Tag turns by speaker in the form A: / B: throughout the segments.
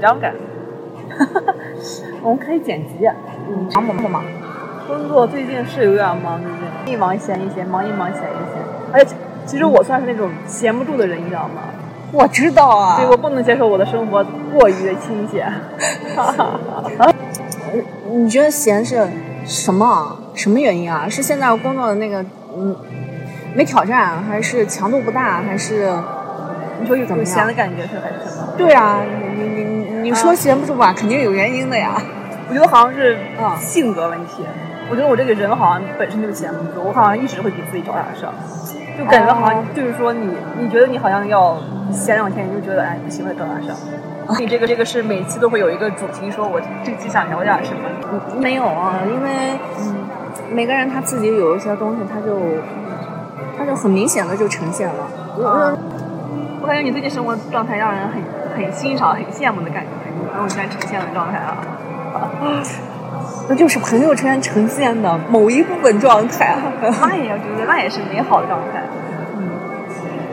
A: 伤感。
B: 我们可以剪辑，
A: 嗯，
B: 忙不忙？
A: 工作最近是有点忙，最近。
B: 一忙闲一闲，忙一忙闲一闲。
A: 而且其实我算是那种闲不住的人，你知道吗？
B: 我知道啊
A: 对，我不能接受我的生活过于的清 闲。
B: 你觉得闲是什么啊什么原因啊？是现在工作的那个嗯没挑战，还是强度不大，还是？
A: 你说有
B: 怎么
A: 有
B: 样
A: 闲的感觉是还是什么？
B: 对啊，嗯你你你你说闲不住吧，肯定有原因的呀。
A: 我觉得好像是
B: 嗯
A: 性格问题。我觉得我这个人好像本身就闲不住，我好像一直会给自己找点事儿，就感觉好
B: 哦
A: 像就是说你你觉得你好像要闲两天，你就觉得哎不行，我得找点事儿。你这个这个是每期都会有一个主题，说我这期想聊点什么。
B: 没有啊，因为每个人他自己有一些东西，他就他就很明显的就呈现了。
A: 啊
B: 嗯
A: 我感觉你最近生活状态让人很很欣赏、很羡慕的感觉，你朋友圈呈现的状态啊。
B: 那就是朋友圈呈现的某一部分状态。啊
A: 那也要觉得那也是美好的状态。嗯，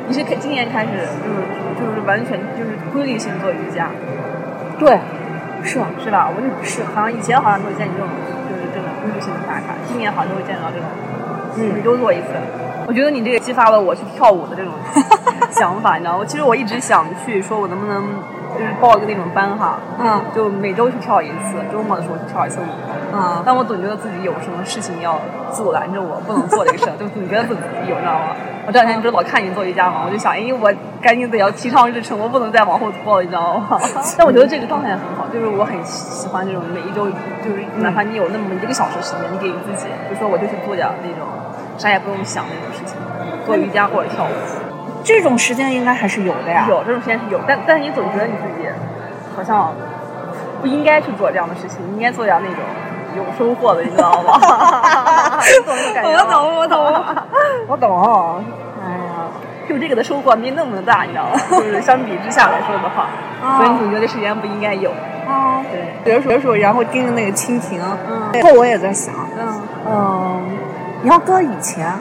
A: 你是开今年开始就是就是完全就是规律性做瑜伽
B: 对，是啊
A: 是吧？我就不是好像以前好像没有见你这种就是这种规律性的打卡，今年好像都会见到这种，每
B: 嗯，
A: 周做一次。我觉得你这个激发了我去跳舞的这种 想法，你知道吗？其实我一直想去说，我能不能就是报一个那种班哈，
B: 嗯
A: 就每周去跳一次，周末的时候去跳一次舞。
B: 啊，
A: 但我总觉得自己有什么事情要自我拦着我，不能做这个事儿，就总觉得自己有，你知道吗？我这两天不是老看你做瑜伽嘛，我就想，哎，我赶紧得要提上日程，我不能再往后拖了，你知道吗？但我觉得这个状态很好，就是我很喜欢这种每一周，就是哪怕你有那么一个小时时间，你给你自己，就说我就去做点那种啥也不用想那种事情，做瑜伽或者跳舞，
B: 这种时间应该还是有的呀。
A: 有这种时间是有，但但你总觉得你自己好像不应该去做这样的事情，你应该做点那种有收获的，你知道 吗？我懂感觉吗
B: 我懂我懂，我懂。哎呀，
A: 就这个的收获没那么大，你知道吗？ 就是相比之下来说的话，
B: 啊
A: 所以你总觉得时间不应该有。
B: 啊，
A: 对，
B: 学数学数，然后盯着那个蜻蜓。
A: 嗯
B: 最后我也在想，
A: 嗯，
B: 嗯，你要搁以前，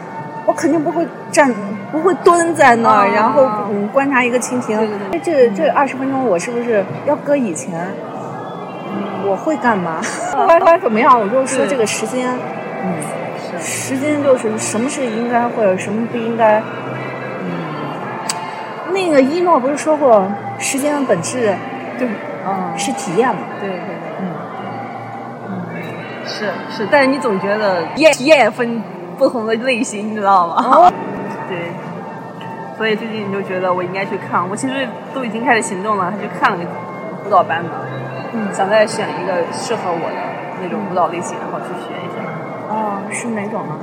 B: 我肯定不会站，不会蹲在那儿，
A: 啊
B: 然后嗯观察一个蜻蜓。
A: 对对对
B: 这这二十分钟，我是不是要搁以前？我会干 嘛？不管不管怎么样，我就说
A: 对
B: 这个时间，嗯，
A: 是
B: 时间就是什么是应该或者什么不应该。嗯，那个一诺不是说过，时间的本质就是
A: 嗯，
B: 是体验嘛？
A: 对对对，
B: 嗯，
A: 是是，但是你总觉得体验体验也分不同的类型，你知道吗？
B: 哦，
A: 对，所以最近你就觉得我应该去看，我其实都已经开始行动了，还去看了个舞蹈班呢，
B: 嗯
A: 想再选一个适合我的那种舞蹈类型，然后去学一下。
B: 哦，是哪种呢？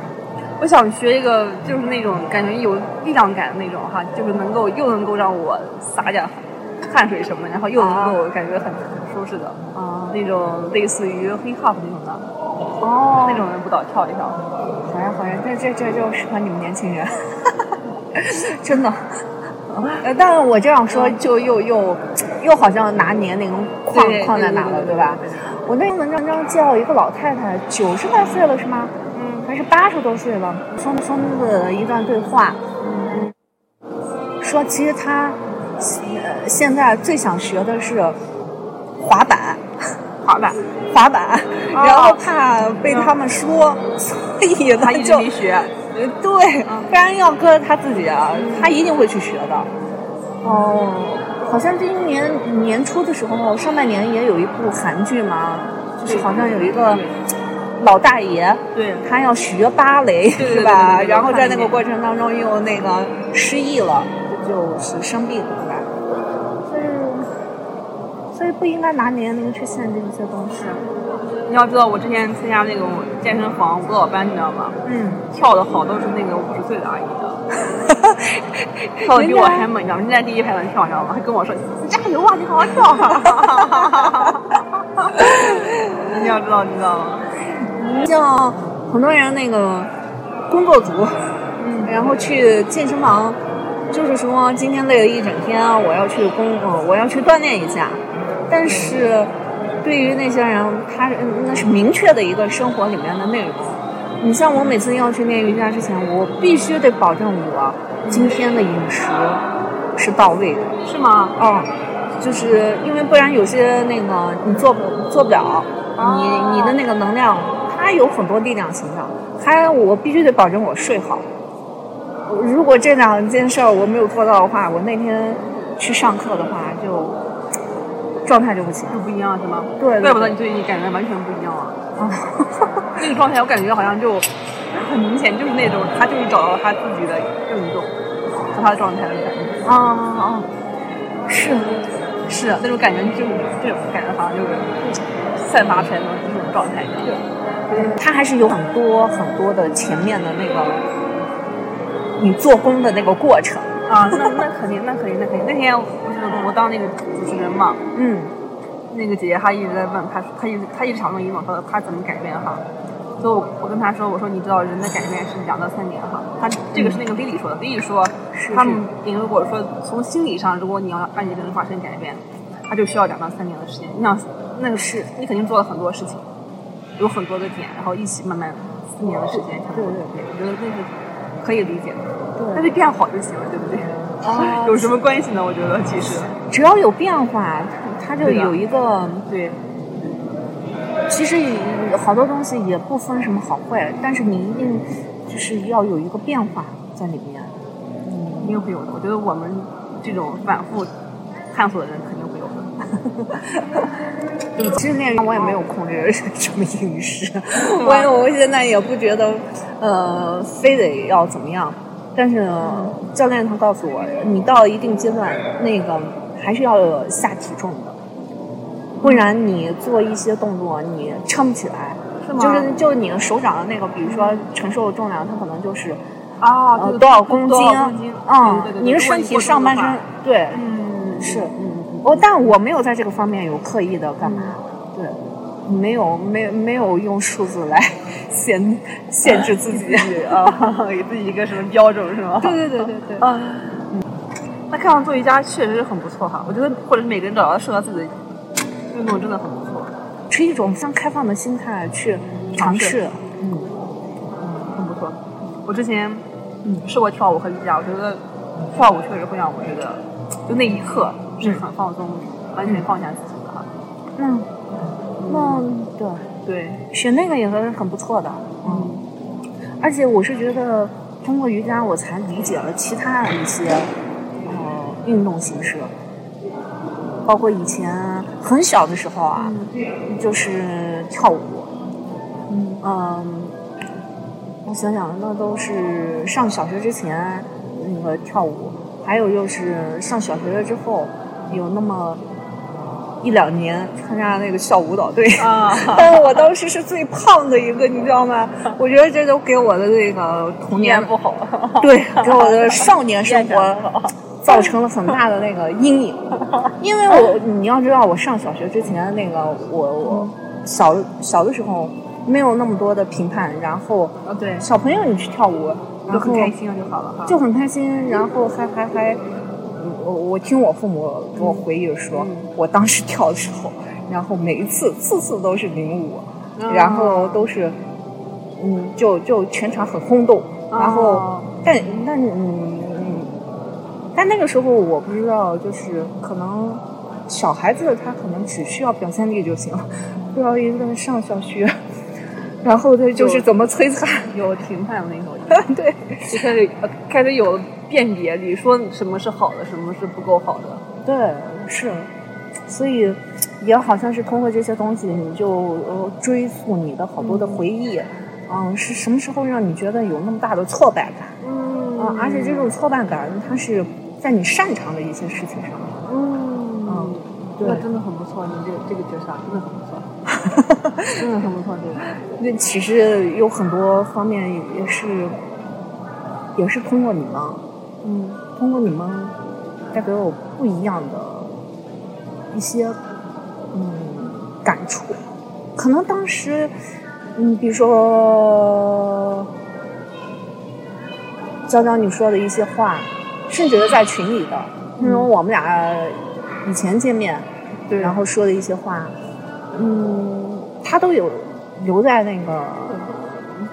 A: 我想学一个，就是那种感觉有力量感的那种哈，就是能够又能够让我洒点汗水什么的，然后又能够感觉很很舒适的
B: 啊，
A: 那种，类似于 hip hop 那种的
B: 哦，
A: 那种舞蹈跳一跳。
B: 好呀好呀，这这这就适合你们年轻人， 真的。呃，但是我这样说
A: 嗯
B: 就又又又好像拿捏那种框
A: 对
B: 框在哪了，对吧？？
A: 对对对对对
B: 我那篇文章中介绍一个老太太，九十来岁了是吗？
A: 嗯
B: 还是八十多岁了？双双子的一段对话，
A: 嗯
B: 说其实她呃现在最想学的是滑板，
A: 滑板，
B: 滑板，
A: 哦
B: 然后怕被他们说，所以
A: 他
B: 她
A: 一直
B: 哎就
A: 没学。
B: 呃对，
A: 嗯
B: 不然要搁他自己啊，他一定会去学的。哦，好像今年年初的时候，上半年也有一部韩剧嘛，就是好像有一个老大爷，
A: 对，
B: 他要学芭蕾
A: 对对
B: 是
A: 对对
B: 吧？
A: 对对
B: 然后在
A: 我
B: 那个
A: 看见
B: 过程当中又那个失忆了，就是生病了吧？所以，所以不应该拿年龄去限制一些东西。啊
A: 你要知道，我之前参加那种健身房舞蹈班，你知道吗？
B: 嗯，
A: 跳的好都是那个五十岁的阿姨的，
B: 哦
A: 跳的比我
B: 啊
A: 还猛，你知道吗？人家在第一排能跳，你知道吗？还跟我说：“你加油啊，你好好跳啊！” 你要知道，你知道吗？
B: 像很多人那个工作族，
A: 嗯
B: 然后去健身房，就是说今天累了一整天，啊我要去工，呃我要去锻炼一下。但是对于那些人，他嗯那是明确的一个生活里面的内容。你像我每次要去练瑜伽之前，我必须得保证我今天的饮食是到位的。
A: 是吗？
B: 哦，就是因为不然有些那个你做不做不了，
A: 哦
B: 你你的那个能量，它有很多力量形象，它我必须得保证我睡好。如果这两件事儿我没有做到的话，我那天去上课的话就状态就不 行。
A: 就不一样是吗？
B: 对对
A: 怪不得你对你感觉完全不一样啊！
B: 啊，
A: 那个状态我感觉好像就很明显，就是那种他就是找到他自己的另一种和他的状态的感觉，
B: 啊啊！是，
A: 是啊那种感觉就是这种感觉好像就是散发出来的那种状态一样。嗯
B: 它还是有很多很多的前面的那个你做工的那个过程。
A: 啊，那那肯定，那肯定，那肯定。那天不是我当那个主持人嘛，
B: 嗯
A: 那个姐姐她一直在问，她她一直她一直想问以往说她怎么改变哈。所以我我跟她说，我说你知道人的改变是两到三年哈。她这个是那个 Lily 说的，Lily 说
B: 是
A: 他们如果说从心理上，如果你要让你这个人发生改变，他就需要两到三年的时间。你想那个是你肯定做了很多事情，有很多个点，然后一起慢慢四年的时间才能
B: 对对
A: 改变。我觉得那是可以理解的，但
B: 对，
A: 是变好就行了，对不对？
B: 啊
A: 有什么关系呢？我觉得其实
B: 只要有变化，它它就
A: 对的
B: 有一个。
A: 对
B: 其实好多东西也不分什么好坏，但是你一定就是要有一个变化在里面。
A: 一定会有的。我觉得我们这种反复探索的人肯定会有的。
B: 以致那我也没有控制什么饮食，
A: 嗯
B: 我我现在也不觉得，呃，非得要怎么样。但是呢教练他告诉我，你到一定阶段，那个还是要有下体重的，不然你做一些动作你撑不起来。
A: 是吗
B: 就是就是你的手掌的那个，比如说承受的重量，它可能就是
A: 啊，
B: 呃
A: 对
B: 多少公斤
A: 多少公斤？
B: 嗯
A: 对对对，
B: 你
A: 如
B: 的
A: 果
B: 身
A: 你
B: 体
A: 过重
B: 上
A: 的
B: 半
A: 话
B: 身对
A: 嗯嗯
B: 是哦，但我没有在这个方面有刻意的干嘛，对，没有没没有用数字来 限限制自己。
A: 啊，给自己一个什么标准是吗？
B: 对对对 对
A: 啊，那看上做瑜伽确实是很不错哈，我觉得或者是每个人找到适合自己的运动真的很不错，
B: 持一种非常开放的心态去尝试。嗯，
A: 很不错。我之前
B: 嗯
A: 试过跳舞和瑜伽，我觉得跳舞确实会让我觉得，就那一刻是很放松，完全放下自己的啊哈。
B: 嗯，那对，
A: 嗯对，
B: 学那个也是很不错的。
A: 嗯，
B: 而且我是觉得通过瑜伽，我才理解了其他的一些呃运动形式，包括以前很小的时 候啊，就是跳舞。
A: 嗯
B: 嗯，我想想，那都是上小学之前那个跳舞，还有就是上小学了之后，有那么一两年参加那个校舞蹈队。
A: 啊，
B: 但是我当时是最胖的一个，你知道吗？我觉得这都给我的那个童年
A: 年，不好，
B: 对，给我的少年生
A: 厌
B: 活造成了很大的那个阴 影。因为我你要知道，我上小学之前那个我我小小的时候没有那么多的评判，然后
A: 啊，对，
B: 小朋友你去跳舞，
A: 就
B: 然后
A: 很开心了就好了哈。
B: 就很开心，然后还还还，我我听我父母给我回忆说
A: 嗯，
B: 我当时跳的时候，然后每一次次次都是领舞，
A: 啊
B: 然后都是，嗯，就就全场很轰动，然 后
A: 哦
B: 但但嗯，但那个时候我不知道，就是可能小孩子他可能只需要表现力就行了，不要一个上小学，然后他就是
A: 就
B: 怎么摧残，
A: 有评判那种。
B: 对。
A: 就开始呃开始有辨别力，说什么是好的，什么是不够好的。
B: 对，是，所以也好像是通过这些东西，你就呃追溯你的好多的回忆，嗯是什么时候让你觉得有那么大的挫败感？
A: 嗯
B: 啊、而且这种挫败感，它是在你擅长的一些事情上。
A: 嗯
B: 嗯对
A: 那真的很不错，你这个这个觉察真的很不错，真的很不错，这个。
B: 那其实有很多方面也是，也是通过你们，
A: 嗯，
B: 通过你们带给我不一样的一些嗯感触。可能当时，嗯，比如说娇娇你说的一些话，甚至是在群里的，因为我们俩以前见面，
A: 对
B: 然后说的一些话，嗯，他都有留在那个。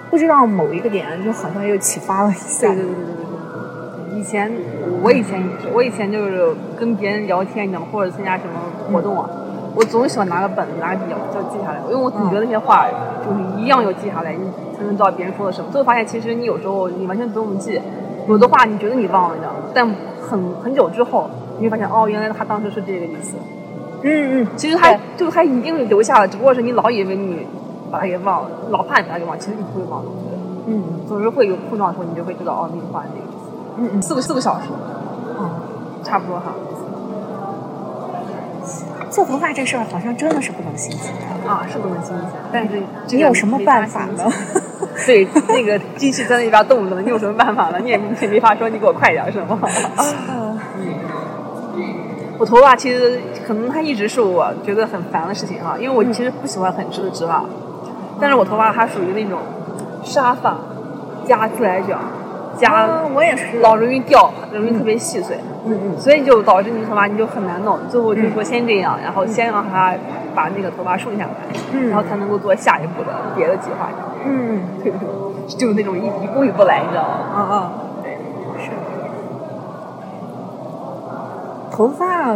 B: 不知道某一个点，就好像又启发了一下。
A: 对对对对对对对。以前我以前也是，我以前就是跟别人聊天，你知道吗？或者参加什么活动啊，我总是喜欢拿个本子、拿个笔，就记下来，因为我总觉得那些话就是一样要记下来，你才能知道别人说了什么。最后发现，其实你有时候你完全不用记，有的话你觉得你忘了，你知道吗？但很很久之后，你会发现，哦，原来他当时是这个意思。
B: 嗯嗯，
A: 其实他
B: 对
A: 就是他已经留下了，只不过是你老以为你把它给忘了，老怕你把它给忘，其实你不会忘的。我觉得
B: 嗯
A: 总是会有碰撞的时候，你就会知道，哦，那句话是这个意思。
B: 嗯嗯，
A: 四个四个小时，
B: 哦，
A: 差不多哈。
B: 做头发这事儿好像真的是不能心急。
A: 啊，是不能心急，但是这
B: 你
A: 个
B: 有什么
A: 没
B: 办
A: 法
B: 法
A: 心
B: 呢
A: 急？对，那个机器在那边动着呢，你有什么办法呢？你也没没法说你给我快点儿是吗？ 啊我头发其实可能它一直是我觉得很烦的事情哈，因为我其实不喜欢很直的直发，但是我头发它属于那种沙发加自来卷，加
B: 啊，我也是。
A: 老容易掉，容易特别细碎。
B: 嗯嗯，
A: 所以就导致你头发你就很难弄，最后就是说先这样，然后先让它把那个头发顺下来，
B: 嗯
A: 然后才能够做下一步的别的计划，
B: 嗯
A: 就是那种一一步一步来，你知道吗？
B: 嗯啊
A: 对，
B: 是。头发，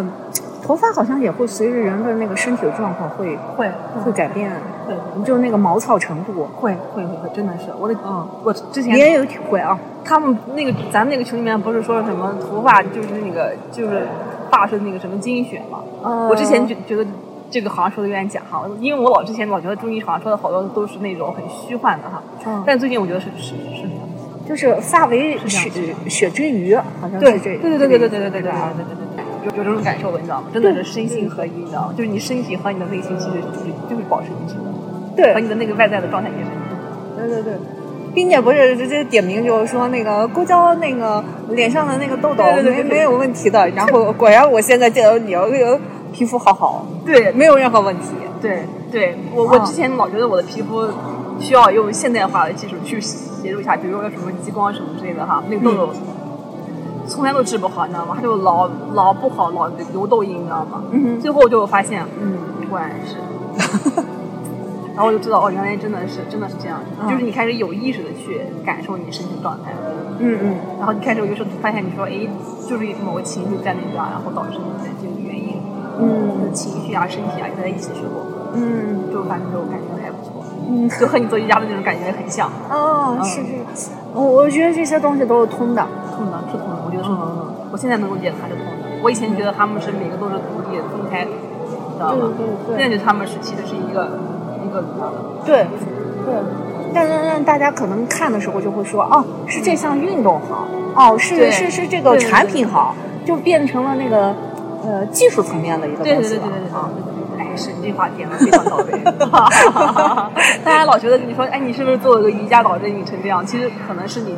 B: 头发好像也会随着人的那个身体的状况会
A: 会
B: 会改变，
A: 会
B: 就那个毛糙程度。
A: 会会会会，真的是我的，
B: 嗯，
A: 我之
B: 你
A: 前
B: 也有体会啊？
A: 他们那个咱们那个群里面不是说什么头发就是那个就是发是那个什么经血嘛，
B: 嗯
A: 我之前觉觉得这个好像说的有点假哈，因为我老之前老觉得中医好像说的好多都是那种很虚幻的哈，
B: 嗯
A: 但最近我觉得是是是这样。
B: 就是发为
A: 是这样
B: 血血之余，好像
A: 对
B: 是
A: 对
B: 这
A: 对对对对对对对对对
B: 啊
A: 对对，有有这种感受的，你知道吗？真的是身心合一，你知道吗？就是你身体和你的内心其实就是就是保持一致的，
B: 对
A: 和你的那个外在的状态也是一致的。
B: 对对对，冰姐不是直接点名就是说那个硅胶那个脸上的那个痘痘
A: 对对对
B: 没
A: 对对
B: 没有问题的，然 后果然我现在见到你，我有皮肤好好，
A: 对
B: 没有任何问题。
A: 对对，我
B: 啊
A: 我之前老觉得我的皮肤需要用现代化的技术去协助一下，比如说什么激光什么之类的哈，那个痘痘。从来都治不好，你知道吗？它就老老不好，老留痘印，你知道吗？
B: 嗯
A: 最后就发现，
B: 嗯
A: 果然是。 然后我就知道，哦，原来真的是真的是这样，
B: 嗯
A: 就是你开始有意识的去感受你身体状态，
B: 嗯嗯，
A: 然后你开始有意识地发现，你说，哎，就是某个情绪在那边，然后导致你的这个原因，
B: 嗯
A: 情绪啊、身体啊也在一起的时候，
B: 嗯
A: 就反正就感觉还不错，
B: 嗯，
A: 就和你做瑜伽的那种感觉很像，
B: 哦
A: 嗯
B: 是是，我我觉得这些东西都是通的。
A: 痛的是痛的，我觉得是痛的，
B: 嗯，
A: 我现在能够理解它是痛的，我以前觉得他们是每个都是独立分开的，知道
B: 对
A: 吗？
B: 对
A: 现在觉
B: 对
A: 得他们是其实是一个一个
B: 对对。但但但大家可能看的时候就会说，哦，是这项运动好，哦，是
A: 对
B: 是是这个
A: 对对对
B: 产品好，就变成了那个呃技术层面的一个
A: 对
B: 东
A: 对
B: 西
A: 对对
B: 了
A: 对
B: 啊。
A: 对，哎，是这话点的非常到位。 大家老觉得你说，哎，你是不是做了个瑜伽导致你成这样？其实可能是你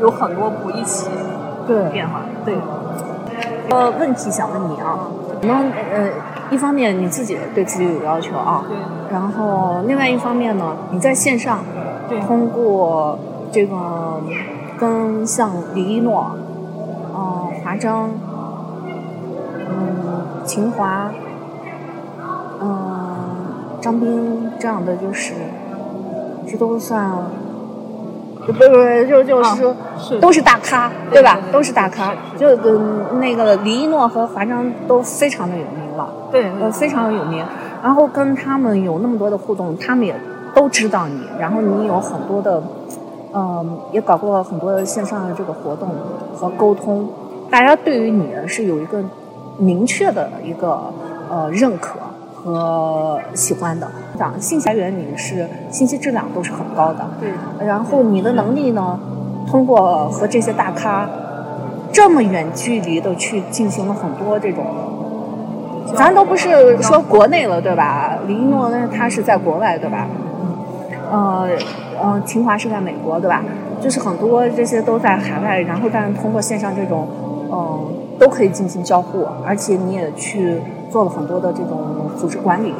A: 有很多不一起
B: 啊对，
A: 变化。对，哦
B: 呃，问题想问你啊，可能呃，一方面你自己对自己有要求啊，
A: 对，
B: 然后另外一方面呢，你在线上
A: 对
B: 通过这个跟像李一诺、嗯、华章、嗯、秦华、嗯、张斌这样的，就是这都算，不不不，就就是说。
A: 是
B: 都是大咖，
A: 对
B: 吧
A: 对？对
B: 都是大咖，
A: 是
B: 就嗯那个李一诺和华章都非常的有名了，
A: 对，
B: 呃，非常有名。然后跟他们有那么多的互动，他们也都知道你，然后你有很多的，嗯，也搞过很多线上的这个活动和沟通，大家对于你是有一个明确的一个呃认可和喜欢的。讲信息来源，你是信息质量都是很高的。
A: 对
B: 然后你的能力呢，通过和这些大咖这么远距离的去进行了很多这种，咱都不是说国内了对吧？李一诺呢，他是在国外对吧？呃呃，清华是在美国对吧？就是很多这些都在海外，然后但是通过线上这种，嗯、都可以进行交互，而且你也去做了很多的这种组织管理，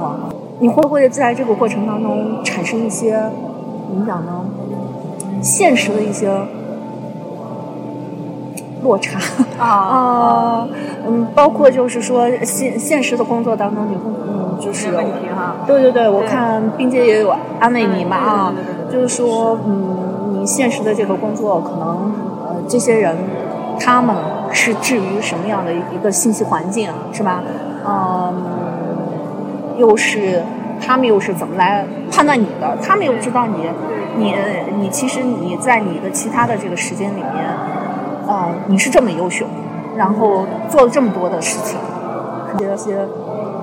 B: 啊、你会不会在这个过程当中产生一些怎么讲呢？现实的一些落差？
A: 啊，
B: 啊，嗯，包括就是说现现实的工作当中，你会嗯，就是
A: 没问题哈。
B: 对对对，我
A: 对
B: 看冰姐也有安慰你嘛
A: 嗯对
B: 啊
A: 对对对，对
B: 就是说，嗯，你现实的这个工作可能，呃，这些人他们是置于什么样的一个信息环境，是吧？嗯，又是他们又是怎么来判断你的？他们又知道你，你你其实你在你的其他的这个时间里面，呃，你是这么优秀，然后做了这么多的事情，这些，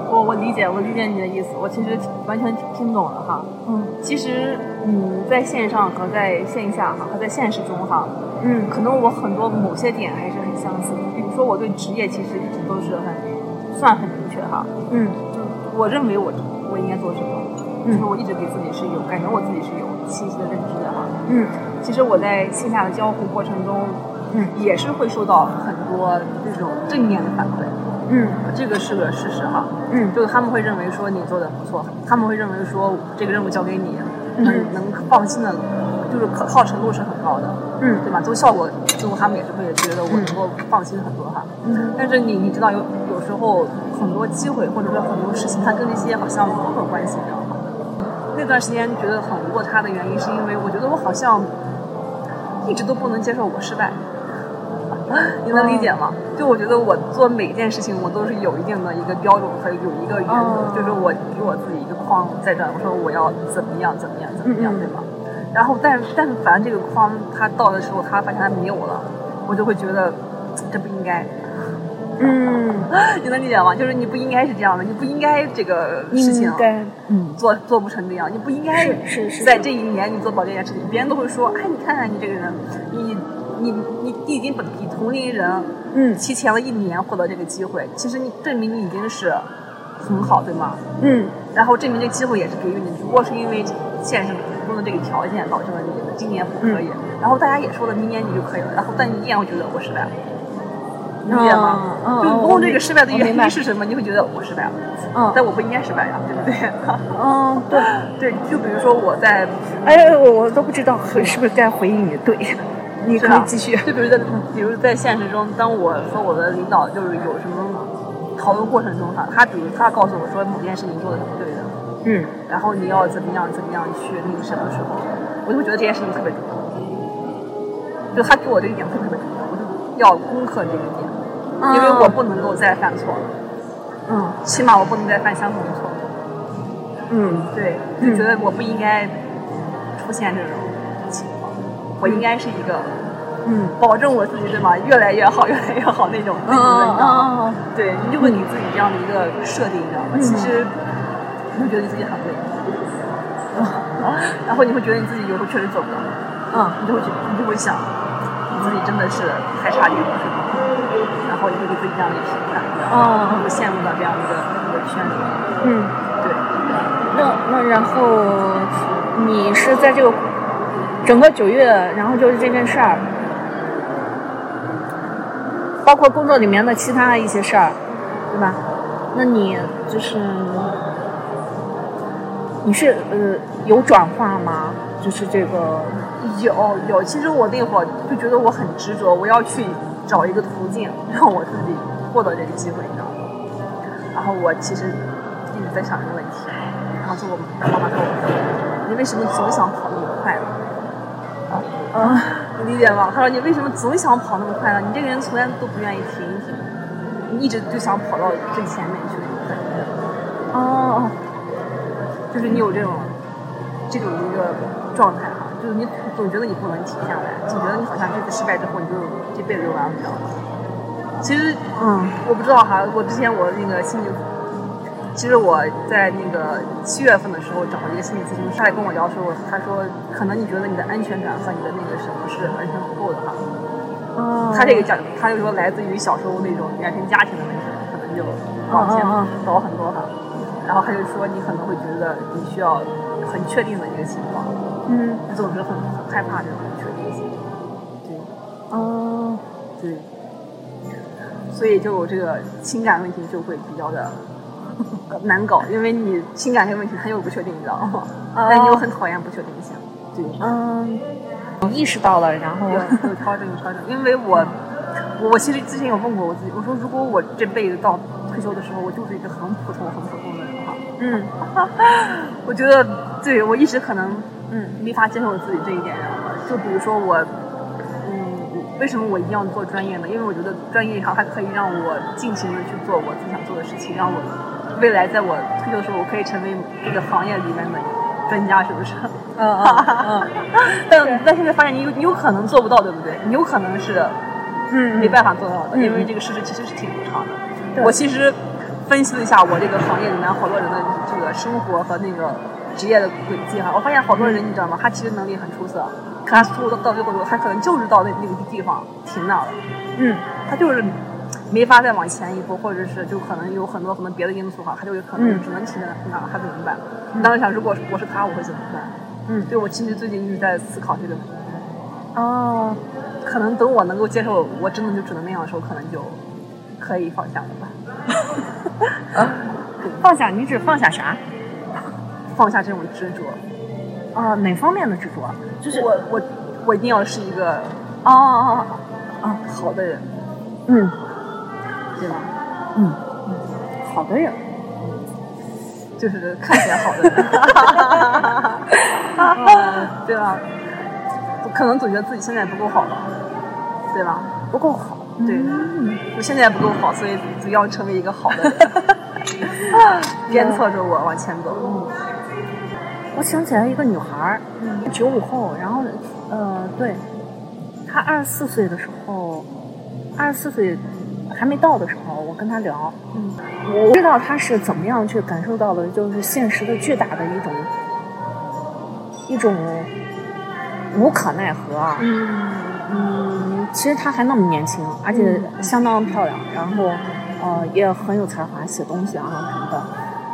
A: 我我理解，我理解你的意思，我其实完全听懂了哈。
B: 嗯
A: 其实，嗯，在线上和在线下哈，和在现实中哈，
B: 嗯
A: 可能我很多某些点还是很相似的。比如说，我对职业其实一直都是很算很明确哈，
B: 嗯
A: 我认为我我应该做什么，就是
B: 嗯
A: 我一直给自己是有感觉我自己是有清晰的认知的哈。
B: 嗯
A: 其实我在线下的交互过程中，
B: 嗯
A: 也是会受到很多这种正面的反馈，
B: 嗯
A: 这个是个事实哈。
B: 嗯
A: 就是他们会认为说你做的不错，他们会认为说这个任务交给你，
B: 嗯
A: 嗯，能放心的，就是可靠程度是很高的，
B: 嗯
A: 对吧？做效果最后他们也是会觉得我
B: 嗯
A: 能够放心很多哈。
B: 嗯
A: 但是你你知道有有时候很多机会或者说很多事情，它跟那些好像没有关系，你知道吗？那段时间觉得很落差的原因，是因为我觉得我好像一直都不能接受我失败。你能理解吗？就我觉得我做每一件事情，我都是有一定的一个标准和有一个原则
B: 哦，
A: 就是我给我自己一个框在这儿，我说我要怎么样怎么样怎么样，
B: 嗯嗯
A: 对吧？然后但但凡这个框它到的时候，它发现它没有了，我就会觉得这不应该，
B: 嗯，
A: 你能理解吗？就是你不应该是这样的，你不应该这个事情
B: 应该嗯
A: 做做不成这样，你不应该
B: 是是是
A: 在这一年你做不到这件事情，别人都会说，哎，你看看你这个人，你你你你已经比同龄人
B: 嗯
A: 提前了一年获得这个机会，其实你证明你已经是很好，对吗？
B: 嗯
A: 然后证明这个机会也是给予你，只不过是因为现实中的这个条件导致了你今年不可以，然后大家也说了明年你就可以了，然后但你依然会觉得我失败了，你理解吗？
B: 嗯嗯
A: 就
B: 嗯
A: 不
B: 我
A: 问
B: 明
A: 这个失败的
B: 我
A: 原
B: 明白
A: 因是什么，你会觉得我失败了，
B: 嗯
A: 但我不应该失败呀，啊对不对？
B: 嗯对，
A: 对，就比如说我在，
B: 哎我我都不知道是不是该回应你，对，
A: 啊
B: 你可以继续，
A: 就比如在，比如在现实中，当我和我的领导就是有什么讨论过程中哈，他比如他告诉我说某件事情做的是不对的，
B: 嗯
A: 然后你要怎么样怎么样去那个什么时候，我就会觉得这件事情特别重要，就他给我这个点特别特别重要，我就要攻克这个
B: 哦
A: 点，因为我不能够再犯错了，
B: 嗯
A: 起码我不能再犯相同的错误，
B: 嗯
A: 对，就觉得我不应该出现这种情况，我应该是一个
B: 嗯。
A: 保证我自己对吗？越来越好，越来越好那种
B: 嗯嗯嗯
A: 那种的，你知道吗？
B: 嗯嗯
A: 对，你就会给自己这样的一个设定，你知道吗？
B: 嗯
A: 其实你会觉得你自己很累， 然后你会觉得你自己有时候确实做不到，
B: 嗯
A: 你就会觉你就会想，你自己真的是太差劲了，是吧然后你会给自己这样的一个评判，然后会
B: 嗯
A: 陷入到这样的一个一个圈里面。
B: 嗯，
A: 对，
B: 那那然后你是在这个整个九月，然后就是这件事儿，包括工作里面的其他一些事儿，对吧？那你就是你是呃有转化吗？就是这个
A: 有有，其实我那会儿就觉得我很执着，我要去找一个途径让我自己获得这个机会，你知道吗？然后我其实一直在想这个问题，然后就我妈妈跟我说：“你为什么总想跑那么快呢？”啊
B: 呃
A: 你理解吗？他说你为什么总想跑那么快呢？你这个人从来都不愿意停一停，你一直就想跑到最前面去那种感觉，
B: 哦
A: 就是你有这种这种一个状态哈，就是你总觉得你不能停下来，总觉得你好像这次失败之后你就这辈子就完了，你知道吗？其实
B: 嗯
A: 我不知道哈，我之前我那个心理，其实我在那个七月份的时候找了一个心理咨询师，他也跟我聊说，他说可能你觉得你的安全感和你的那个什么是完全不够的哈。
B: 哦，
A: 他这个讲，他就说来自于小时候那种原生家庭的问题，可能就往前
B: 嗯嗯
A: 倒很多哈。然后他就说，你可能会觉得你需要很确定的一个情况，
B: 嗯
A: 你总是很很害怕这种不确定性。对
B: 哦
A: 对，所以就这个情感问题就会比较的难搞，因为你情感这个问题很有不确定，你知道吗？但你又很讨厌不确定性。对，
B: 嗯，我意识到了，然后
A: 有有调整有调整，因为我我我其实之前有问过我自己，我说如果我这辈子到退休的时候，我就是一个很普通很普通的人哈，
B: 嗯
A: 我觉得对我一直可能
B: 嗯
A: 啊没法接受我自己这一点，然后就比如说我嗯为什么我一定要做专业呢？因为我觉得专业上它可以让我尽情的去做我自己想做的事情，让我未来在我退休的时候，我可以成为这个行业里面的专家，是不是？
B: 嗯嗯嗯，
A: 但但现在发现你有你有可能做不到，对不对？你有可能是
B: 嗯
A: 没办法做到的，
B: 嗯
A: 因为这个事实其实是挺无常的。
B: 对
A: 我其实分析了一下我这个行业里面好多人的这个生活和那个职业的轨迹哈，我发现好多人你知道吗？他其实能力很出色，可他最后到最后他可能就是到那那个地方停那儿了，
B: 嗯
A: 他就是没法再往前一步，或者是就可能有很多可能别的因素哈，他就有可能
B: 嗯
A: 只能停在那儿，他怎么办？
B: 嗯
A: 当时想，如果我是他，我会怎么办？
B: 嗯
A: 对我其实最近一直在思考这个问题。
B: 哦
A: 可能等我能够接受，我真的就只能那样的时候，可能就可以放下了吧，
B: 放下你指放下啥？
A: 放下这种执着。
B: 啊、哪方面的执着？就是
A: 我我我一定要是一个
B: 哦哦哦
A: 好的人，
B: 哦，嗯。
A: 对吧？
B: 嗯，好的人。
A: 就是看起来好的人， 对吧？我可能总觉得自己现在不够好吧，对吧？
B: 不够好。
A: 对
B: 嗯
A: 我现在不够好，所以就要成为一个好的人，鞭策着我往前走。
B: 我想起来一个女孩儿，
A: 嗯
B: 九五后，然后呃，对，她二十四岁的时候，二十四岁还没到的时候，我跟她聊，
A: 嗯
B: 我知道她是怎么样去感受到的，就是现实的巨大的一种一种无可奈何啊。
A: 嗯
B: 嗯，其实她还那么年轻，而且
A: 嗯
B: 相当漂亮，然后呃也很有才华，写东西啊什么的，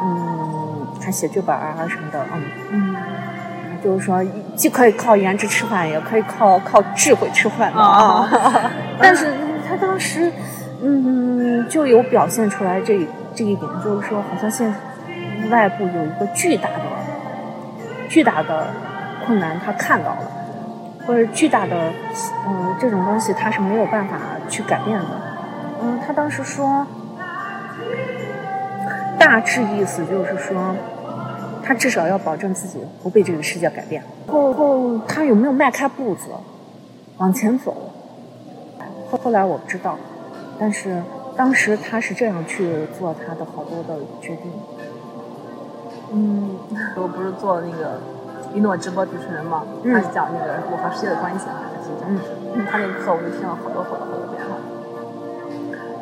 B: 嗯，还写剧本啊什么的，嗯，
A: 嗯
B: 就是说既可以靠颜值吃饭，也可以靠靠智慧吃饭的
A: 啊，
B: 但是她当时，嗯，就有表现出来这这一点，就是说好像现外部有一个巨大的巨大的困难，她看到了。或者巨大的，嗯，这种东西他是没有办法去改变的。嗯，他当时说，大致意思就是说，他至少要保证自己不被这个世界改变。后后他有没有迈开步子往前走？后后来我不知道，但是当时他是这样去做他的好多的决定。
A: 嗯，我不是做那个一诺直播主持人嘛，
B: 嗯
A: 他讲那个我和世界的关系啊，还是挺讲
B: 嗯
A: 的。嗯，他那个课我就听了好多好多好多遍哈。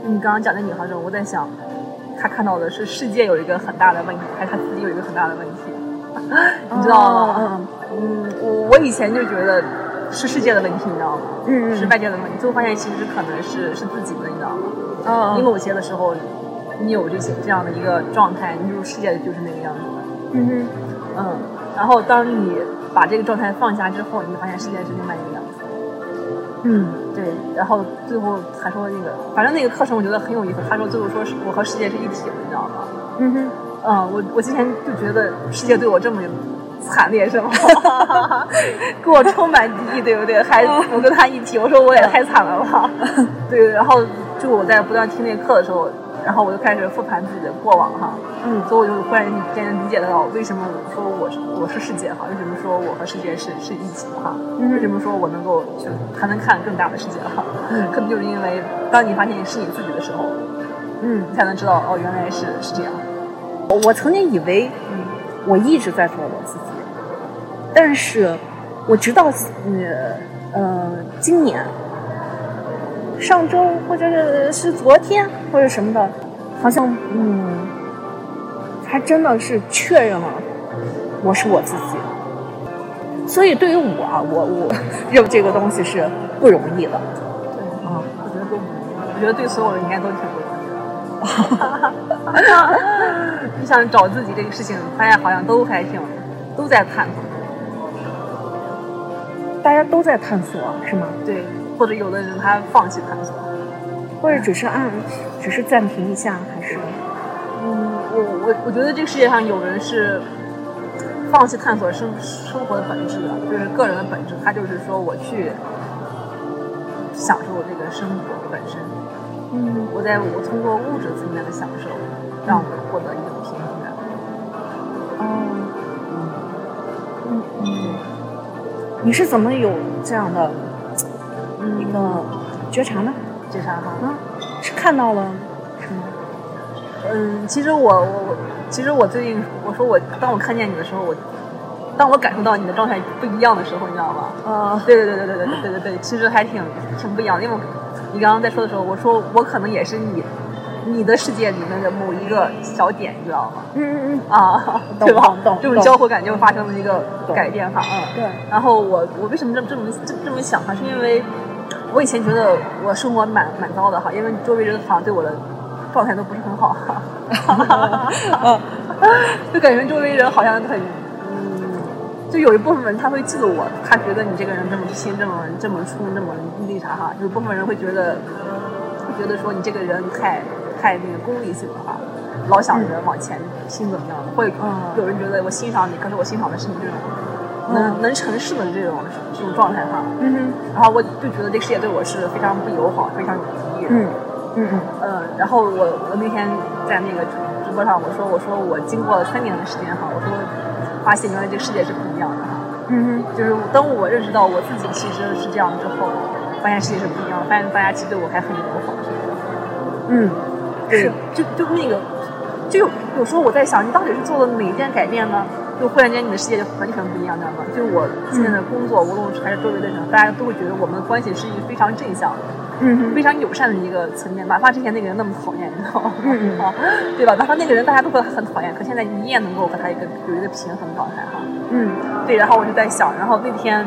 A: 嗯你刚刚讲那女孩的时候，我在想，她看到的是世界有一个很大的问题，还是她自己有一个很大的问题？ 你知道吗？
B: 哦？
A: 嗯，我我以前就觉得是世界的问题，你知道吗？
B: 嗯嗯，
A: 是外界的问题，最后发现其实可能是是自己的，你知道吗？
B: 嗯？
A: 你
B: 嗯
A: 某些的时候，你有这些这样的一个状态，你就是世界就是那个样子的。
B: 嗯哼
A: 嗯，然后当你把这个状态放下之后，你会发现世界是另外一个样子。
B: 嗯
A: 对，然后最后还说那个，反正那个课程我觉得很有意思。他说最后说是我和世界是一体的，你知道吗？
B: 嗯哼。
A: 嗯，我我之前就觉得世界对我这么惨烈是吗？给我充满敌意，对不对？还我跟他一体，我说我也太惨了吧。对，然后就我在不断听那课的时候，然后我就开始复盘自己的过往哈。
B: 嗯
A: 所以我就忽然间理解到，为什么我说我是我是世界哈，为什么说我和世界是是一起哈，
B: 嗯
A: 为什么说我能够去还能看更大的世界哈，
B: 嗯
A: 可能就是因为当你发现是你自己的时候，
B: 嗯
A: 你才能知道哦，原来是是这样。
B: 我我曾经以为
A: 嗯
B: 我一直在做我自己，但是我直到呃呃今年，上周或者是是昨天或者什么的，好像嗯，还真的是确认了我是我自己。所以对于我啊，我我 认为这个东西是不容易的
A: 对，
B: 啊。
A: 嗯我觉得都不容易，我觉得对所有人应该都挺不容易的。 你想找自己这个事情，发现好像都还挺都在探索。
B: 大家都在探索，是吗？
A: 对，或者有的人他放弃探索。
B: 或者只是按，只是暂停一下，还是
A: 嗯，我我我觉得这个世界上有人是放弃探索生生活的本质的，就是个人的本质，他就是说我去享受这个生活本身，
B: 嗯。
A: 我在我通过物质层面的享受，让我获得一种平衡感。
B: 哦，嗯嗯，你是怎么有这样的一个觉察呢？
A: 这啥哈？
B: 啊，是看到了什么？
A: 嗯，其实我我我，其实我最近我说我当我看见你的时候，我当我感受到你的状态不一样的时候，你知道吗？
B: 呃，
A: 对对对对对对对对对，其实还挺挺不一样的。因为你刚刚在说的时候，我说我可能也是你你的世界里面的某一个小点，你知道吗？
B: 嗯嗯
A: 啊，
B: 懂
A: 对吧
B: 懂？懂
A: 这种
B: 懂
A: 交互感就发生了一个
B: 懂
A: 改变哈。嗯
B: 嗯，。对，
A: 然后我我为什么这么这么这么这么想哈？是因为我以前觉得我生活蛮蛮糟的哈，因为周围人好像对我的状态都不是很好哈。
B: 嗯
A: 就感觉周围人好像很，嗯，就有一部分人他会嫉妒我，他觉得你这个人这么拼，这么这么冲，这么那啥哈，有一部分人会觉得，会觉得说你这个人太太那个功利性了哈，老想着往前拼怎么样的，会
B: 嗯
A: 有人觉得我欣赏你，可是我欣赏的是你这种能
B: 嗯
A: 能成事的这种这种状态哈，
B: 嗯哼
A: 然后我就觉得这个世界对我是非常不友好，非常敌意，
B: 嗯嗯嗯
A: 嗯，然后我我那天在那个直直播上，我说我说我经过了三年的时间哈，我说发现原来这个世界是不一样的哈，
B: 嗯哼
A: 就是当我认识到我自己其实是这样之后，发现世界是不一样的，发现大家其实对我还很友好，
B: 嗯，
A: 是就就那个就有有时候我在想，你到底是做了哪一件改变呢？就忽然间你的世界就完全不一样，你知道吗？就我
B: 嗯
A: 现在的工作，无论是还是周围的人，大家都会觉得我们的关系是一个非常正向的。
B: 嗯
A: 非
B: 哼
A: 常友善的一个层面，哪怕之前那个人那么讨厌，你知道吗？
B: 嗯嗯
A: 啊，对吧？哪怕那个人大家都会很讨厌，可现在你也能够和他一个有一个平衡状态哈。
B: 嗯
A: 对，然后我就在想，然后那天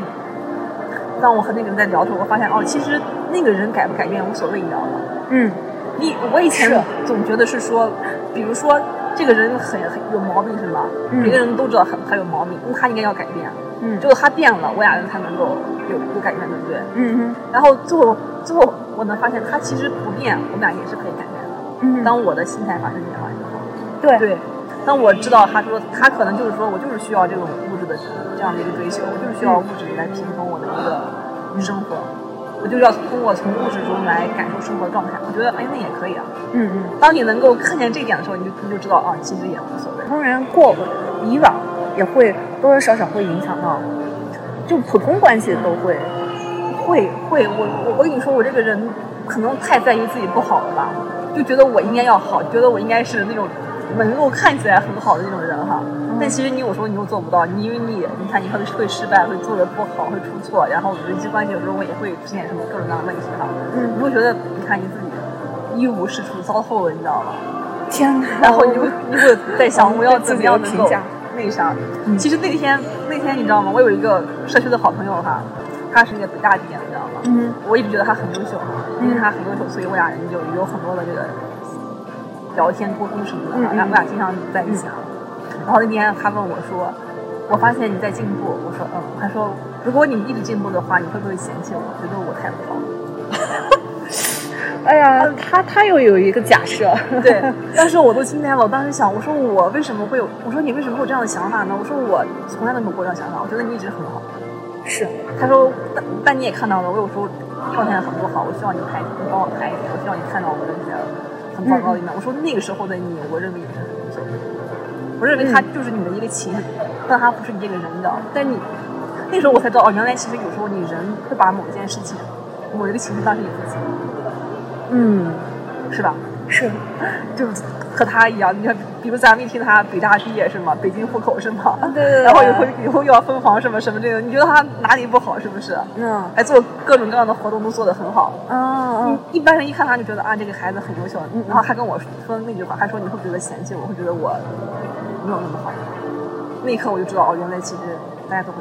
A: 当我和那个人在聊的时候，我发现哦，其实那个人改不改变无所谓，你知道吗？
B: 嗯
A: 你我以前
B: 是
A: 总觉得是说，比如说这个人很很有毛病是吧？
B: 嗯
A: 每个人都知道很他有毛病，那他应该要改变，
B: 嗯
A: 只有他变了，我俩人才能够有有改变，对不对？
B: 嗯
A: 然后最后最后我能发现他其实不变，我们俩也是可以改变的。
B: 嗯，
A: 当我的心态发生变化以后，
B: 对
A: 对，当我知道他说他可能就是说我就是需要这种物质的这样的一个追求，我就是需要物质来平衡我的一个生活，我就要通过从物质中来感受生活的状态。我觉得哎，那也可以啊。
B: 嗯嗯，
A: 当你能够看见这一点的时候，你就你就知道啊，其实也无所谓
B: 普。通人过以往也会多多少少会影响到，就普通关系都会，
A: 会会，我我我跟你说，我这个人可能太在意自己不好了吧，就觉得我应该要好，觉得我应该是那种能够看起来很好的那种人哈。
B: 嗯
A: 但其实你有时候你又做不到，你因为你你看你会会失败，会做的不好，会出错，然后人际关系有时候也会出现什么各种各样的问题哈。你
B: 嗯，
A: 会觉得你看你自己一无是处，糟透了，你知道吗？
B: 天哪，
A: 然后你就你会在想我要怎么样能
B: 哦自己的评
A: 够
B: 价
A: 那啥
B: 嗯。
A: 其实那天那天你知道吗？我有一个社区的好朋友哈，他是那个北大毕业的，你知道吗？
B: 嗯
A: 我一直觉得他很优秀，因为
B: 嗯
A: 他很优秀，所以我俩人就有很多的这个聊天沟通什么的，
B: 嗯嗯
A: 然后我俩经常在一起啊。然后那天他问我说：“我发现你在进步。”我说：“嗯。”他说：“如果你一直进步的话，你会不会嫌弃我？觉得我太不好？”
B: 哎呀，他他又有一个假 设，
A: 对，当时我都惊呆了。我当时想，我说我为什么会有？我说你为什么会有这样的想法呢？我说我从来都没有过这样的想法，我觉得你一直很好。
B: 是，
A: 他说，但但你也看到了，我有时候状态很不好，我希望你拍，你帮我拍一点，我希望你看到我的这些很糟糕的一面。我说那个时候的你，我认为也是很优秀的，我认为他就是你的一个情，但他不是你这个人的。但你那时候我才知道，哦，原来其实有时候你人会把某件事情、某一个情绪当成你自己，
B: 嗯，
A: 是吧？
B: 是，
A: 就和他一样，你看，比如咱们一听他北大毕业是吗？北京户口是吗？
B: 对对对
A: 然后以后以后又要分房什么什么这个，你觉得他哪里不好是不是？
B: 嗯
A: 还哎做各种各样的活动都做得很好。
B: 嗯
A: 嗯，一般人一看他就觉得啊，这个孩子很优秀。然后他跟我说那句话，他说你会不会觉得嫌弃我，会觉得我没有那么好。那一刻我就知道，哦，原来其实大家都会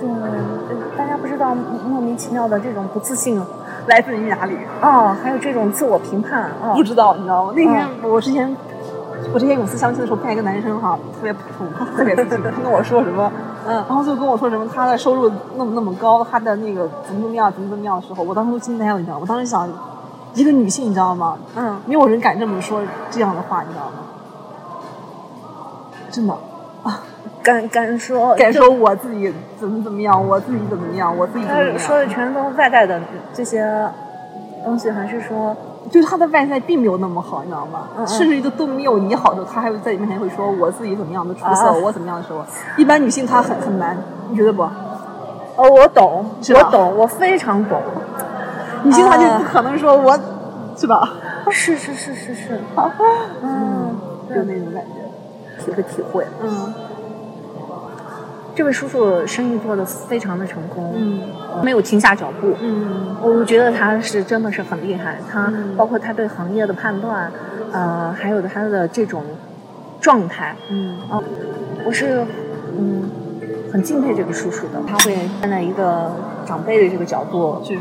B: 嗯，对，大家不知道莫名其妙的这种不自信
A: 来自于哪里，
B: 哦，还有这种自我评判哦
A: 不，知道，你知道吗？那天我之前。我之前有次相亲的时候碰见一个男生哈，特别土，特别土，他跟我说什么，
B: 嗯
A: 然后就跟我说什么他的收入那么那么高，他的那个怎么怎么样，怎么怎么样的时候，我当时都惊呆了，你知道吗？我当时想，一个女性，你知道吗？
B: 嗯，
A: 没有人敢这么说这样的话，你知道吗？真的，
B: 敢敢说
A: 敢说我自己怎么怎么样，我自己怎么样，我自己怎么
B: 他
A: 样？
B: 说的全都外在的这些东西，还是说，
A: 就是他的外在并没有那么好，你知道吗？
B: 嗯嗯
A: 甚至于都都没有你好的时候，他还会在你面前会说我自己怎么样的出色，
B: 啊
A: 我怎么样的时候，一般女性她很很难，你觉得不？
B: 哦，我懂，
A: 是吧
B: 我懂，我非常懂。
A: 你经常就不可能说我，是吧？
B: 是是是是是，
A: 嗯，就那种感觉，体会体会。
B: 嗯。这位叔叔生意做得非常的成功，
A: 嗯
B: 没有停下脚步。
A: 嗯
B: 我觉得他是真的是很厉害，他
A: 嗯
B: 包括他对行业的判断，呃，还有他的这种状态，
A: 嗯
B: 我是嗯很敬佩这个叔叔的。他会站在一个长辈的这个角度，
A: 去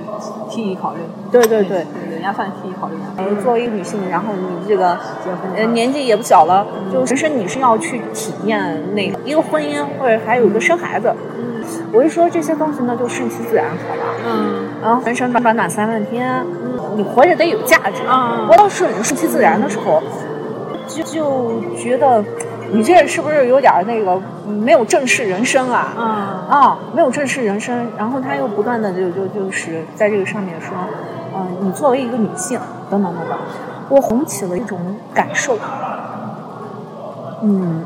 A: 替你考虑。
B: 对对对，
A: 人家算替你考虑。
B: 呃作为一个女性，然后你这个
A: 结婚
B: 呃
A: 了
B: 年纪也不小了，
A: 嗯
B: 就其实你是要去体验那个一个婚姻，或者还有一个生孩子。
A: 嗯
B: 我是说这些东西呢，就顺其自然好了。
A: 嗯
B: 啊，人生短短短三万天，你活着得有价值。
A: 啊
B: 我要是顺其自然的时候，就就觉得你这是不是有点儿那个没有正视人生啊？
A: 啊
B: 啊，没有正视人生，然后他又不断的就就就是在这个上面说，嗯、你作为一个女性，等等等等，我红起了一种感受，嗯，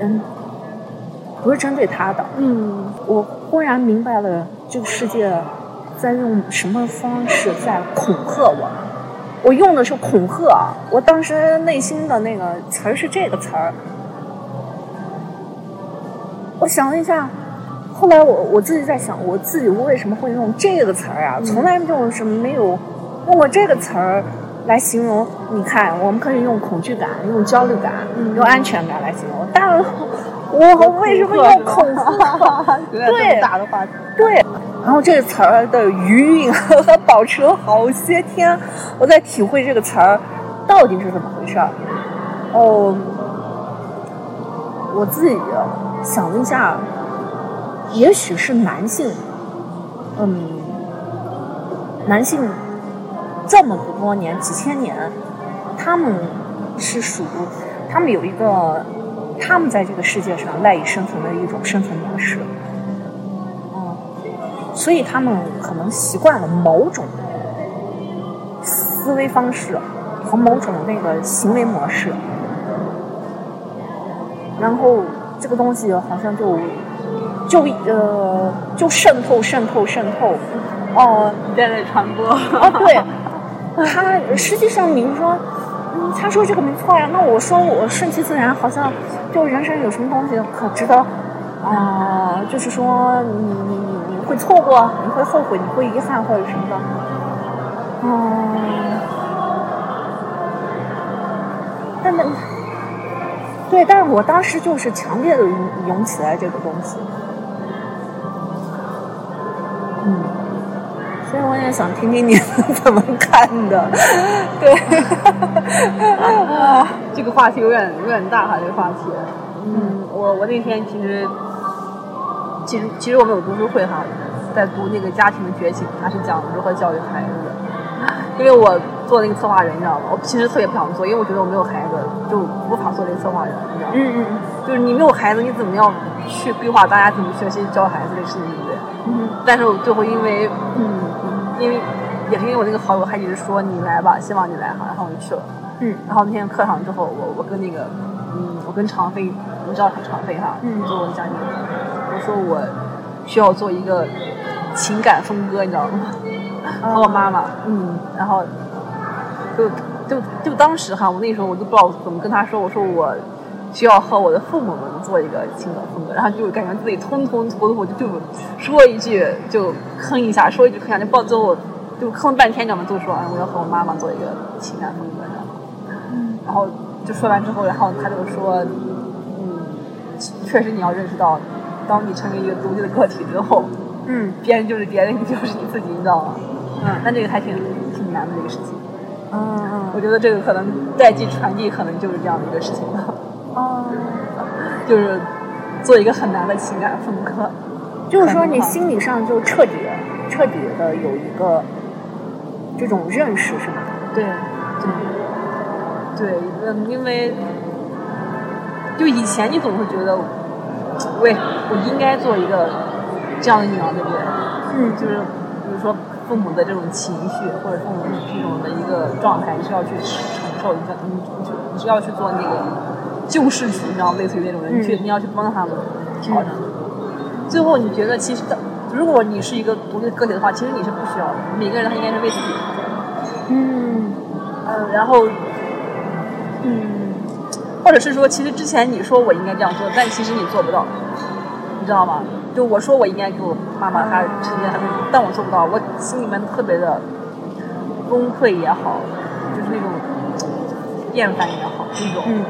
B: 嗯，不是针对他的，
A: 嗯
B: 我忽然明白了这个世界在用什么方式在恐吓我。我用的是恐吓啊，我当时内心的那个词儿是这个词儿。我想了一下，后来我我自己在想，我自己为什么会用这个词儿啊？
A: 嗯
B: 从来就是没有用过这个词儿来形容。你看，我们可以用恐惧感、用焦虑感、
A: 嗯
B: 用安全感来形容，但我为什么用恐吓？
A: 有点这么大的话题。
B: 对，然后这个词儿的余韵和保持了好些天，我在体会这个词儿到底是怎么回事儿。哦，我自己啊想了一下，也许是男性，嗯，男性这么多年几千年，他们是属于他们有一个他们在这个世界上赖以生存的一种生存模式。嗯，所以他们可能习惯了某种思维方式和某种那个行为模式，然后这个东西好像就就呃就渗透渗透渗透，哦、
A: 你在那传播。
B: 啊，对，他实际上你说，嗯，他说这个没错呀，那我说我顺其自然，好像就人生有什么东西可值得，啊、就是说你你你你会错过，你会后悔，你会遗憾或者什么的，嗯，但那。对，但是我当时就是强烈的涌涌起来这个东西，嗯，所以我也想听听你 怎么看的， 对，
A: 啊，这个话题有点有点大哈，这个话题。嗯，我我那天其实，其实其实我们有读书会哈，在读那个《家庭的觉醒》，它是讲如何教育孩子的。因为我做那个策划人，你知道吗？我其实特别不想做，因为我觉得我没有孩子，就无法做那个策划人，你知道吗？
B: 嗯
A: 就是你没有孩子，你怎么样去规划大家怎么学习教孩子这个事情，对不对？
B: 嗯
A: 但是我最后因为
B: 嗯
A: 因为也是因为我那个好友，他一直说你来吧，希望你来哈，然后我就去了。
B: 嗯
A: 然后那天课上之后，我我跟那个，嗯，我跟常飞，你知道他常飞哈，
B: 嗯
A: 做我的嘉宾，我说我需要做一个情感峰哥，你知道吗？
B: 嗯，
A: 和我妈妈，
B: 嗯
A: 然后就就就当时哈，我那时候我都不知道怎么跟他说，我说我需要和我的父母们做一个情感风格，然后就感觉自己吞吞吐吐，就就说一句就哼一下，说一句哼一下，就到最后就哼半天，你知道吗？就说啊，我要和我妈妈做一个情感风格，你知道吗？
B: 嗯
A: 然后就说完之后，然后他就说，嗯，确实你要认识到，当你成为一个独立的个体之后，
B: 嗯
A: 别人就是别人，你就是你自己，你知道吗？
B: 嗯
A: 但这个还挺挺难的这个事情。我
B: 嗯
A: 觉得这个可能代际传递，可能就是这样的一个事情吧，
B: 哦，
A: 就是做一个很难的情感分割。
B: 就是说你心理上就彻底彻底的有一个这种认识是吗？
A: 对，对，嗯，因为就以前你总会觉得，喂，我应该做一个这样的女儿，对不对？
B: 嗯
A: 就是比如说父母的这种情绪或者父母这种的一个状态，你是要去承受，你你你去你是要去做那个救世主，你知道吗类似于那种人，你去
B: 嗯
A: 你要去帮他们调整。最后你觉得其实当如果你是一个独立的个体的话，其实你是不需要的。每个人他应该是为自己负责的。
B: 嗯
A: 嗯，然后
B: 嗯，
A: 或者是说，其实之前你说我应该这样做，但其实你做不到，你知道吗？就我说我应该给我妈妈她呈现她的，但我做不到，我心里面特别的崩溃也好，就是那种厌烦也好，那种、
B: 嗯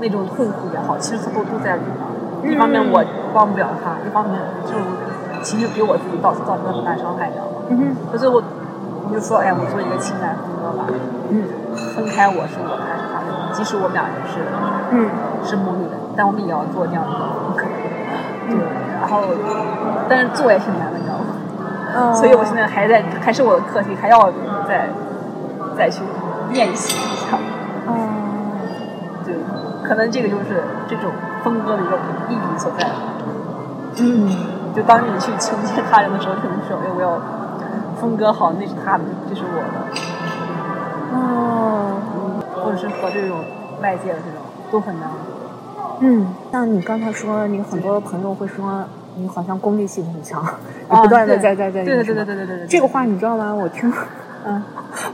A: 那种痛苦也好，其实都都在里面。一
B: 嗯
A: 方面我帮不了她，一方面就其实给我自己造造成了很大伤害，你知道吗？
B: 嗯
A: 所以最后我就说，哎，我做一个情感分割吧，
B: 嗯
A: 分开我是我还是他的，即使我们俩人是。
B: 嗯
A: 是母女的，但我们也要做这样的功课。对，然后，但是做也挺难的，你知道吗？
B: 嗯，
A: 所以我现在还在，还是我的课题，还要再再去练习一下。
B: 嗯
A: 对，可能这个就是这种分割的一个意义所在。
B: 嗯
A: 就当你去求解他人的时候，可能说，哎，我要分割好，那是他的，这是我的，
B: 哦。
A: 或者是和这种外界的这种都很难。
B: 嗯，像你刚才说，你很多朋友会说你好像功利性很强，你
A: 啊
B: 不断的
A: 对
B: 在在
A: 对
B: 在
A: 对
B: 那
A: 对
B: 什么
A: 对对对对对，
B: 这个话你知道吗？我听，
A: 嗯，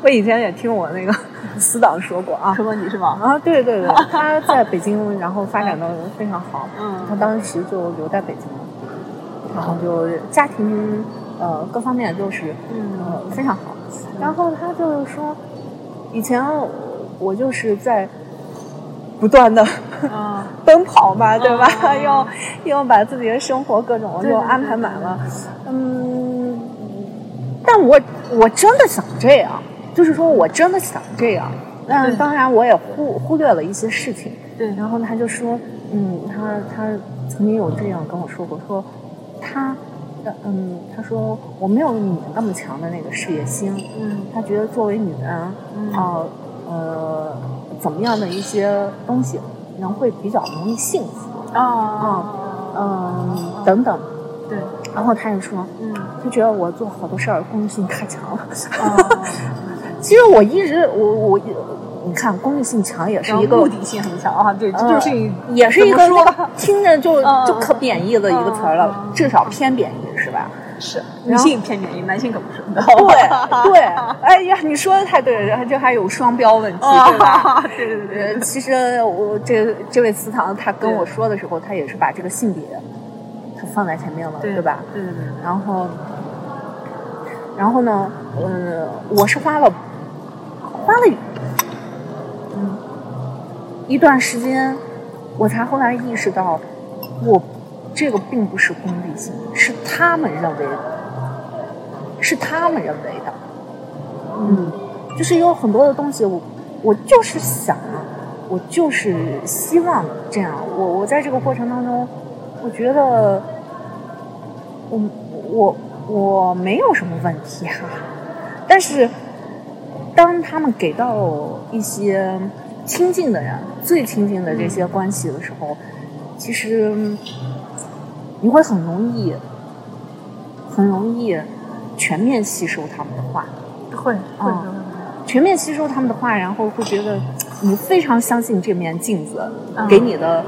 B: 我以前也听我那个 死党说过啊
A: 说过你是吗？
B: 啊，对对对，他在北京，然后发展的非常好，
A: 嗯
B: 他当时就留在北京了，然后就家庭呃各方面就是
A: 嗯
B: 呃非常好，然后他就是说，以前我就是在不断的
A: 啊，
B: 奔跑嘛，对吧？
A: 嗯
B: 要要把自己的生活各种
A: 对
B: 就
A: 对
B: 安排满了，嗯。但我我真的想这样，就是说我真的想这样。但
A: 对
B: 当然，我也忽忽略了一些事情。
A: 对，
B: 然后他就说，嗯，他他曾经有这样跟我说过，说他，呃嗯，他说我没有你们那么强的那个事业心。
A: 嗯
B: 他觉得作为女人，
A: 嗯
B: 啊呃，怎么样的一些东西可能会比较容易幸福，
A: 啊，
B: 嗯，等等。
A: 对，
B: 然后他就说，
A: 嗯，
B: 他觉得我做好多事儿功利性太强 了。
A: 啊，
B: 其实我一直，我我，你看，功利性强也是
A: 目
B: 一个，
A: 的性很强啊，对，这
B: 呃
A: 就是你
B: 也是一个
A: 怎么说
B: 那个听着就
A: 嗯
B: 就可贬义的一个词儿
A: 嗯
B: 了
A: 嗯，
B: 至少偏贬义是吧？
A: 是
B: 然
A: 女
B: 后
A: 性偏贬义，男性可不是，你知道
B: 对
A: 吗？
B: 对，哎呀，你说的太对了，然后这还有双标问题，对吧？
A: 啊，对对对
B: 呃，
A: 对，
B: 其实我这这位祠堂他跟我说的时候，他也是把这个性别他放在前面了，
A: 对
B: 吧？？
A: 对对对对，
B: 然后，然后呢，呃，我是花了花了，嗯，一段时间，我才后来意识到，我这个并不是功利性，是他们认为的，是他们认为的，嗯，就是有很多的东西我，我就是想，啊我就是希望这样，我我在这个过程当中，我觉得我我我没有什么问题哈、但是当他们给到一些亲近的人、最亲近的这些关系的时候，其实嗯你会很容易、很容易全面吸收他们的话，
A: 会会
B: 啊全面吸收他们的话，然后会觉得你非常相信这面镜子
A: 嗯
B: 给你的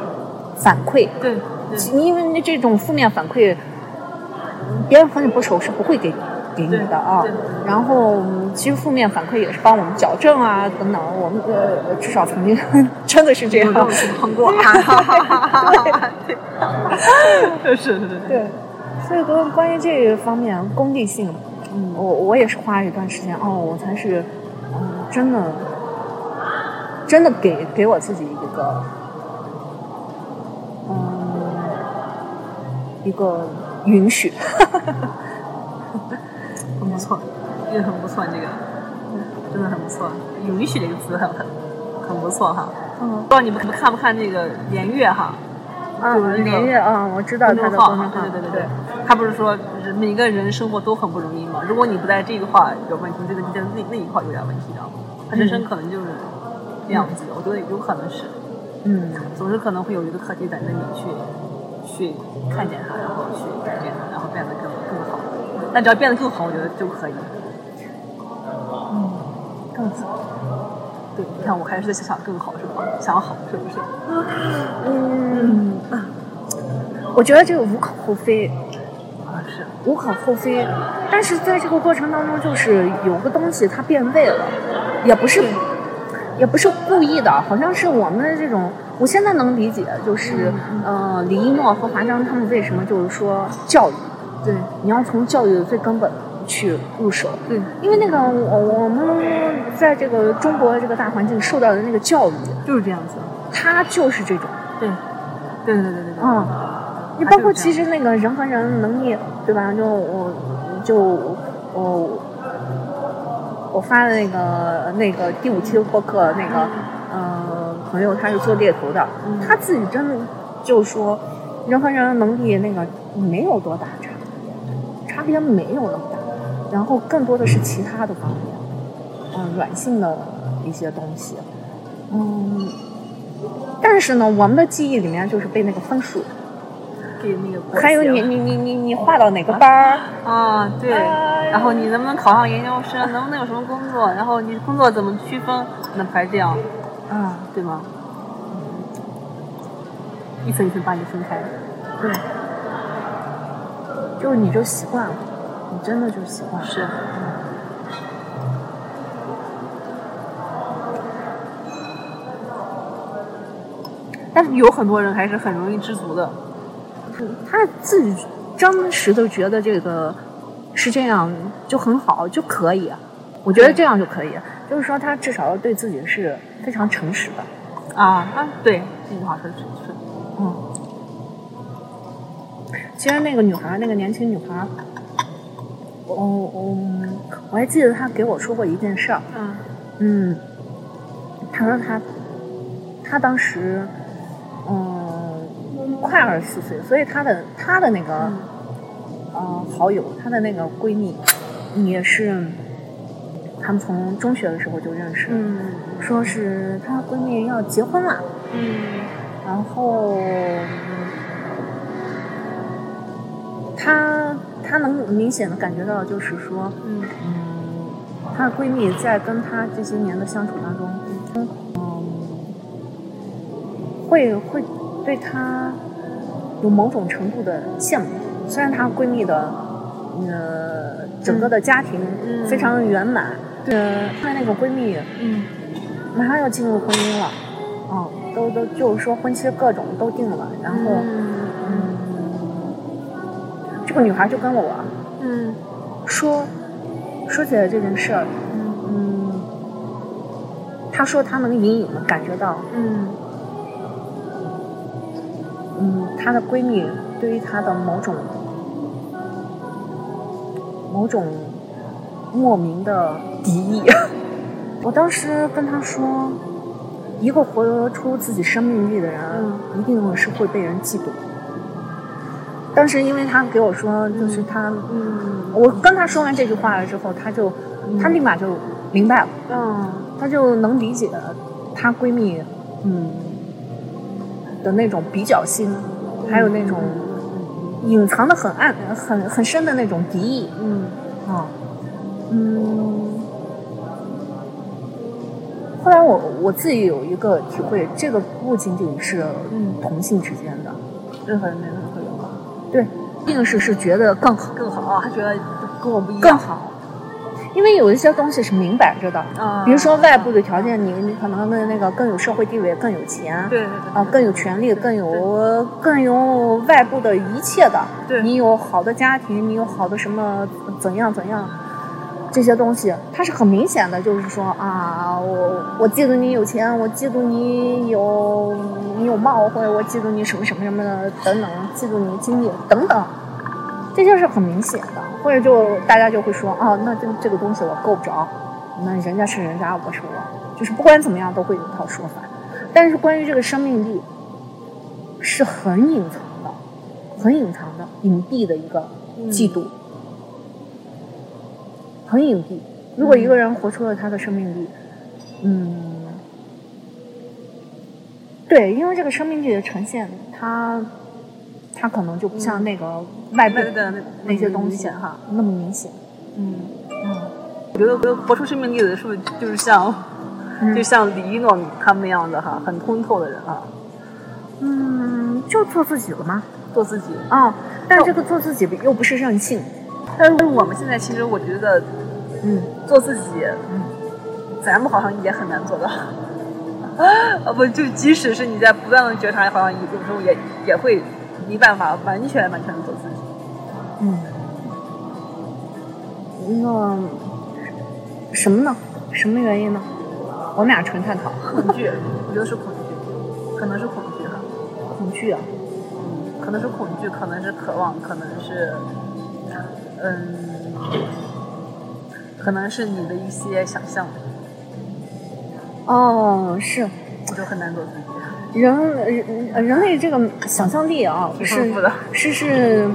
B: 反馈。
A: 对
B: 其
A: 对
B: 因为这种负面反馈，别人和你不熟是不会给给你的啊
A: 对对。
B: 然后嗯其实负面反馈也是帮我们矫正啊等等，我们呃至少曾经 真的是这
A: 对，有这
B: 样
A: 种。情况过，对，对是是是是，
B: 对，所以关关于这一方面功利性，嗯，我我也是花了一段时间哦，我才是嗯真的真的给给我自己一个嗯一个允许。
A: 很不错，这个很不错，这个真的很不错，允许这个词很很很不错哈。不
B: 嗯
A: 知道你们看不看那个连月哈？
B: 啊，
A: 有那个
B: 连月啊，我知道
A: 公
B: 他
A: 众
B: 的
A: 号
B: 公众
A: 啊，
B: 号，
A: 对对对对，他不是说人每个人生活都很不容易吗？如果你不在这一块儿有问题，就在那那一块儿有点问题的，他人生可能就是这样子的，我觉得有可能是，
B: 嗯
A: 总是可能会有一个课题等着你去去看见它，然后去改变它，然后变得更更好。但只要变得更好，我觉得就可以。
B: 嗯，更好。
A: 对，你看我还是在想更好，是吧？想好，是不是？
B: 嗯，我觉得这个无可厚非，
A: 啊，是，
B: 无可厚非。但是在这个过程当中，就是有个东西它变味了，也不是
A: 对
B: 也不是故意的，好像是我们的这种。我现在能理解，就是、呃，李一诺和华章他们为什么就是说教育，
A: 对
B: 你要从教育的最根本去入手，
A: 对
B: 因为那个我我们在这个中国这个大环境受到的那个教育，
A: 就是这样子，
B: 它就是这种，
A: 对对对对对对对，
B: 嗯，你包括其实那个人和人能力，对吧？就我就我我发的那个那个第五期播客那个呃朋友，他是做猎头的，
A: 嗯
B: 他自己真的就说人和人能力那个没有多大差别，差别没有那么大，然后更多的是其他的方面，嗯、软性的一些东西，嗯。但是呢，我们的记忆里面就是被那个分数，
A: 给那个
B: 还有你你你你你画到哪个班儿？
A: 啊对，
B: 哎
A: 然后你能不能考上研究生，能不能有什么工作，然后你工作怎么区分，那还这样
B: 啊，
A: 对吗？一层一层把你分开，
B: 对，就是你就习惯了，你真的就习惯了。
A: 是但是有很多人还是很容易知足的，
B: 他自己真实的觉得这个是这样就很好就可以，啊我觉得这样就可以，啊就是说他至少对自己是非常诚实的。
A: 啊，啊对，这句话说的是是，
B: 嗯，其实那个女孩儿，那个年轻女孩儿，我我我还记得她给我说过一件事儿，
A: 嗯
B: 嗯，他说他，他当时，嗯，快二十四岁，所以他的他的那个，
A: 嗯
B: 呃，好友，她的那个闺蜜，也是，他们从中学的时候就认识，
A: 嗯
B: 说是她闺蜜要结婚了，
A: 嗯
B: 然后，她她能明显的感觉到，就是说，
A: 嗯
B: 嗯，她的闺蜜在跟她这些年的相处当中，嗯，会会对她有某种程度的羡慕。虽然她闺蜜的呃整个的家庭
A: 嗯
B: 非常圆满，呃，她那个闺蜜
A: 嗯
B: 马上要进入婚姻了，啊、都都就是说婚期各种都定了，然后嗯，这个女孩就跟我
A: 嗯
B: 说说起来这件事儿，
A: 嗯
B: 嗯，他说他能隐隐的感觉到，
A: 嗯
B: 嗯，她的闺蜜对于她的某种某种莫名的敌意。 我当时跟她说，一个活出自己生命力的人，啊
A: 嗯
B: 一定是会被人嫉妒。当时因为她给我说，就是她，
A: 嗯
B: 我跟她说完这句话了之后，她就，她立马就明白了。
A: 嗯
B: 她就能理解她闺蜜，嗯的那种比较心，还有那种隐藏的很暗、很很深的那种敌意
A: 嗯
B: 啊。嗯，后来我我自己有一个体会，这个不仅仅是
A: 嗯
B: 同性之间的，
A: 任何人没人会有吧？
B: 对，一定是是觉得更好，
A: 更好，他觉得跟我不一样，
B: 更好，因为有一些东西是明摆着的。
A: 啊，
B: 比如说外部的条件，你你可能的那个更有社会地位，更有钱，
A: 对对对
B: 啊，更有权利，更有更有外部的一切的，
A: 对
B: 你有好的家庭，你有好的什么怎样怎样，这些东西，它是很明显的，就是说啊，我我嫉妒你有钱，我嫉妒你有你有貌会，我嫉妒你什么什么什么的等等，嫉妒你经济等等，这些是很明显的，或者就大家就会说啊，那这这个东西我够不着，那人家是人家，我是我，就是不管怎么样都会有一套说法。但是关于这个生命力，是很隐藏的，很隐藏的、隐蔽的一个嫉妒，很隐蔽。如果一个人活出了他的生命力，嗯，对，因为这个生命力的呈现，他他可能就不像嗯那个外部
A: 对对对，
B: 那些东西哈那么明显。
A: 嗯，
B: 嗯，
A: 我觉得我觉得活出生命力的是不是就是像
B: 嗯
A: 就像李一诺他们那样的哈，很通透的人啊，
B: 嗯，就做自己了吗？
A: 做自己，
B: 啊、但是这个做自己又不是任性，
A: 但是我们现在其实我觉得
B: 嗯，
A: 做自己，咱们好像也很难做到。 啊不，就即使是你在不断的觉察，好像有时候也也会没办法完全完全的做自己。
B: 嗯，那什么呢？什么原因呢？我们俩纯探讨
A: 恐惧，我觉得是恐惧，可能是恐惧哈，
B: 恐惧啊，
A: 可能是恐惧，可能是渴望，可能是，嗯，可能是你的一些想象，
B: 哦，是
A: 你就很难做自己。
B: 人人人类这个想象力啊，
A: 挺丰
B: 是
A: 富的
B: 是是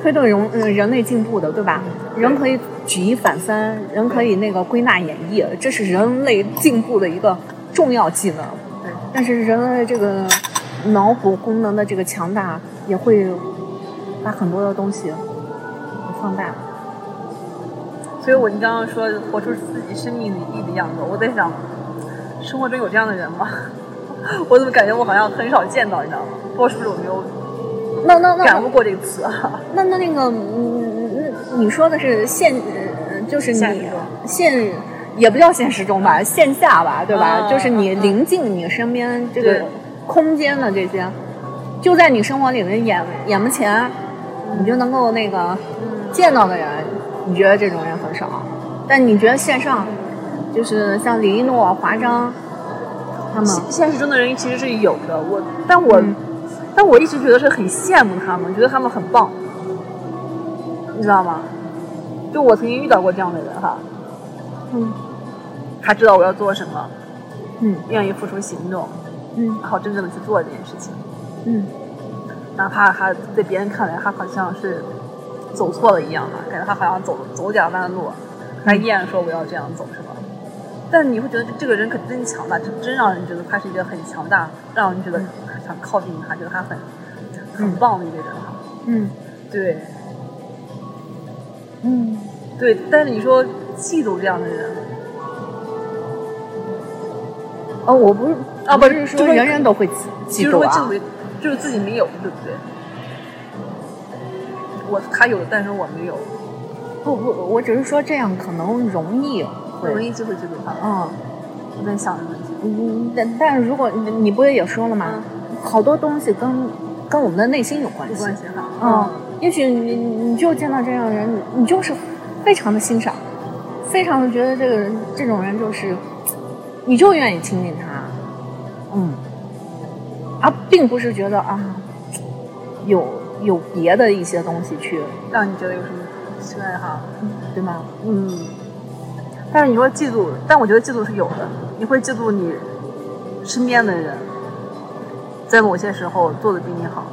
B: 推动人嗯人类进步的，对吧？
A: 对
B: 人可以举一反三，人可以那个归纳演绎，这是人类进步的一个重要技能。
A: 对，
B: 但是人类这个脑补功能的这个强大，也会把很多的东西放大。
A: 所以我你刚刚说活出自己生命意义的样子，我在想，生活中有这样的人吗？ 我怎么感觉我好像很少见到，你知道吗？不知道是不是我没有
B: 那那那
A: 感悟过这个词啊？
B: 那那那个，嗯，那你说的是现，呃就是
A: 现实
B: 你
A: 中
B: 现，也不叫现实中吧，线下吧，对吧？
A: 嗯
B: 就是你
A: 嗯嗯
B: 临近你身边这个
A: 对
B: 空间的这些，就在你生活里的眼眼门前，你就能够那个
A: 嗯，
B: 见到的人，你觉得这种人很少，但你觉得线上，就是像李一诺、华章，他们，
A: 现实中的人其实是有的，我但我、
B: 嗯
A: 但我一直觉得是很羡慕他们，觉得他们很棒，你知道吗？就我曾经遇到过这样的人哈，
B: 嗯
A: 他知道我要做什么，
B: 嗯
A: 愿意付出行动，
B: 嗯
A: 然后真正的去做这件事情。
B: 嗯
A: 哪怕他在别人看来，他好像是走错了一样啊，感觉他好像走走点弯路，
B: 嗯
A: 他依然说我要这样走，是吧？但你会觉得这个人可真强大，就真让人觉得他是一个很强大，让人觉得
B: 嗯
A: 想靠近他，觉得他很很棒的一个人哈。
B: 嗯
A: 对
B: 嗯，
A: 对，但是你说嫉妒这样的人
B: 哦，我不是
A: 啊，
B: 不
A: 不
B: 是
A: 是
B: 说人人都会嫉
A: 其
B: 嫉
A: 实
B: 妒
A: 会
B: 啊
A: 嫉，妒，就是自己没有，对不对？我他有，但是我没有，
B: 不不，我只是说这样可能容易
A: 容
B: 会，
A: 易就会嫉妒他。
B: 嗯
A: 我在想这个问题。
B: 嗯，但但如果你你不是也说了吗？好多东西跟跟我们的内心有关
A: 嗯有
B: 系
A: 关，系哈。
B: 嗯，也许你你就见到这样的人，你你就是非常的欣赏，非常的觉得这个人这种人就是，你就愿意亲近他，嗯，而并不是觉得啊有有别的一些东西去，
A: 让你觉得有什么奇怪的哈？
B: 对吗？
A: 嗯。但是你说嫉妒，但我觉得嫉妒是有的。你会嫉妒你身边的人，在某些时候做的比你好，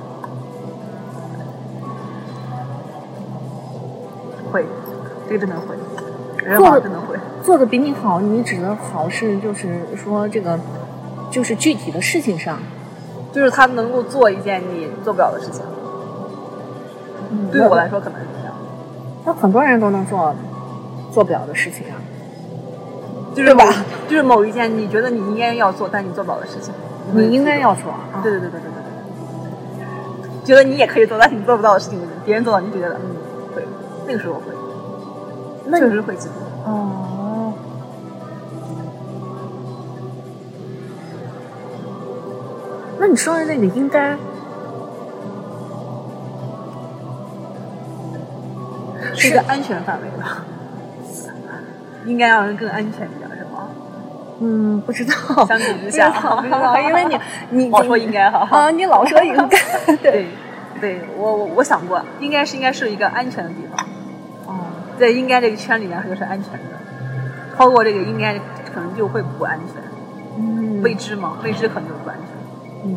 A: 会，这个真的会，人好像真的会。
B: 做的比你好，你指的好是就是说这个，就是具体的事情上，
A: 就是他能够做一件你做不了的事情，
B: 嗯
A: 对我来说可能是这样，
B: 那很多人都能做做不了的事情啊。
A: 就是
B: 吧
A: 某？就是某一件你觉得你应该要做，但你做不了的事情，会
B: 你应该要做啊，
A: 对对对对对对对，觉得你也可以做，但是你做不到的事情，别人做到，你就觉得嗯会，那个时候会，
B: 那
A: 确
B: 你
A: 实会嫉妒。
B: 哦，那你说的那个应该，
A: 是一
B: 是
A: 个安全范围吧，应该让人更安全一点，是吗？
B: 嗯，不知道，
A: 相比之下
B: 不知道不知道，因为你 你
A: 我说应该哈，
B: 啊，你老说应 该，对，
A: 对，对我我我想过，应该是应该是一个安全的地方，
B: 哦，
A: 在应该这个圈里面就是安全的，超过这个应该可能就会不安全，
B: 嗯，
A: 未知嘛，未知可能就不安全。
B: 嗯，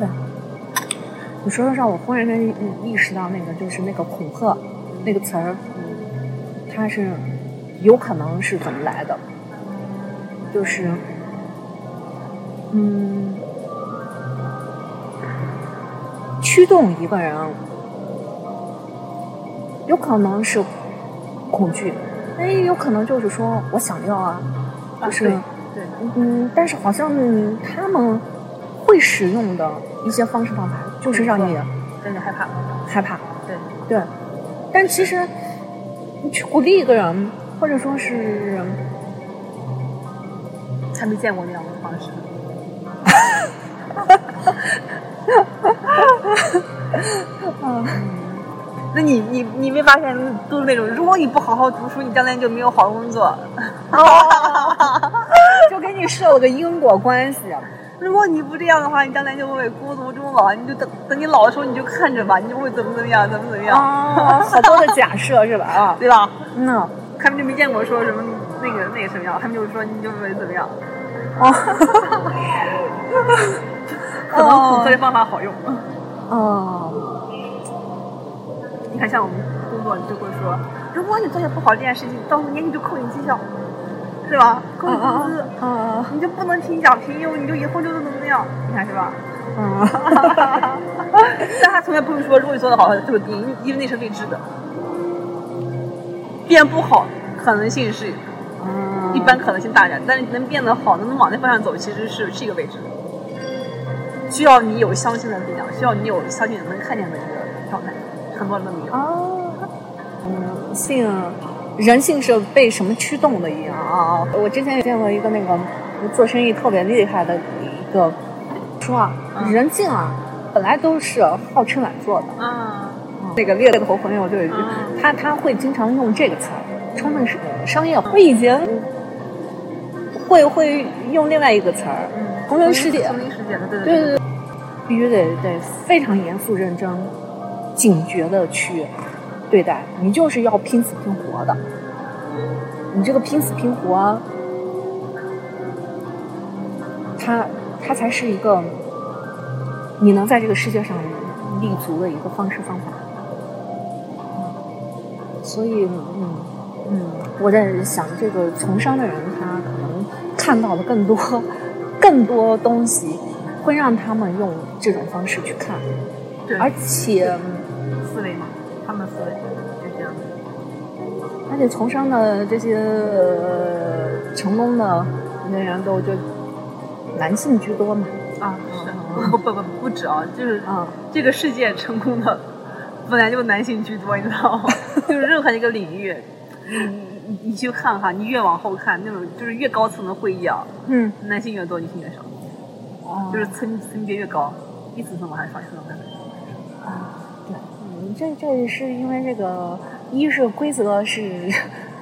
B: 对，你说的让我忽然间意意识到那个就是那个恐吓那个词儿，嗯它是有可能是怎么来的，就是嗯，驱动一个人有可能是恐惧，哎，有可能就是说我想要啊，
A: 啊
B: 就是。
A: 对对，
B: 嗯，但是好像他们会使用的一些方式方法，就是让你
A: 真的害怕。
B: 害怕。
A: 对，
B: 对，但其实你去鼓励一个人，或者说是
A: 还没见过那样的方 式。
B: 嗯，
A: 那你你你没发现都是那种，如果你不好好读书，你将来就没有好工作；
B: 就给你设了个因果关系。
A: 如果你不这样的话，你将来就会孤独终老。你就等等你老的时候，你就看着吧，你就会怎么怎么样，怎么怎么样，
B: 啊，好多的假设是吧？啊，
A: 对吧？
B: 嗯，
A: 他们就没见过说什么那个那个什么样，他们就是说你就会怎么样，
B: 哦，
A: 可能恐吓的方法好用。
B: 哦，
A: 你看，像我们工作，你就会说，如果你做的不好这件事情，到时候年底就扣你绩效，是吧？扣你工资，
B: 啊啊
A: 你就不能评奖评优，你就以后就怎么怎么样，你看是吧？
B: 啊！
A: 但他从来不会说，如果你做的好，就第一，因为那是未知的，变不好可能性是 一般可能性大一点，但是能变得好，能往那方向走，其实是是一个未知的，需要你有相信的力量，需要你有相信能看见的一个状态，很多人都没有。
B: 哦，嗯，性人性是被什么驱动的一样啊？我之前也见过一个那个做生意特别厉害的一个说啊，
A: 嗯
B: 人性啊，本来都是好吃懒做的。
A: 啊，
B: 那个猎头朋友就有一句
A: 嗯，
B: 他他会经常用这个词儿，充分是商业化。我以前会会用另外一个词儿，
A: 嗯，
B: 同人世界
A: 同人世界的，对
B: 对
A: 对。
B: 对对，必须得得非常严肃认真、警觉的去对待。你就是要拼死拼活的，你这个拼死拼活，它它才是一个你能在这个世界上立足的一个方式方法。所以，嗯嗯，我在想，这个从商的人他可能看到的更多、更多东西，会让他们用这种方式去看，
A: 对，
B: 而且，
A: 思维嘛，他们思维就这样的。
B: 而且从商的这些、呃成功的那些人都就男性居多嘛，
A: 啊，
B: 嗯
A: 是不不不不止啊，就是
B: 啊、
A: 这个世界成功的本来就男性居多，你知道 吗？就是任何一个领域，你你你你去看哈，你越往后看，那种就是越高层的会议啊，
B: 嗯，
A: 男性越多，女性越少，
B: 哦
A: 就是层层别越高，一层层往下上，一层层往下上。
B: 啊，对，嗯，这这是因为这个，一是规则是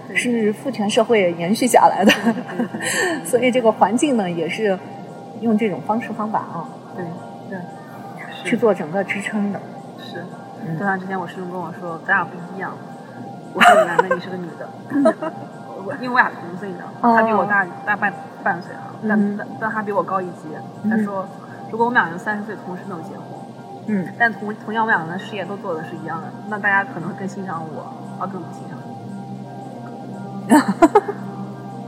A: 对
B: 是父权社会延续下来的
A: 对对，
B: 所以这个环境呢也是用这种方式方法啊
A: 对对，
B: 去做整个支撑的。
A: 是。
B: 嗯
A: 就像之前我师兄跟我说，咱俩不一样，我是个男的，你是个女的。 我因为我俩同岁的，
B: 哦
A: 他比我大大半半岁啊，
B: 嗯
A: 但但但他比我高一级。他说，如果我们俩人三十岁同时能结婚，
B: 嗯
A: 但同同样我们俩人的事业都做的是一样的，那大家可能会更欣赏我，而更不欣赏你。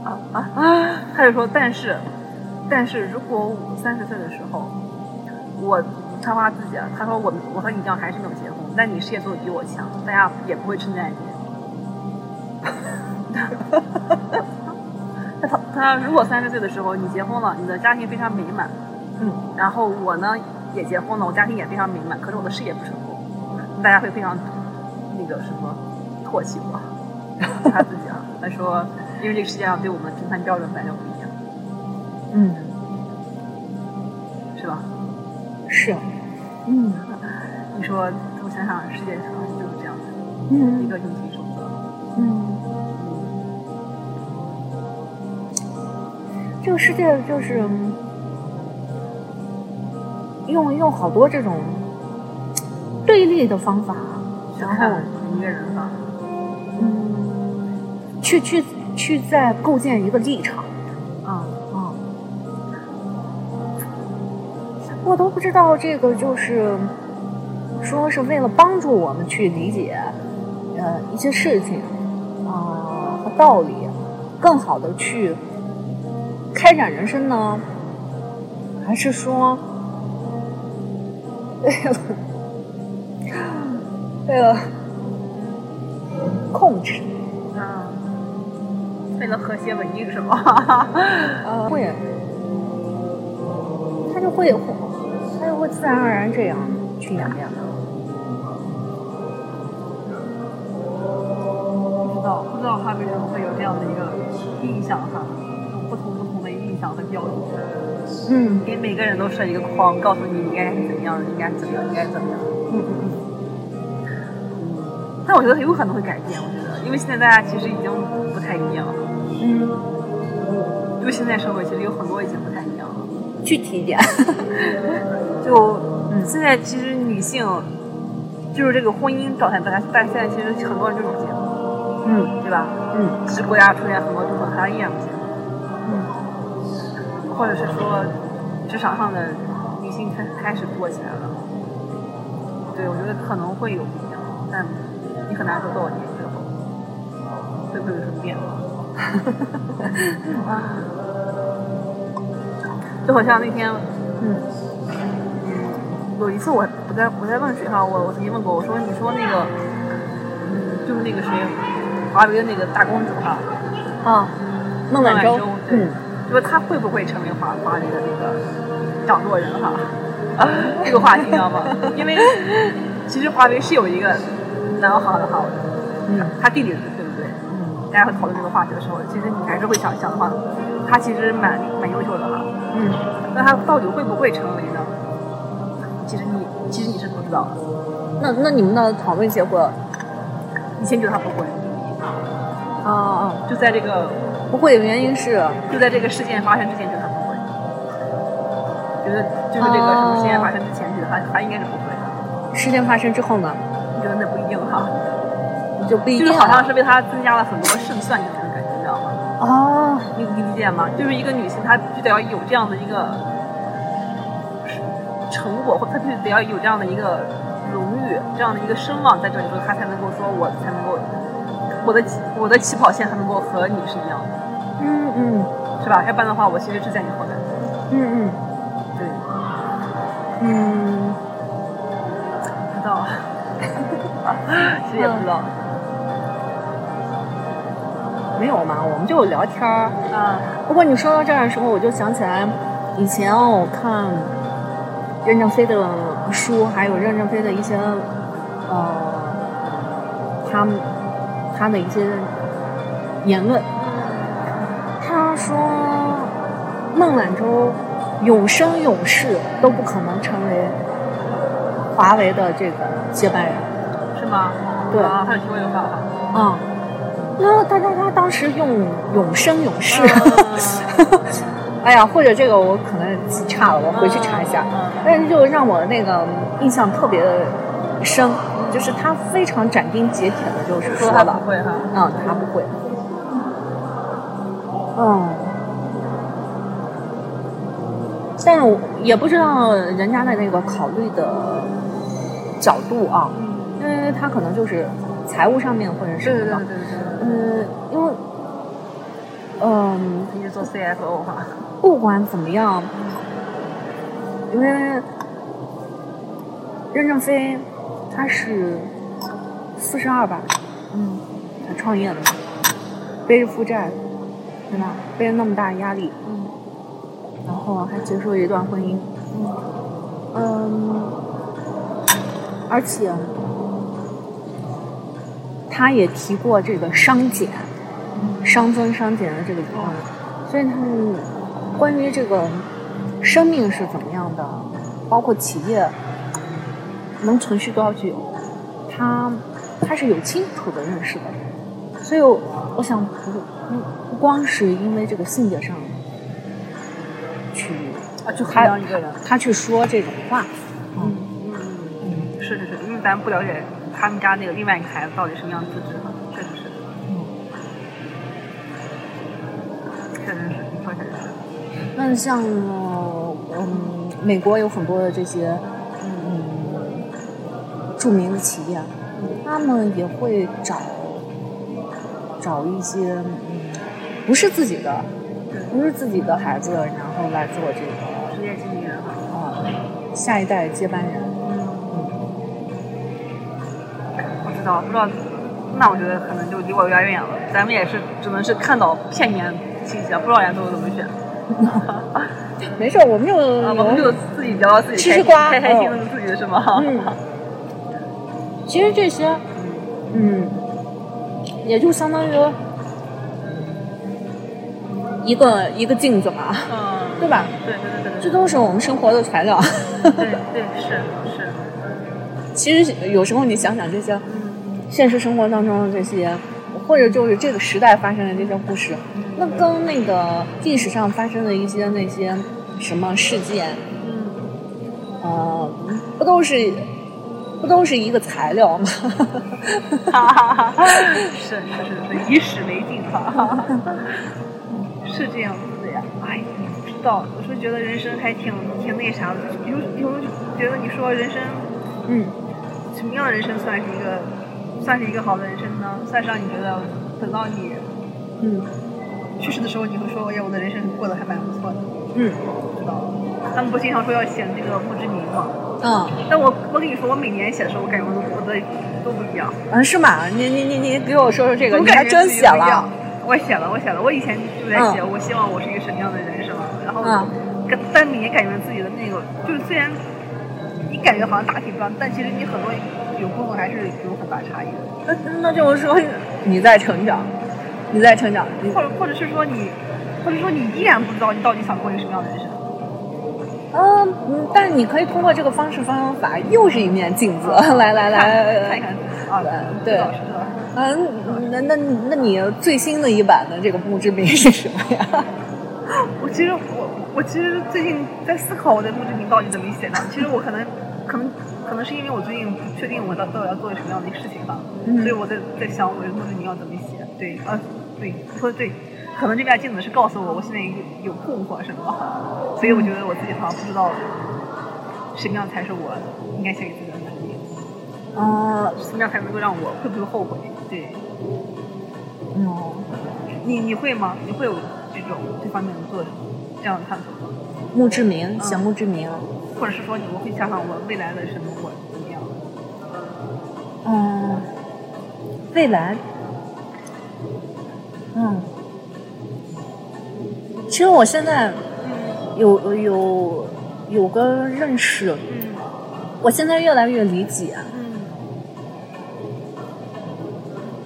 A: 啊啊啊！他就说，但是，但是如果我三十岁的时候，我他夸自己，啊，他说我我和你这样还是没有结婚，但你事业做的比我强，大家也不会称赞你。 他他他如果三十岁的时候你结婚了，你的家庭非常美满，
B: 嗯
A: 然后我呢也结婚了，我家庭也非常美满，可是我的事业不成功，大家会非常那个什么唾弃我。他自己啊，他说，因为这个世界上对我们的评判标准本来就不一样，
B: 嗯，
A: 是吧？
B: 是，嗯
A: 你说，我想想，世界上就是这样的一
B: 嗯
A: 个硬性守则。
B: 嗯，这个世界就是嗯用用好多这种对立的方法，啊
A: 去
B: 然后
A: 看。一个人吧，
B: 嗯，去去去再构建一个立场
A: 嗯，
B: 啊、我都不知道这个就是说是为了帮助我们去理解呃一些事情啊、和道理，更好的去开展人生呢，还是说 为了为了控制？
A: 嗯，为了和谐
B: 呃
A: 稳定是吧？
B: 啊会，他就会它就会自然而然这样去演变的。
A: 不知道，不知道他为什么会有这样的一个印象哈，有不同不同的印象和标准，
B: 嗯
A: 给每个人都设一个框，告诉你应该是怎样，应该怎样，应该怎样。
B: 嗯嗯
A: 但我觉得有可能会改变，我觉得，因为现在大家其实已经不太一样了，
B: 嗯，
A: 就现在社会其实有很多已经不太一样了。
B: 具体一点。
A: 就嗯，现在其实女性就是这个婚姻状态，大家但现在其实很多人就是不结婚，
B: 嗯
A: 对吧？
B: 嗯
A: 这国家出现很多政策，他依然不结婚，
B: 嗯
A: 或者是说职场上的女性开开始多起来了。对，我觉得可能会有不一样，但你很难说多少年之后会不会有什么变化。 啊，就好像那天
B: 嗯
A: 有一次我不在我在问谁哈，我我曾经问过，我说你说那个，嗯，就是那个谁，华为的那个大公主哈，
B: 啊，孟晚舟
A: 孟晚舟。对
B: 嗯，
A: 就说她会不会成为华华为的那个掌舵人哈？啊，这个话题你知道吗？因为其实华为是有一个南航的哈，
B: 嗯
A: 他弟弟对不对？
B: 嗯
A: 大家会讨论这个话题的时候，其实你还是会想想的话，他其实蛮蛮优秀的哈。
B: 嗯
A: 那他到底会不会成为呢？其实你其实你是不知道的。
B: 那那你们的讨论结果？
A: 以前觉得他不会，
B: 啊啊，
A: 就在这个
B: 不会的原因是，
A: 就在这个事件发生之前觉得他不会，觉得就是这个什
B: 哦
A: 么事件发生之前觉得他他应该是不会的，
B: 事件发生之后呢，
A: 觉得那不一定哈，
B: 就不一
A: 就
B: 定啊
A: 是
B: 了。
A: 好像是为他增加了很多胜算的那种感觉，你知道吗？
B: 哦，
A: 你你理解吗？就是一个女性，她必须得要有这样的一个成果，或她必须得要有这样的一个荣誉，这样的一个声望在这里，说她才能够说我才能够我的起我的起跑线才能够和你是一样的，
B: 嗯嗯
A: 是吧？要不然的话，我其实是在你后面。
B: 嗯
A: 对，
B: 嗯嗯，
A: 不知道， 其实也不知道。
B: 没有嘛，我们就聊天儿。
A: 啊，
B: 不过你说到这儿的时候，我就想起来以前我看任正非的书，还有任正非的一些呃，他们他的一些言论。
A: 嗯
B: 他说孟晚舟永生永世都不可能成为华为的这个接班人。
A: 是吗？
B: 对
A: 啊，还有听过这个话吗？
B: 啊、那他他他当时用永生永世。
A: 嗯
B: 哎呀，或者这个我可能记差了，我
A: 嗯
B: 回去查一下。
A: 嗯
B: 但是就让我那个印象特别深，就是他非常斩钉截铁的，就是
A: 说
B: 说
A: 他
B: 了
A: 不，会哈，
B: 嗯，他不会，嗯。但我也不知道人家的那个考虑的角度啊，
A: 嗯，
B: 因为他可能就是财务上面或者是
A: 对对
B: 什
A: 对
B: 么
A: 对，对
B: 嗯，因为，嗯，
A: 对，你是做 CFO 哈，
B: 不管怎么样，因为任正非他是四十二吧，
A: 嗯，
B: 他创业的嘛，背着负债，对吧？背着那么大的压力，
A: 嗯
B: 然后还结束了一段婚姻，
A: 嗯
B: 嗯，而且他也提过这个商减、
A: 嗯
B: 熵增、熵减的这个理论，所以他们关于这个生命是怎么样的，包括企业能存续多少久，他他是有清楚的认识的。所以我我想不不不光是因为这个性格上去
A: 啊，就衡
B: 他
A: 量一个人，
B: 他去说这种话，
A: 嗯嗯，是是是，因为咱不了解他们家那个另外一个孩子到底什么样的资质嘛，确实是，确实是，你说确实是，
B: 那像呃嗯，美国有很多的这些嗯著名的企业，他们也会找找一些嗯不是自己的
A: 对，
B: 不是自己的孩子，然后来做这个
A: 职业经理人哈，
B: 啊、下一代接班人。
A: 嗯。
B: 嗯
A: 我知道，不知道，那我觉得可能就离我有点远了。啊咱们也是只能是看到片面信息了，不知道人家都是怎么选。
B: 没事儿，我们就
A: 啊，我们就自己聊聊自己
B: 吃
A: 开心
B: 吃嗯瓜
A: 开开心
B: 嗯
A: 心自己的是吗？
B: 嗯，其实这些，嗯，也就相当于一个一个镜子嘛，
A: 嗯，
B: 对吧？
A: 对对对对
B: 这都是我们生活的材料。
A: 对对对是是，
B: 其实有时候你想想这些
A: 嗯
B: 现实生活当中的这些，或者就是这个时代发生的这些故事，那跟那个历史上发生的一些那些什么事件，
A: 嗯，
B: 呃，不都是不都是一个材料吗？
A: 哈哈哈哈，是是是是，以史为镜哈， 是这样子的呀，哎，不知道，我是觉得人生还挺挺那啥的，有有觉得你说人生
B: 嗯。
A: 什么样的人生算是一个算是一个好的人生呢？算是让你觉得等到你
B: 嗯
A: 去世的时候，你会说，哎呀，我的人生过得还蛮不错的，
B: 嗯
A: 不知道吗？他们不经常说要写那个墓志铭吗？
B: 嗯
A: 但我我跟你说，我每年写的时候，我感觉我的我的都不一样。
B: 啊，是吗？你你你你给我说说这个，
A: 我
B: 你
A: 感
B: 还
A: 觉
B: 真
A: 自己
B: 写
A: 不一样
B: 了。啊
A: 我写了，我写了。我以前就在写，我希望我是一个什么样的人生，然后
B: 嗯
A: 跟但你也感觉自己的那个，就是虽然你感觉好像大体不一样，但其实你很多有部分还是有很大差异的，
B: 那 那这么说，你在成长，你在成长，你
A: 或者或者是说你，或者说你依然不知道你到底想过一个什么样的人生。
B: 嗯嗯，但是你可以通过这个方式方法，又是一面镜子。 来来
A: 看看一
B: 来，
A: 看啊
B: 嗯，
A: 知道
B: 对
A: 知道。
B: 嗯，那那那你最新的一版的这个墓志铭是什么 呀？
A: 我其实我我其实最近在思考我的墓志铭到底怎么写呢？其实我可能 可能可能是因为我最近不确定我到到底要做什么样的一个事情吧，
B: 嗯
A: 所以我在在想我的墓志铭要怎么写。对，啊，对，说的对，可能这面镜子是告诉我我现在有困惑什么，所以我
B: 嗯
A: 觉得我自己好像不知道什么样才是我应该写给自己的墓志铭，
B: 啊，
A: 什么样才能够让我会不会后悔？对
B: 嗯，
A: 你你会吗？你会有这种这方面的做这样的探索吗？
B: 墓志铭，写墓志铭。
A: 或者是说你我会想想我未来的什么我怎么样？
B: 嗯，未来，嗯，其实我现在
A: 嗯
B: 有有有个认识，
A: 嗯
B: 我现在越来越理解
A: 嗯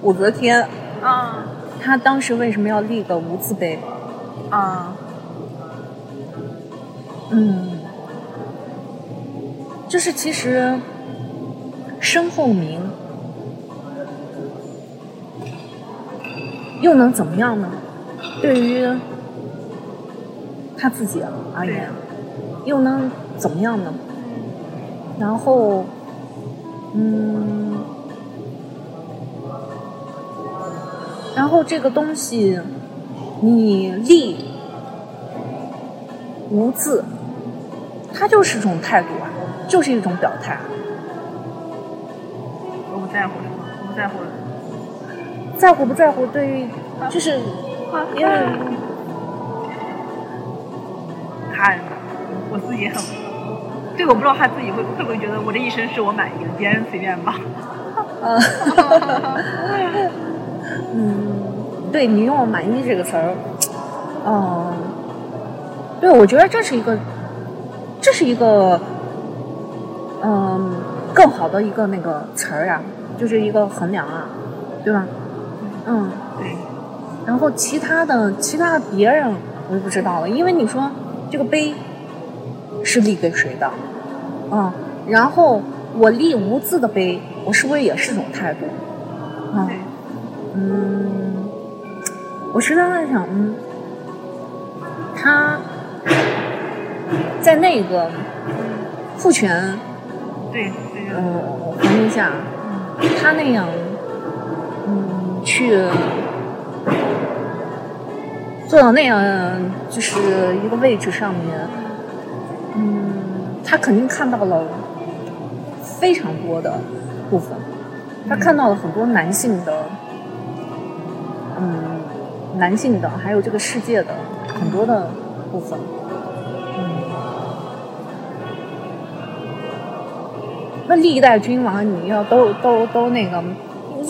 B: 武则天
A: 啊
B: 她当时为什么要立个无字碑。
A: 啊
B: 嗯，就是其实身后名又能怎么样呢？对于他自己而言，又能怎么样呢？然后，嗯，然后这个东西，你立无字，它就是一种态度啊，就是一种表态。啊
A: 我不在乎什么，我不在乎
B: 在乎不在乎，对于就是因为
A: 他人，我自己也很。对，我不知道他自己会会不会觉得我这一生是我满意的，别人随便吧。
B: 呃， 嗯，对你用“满意”这个词儿，嗯、对我觉得这是一个，这是一个，嗯、更好的一个那个词儿呀，就是一个衡量啊，对吧？嗯。
A: 对，
B: 然后其他的其他别人我就不知道了，因为你说这个碑是立给谁的，嗯，然后我立无字的碑，我是不是也是种态度？啊、
A: 对，
B: 嗯，我时常在想，嗯，他在那个
A: 嗯，
B: 父权
A: 对，对，对，
B: 嗯环境下，他那样嗯去坐到那样就是一个位置上面，嗯，他肯定看到了非常多的部分，他看到了很多男性的，嗯，男性的，还有这个世界的很多的部分，嗯。那历代君王，你要都都都那个，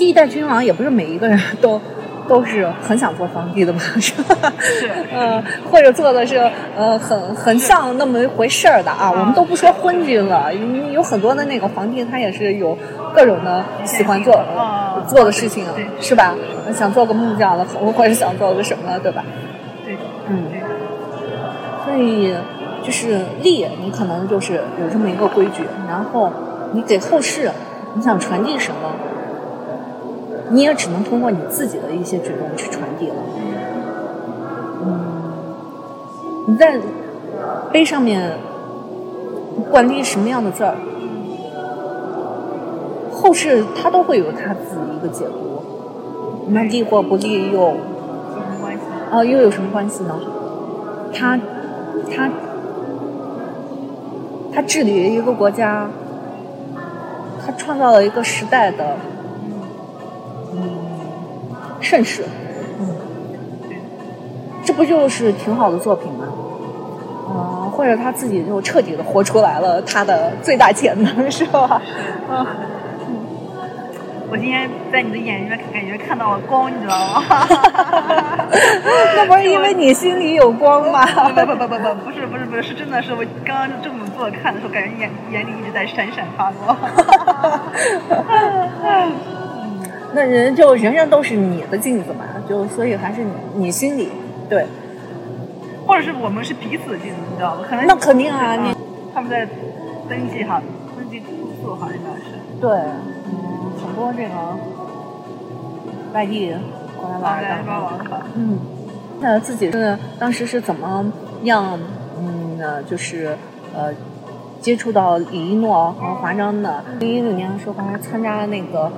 B: 历代君王也不是每一个人都都是很想做房地的吧，是吧？
A: 是
B: 呃，或者做的是呃很很像那么一回事儿的啊。我们都不说婚剧了，有有很多的那个皇帝他也是有各种的喜欢做
A: 哦
B: 做的事情
A: 对，
B: 是吧？想做个木匠了，或者想做个什么，对吧？
A: 对，
B: 嗯
A: 对，
B: 所以就是立，你可能就是有这么一个规矩，然后你给后世你想传递什么，你也只能通过你自己的一些举动去传递了。嗯，你在碑上面管立什么样的字儿，后世他都会有他自己一个解读。那立或不立又
A: 有什么关系？
B: 啊，又有什么关系呢？他，他，他治理一个国家，他创造了一个时代的，嗯，盛世，嗯这不就是挺好的作品吗？嗯，或者他自己就彻底的活出来了他的最大潜能， 是吧？嗯，
A: 我今天在你的眼里面感觉看到了光，你知道吗？
B: 那不是因为你心里有光吗？
A: 不不不不不，不是不是不是，是真的是我刚刚这么坐着看的时候，感觉眼眼里一直在闪闪发光。
B: 那人就人人都是你的镜子嘛，就所以还是你你心里对，
A: 或者是我们是彼此进，你知道吗？可能
B: 那肯定啊，你
A: 他们在登记哈，登记住宿好像是，
B: 对，嗯，很多这个外地哦过来玩
A: 来
B: 儿
A: 来
B: 的，
A: 抓王法。
B: 嗯，那自己是当时是怎么样，嗯，呃就是呃接触到李一诺和华章的？一六年的时候，还参加那个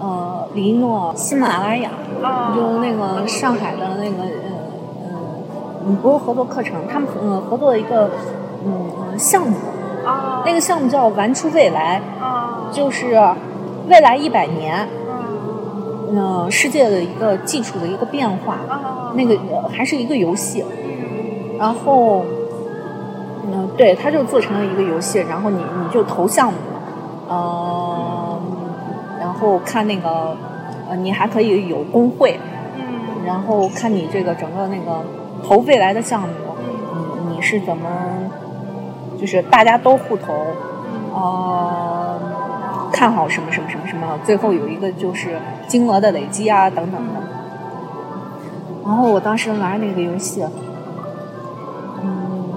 B: 呃李一诺喜马拉雅。
A: 啊
B: 就那个上海的那个呃呃，嗯不是合作课程，他们呃合作一个嗯呃项目，
A: 啊
B: 那个项目叫“玩出未来
A: 啊”，
B: 就是未来一百年，
A: 啊
B: 呃世界的一个技术的一个变化，
A: 啊
B: 那个呃还是一个游戏，
A: 嗯
B: 然后嗯、对，它就做成了一个游戏，然后你你就投项目，呃，然后看那个呃你还可以有工会。
A: 嗯
B: 然后看你这个整个那个投未来的项目，
A: 嗯
B: 你你是怎么，就是大家都互投，哦呃，看好什么什么什么什么，最后有一个就是金额的累积啊等等的。然后我当时玩那个游戏，嗯，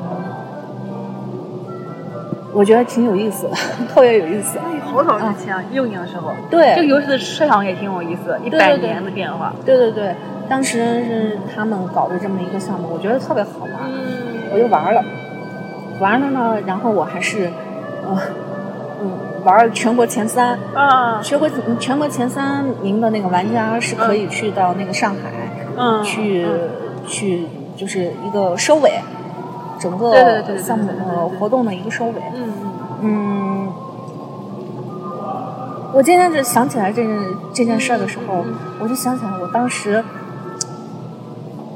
B: 我觉得挺有意思的， 特别有意思。
A: 那好早之前啊，一六年的时候，
B: 对，
A: 这个游戏的设想也挺有意思的，一
B: 对
A: 百
B: 对对
A: 年的变化。
B: 对对对，当时是他们搞的这么一个项目，我觉得特别好玩。我
A: 嗯
B: 就玩了，玩了呢，然后我还是，呃，嗯，玩了全国前三，
A: 啊，
B: 全国全国前三名的那个玩家是可以去到那个上海、
A: 嗯，
B: 去、
A: 嗯
B: 去，就是一个收尾，整
A: 对对对对
B: 个
A: 对
B: 项目
A: 对对对
B: 呃活动的一个收尾。
A: 嗯
B: 嗯，我今天就想起来这件这件事儿的时候，
A: 嗯嗯
B: 我就想起来我当时，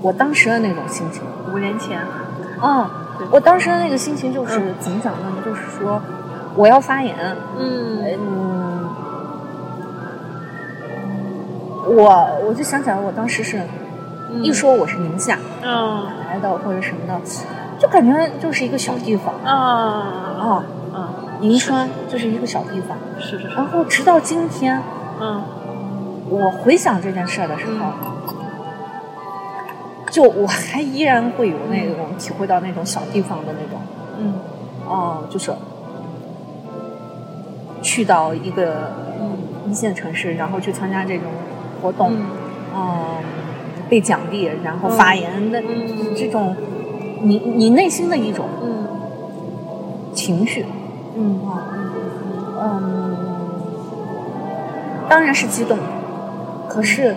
B: 我当时的那种心情。
A: 嗯，五年前，啊
B: 嗯
A: 对，
B: 我当时的那个心情就是、怎么讲呢？就是说我要发言，
A: 嗯
B: 嗯，我我就想起来我当时是、一说我是宁夏
A: 嗯
B: 来的或者什么的，就感觉就是一个小地方
A: 啊
B: 啊，
A: 嗯，
B: 银川就是一个小地方。
A: 是是是，
B: 然后直到今天，
A: 嗯
B: 我回想这件事儿的时候，就我还依然会有那种、体会到那种小地方的那种。
A: 嗯
B: 哦，就是去到一个
A: 嗯
B: 一线城市，然后去参加这种活动，嗯
A: 嗯，
B: 被奖励，然后发言的、
A: 嗯
B: 这种，你你内心的一种
A: 嗯
B: 情绪，
A: 嗯
B: 啊，嗯，当然是激动，可是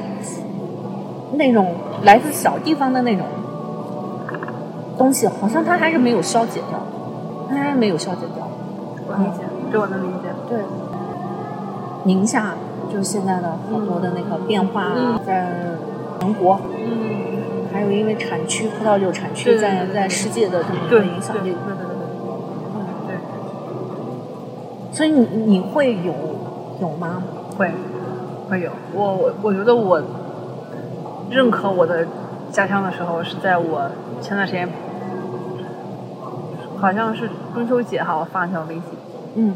B: 那种来自小地方的那种东西，好像它还是没有消解掉，它还是没有消解掉。
A: 我理解，这我能理解。
B: 对，宁夏就是现在的好多的那个变化啊，在全国，
A: 嗯，
B: 还有因为产区葡萄酒产
A: 对
B: 区
A: 对
B: 在
A: 对对
B: 在世界的这么一
A: 对，
B: 个影响
A: 对
B: 力，
A: 对对对对
B: 所以你你会有有吗？
A: 对，会会有。我我我觉得我认可我的家乡的时候，是在我前段时间，好像是中秋节哈，我发了条微信，
B: 嗯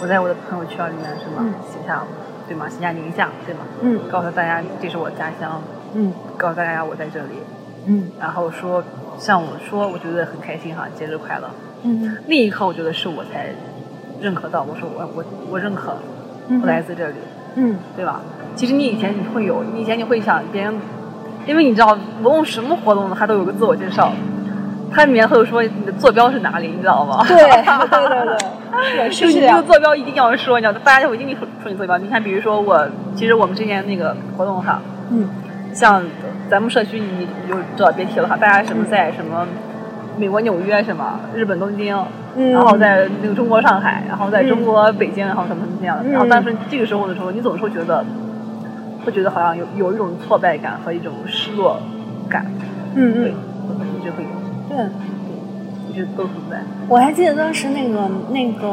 A: 我在我的朋友圈里面什么
B: 嗯
A: 写下，对吗？写下宁夏，对吗？
B: 嗯
A: 告诉大家这是我家乡，
B: 嗯
A: 告诉大家我在这里，
B: 嗯
A: 然后说像我说，我觉得很开心哈，节日快乐。
B: 嗯
A: 那一刻，我觉得是我才认可到，我说我我我认可，
B: 嗯
A: 我来自这里，
B: 嗯
A: 对吧？其实你以前你会有，你以前你会想别人，因为你知道，无论什么活动，它都有个自我介绍，它里面会有说你的坐标是哪里，你知道 吗？
B: 对对对对，
A: 就是是
B: 这
A: 你这个
B: 样，
A: 坐标一定要说，你知道，大家就一定说说你坐标。你看，比如说我，其实我们之前那个活动哈，
B: 嗯
A: 像咱们社区你你就知道别提了哈，大家什么在什么美国纽约什么，日本东京，
B: 嗯，
A: 然后在那个中国上海，然后在中国北京，然后什么什么这样的。
B: 嗯
A: 然后但是这个时候的时候，你总是会觉得，会觉得好像有有一种挫败感和一种失落感，
B: 嗯
A: 对，
B: 嗯
A: 一直会有，
B: 对。
A: 一直都存在。
B: 我还记得当时那个那个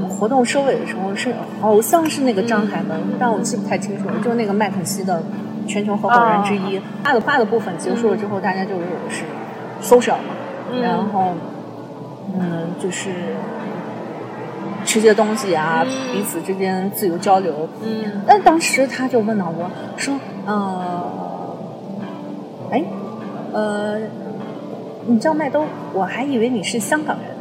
B: 嗯活动收尾的时候是好像是那个张海文，但我记不太清楚了，就是那个麦肯锡的全球合伙人之
A: 啊
B: 一。他的他的部分结束了之后，大家就是是 social 嘛，然后嗯就是吃些东西啊，
A: 嗯
B: 彼此之间自由交流。
A: 嗯
B: 但当时他就问到我说：“呃，哎，呃，你叫麦兜，我还以为你是香港人。”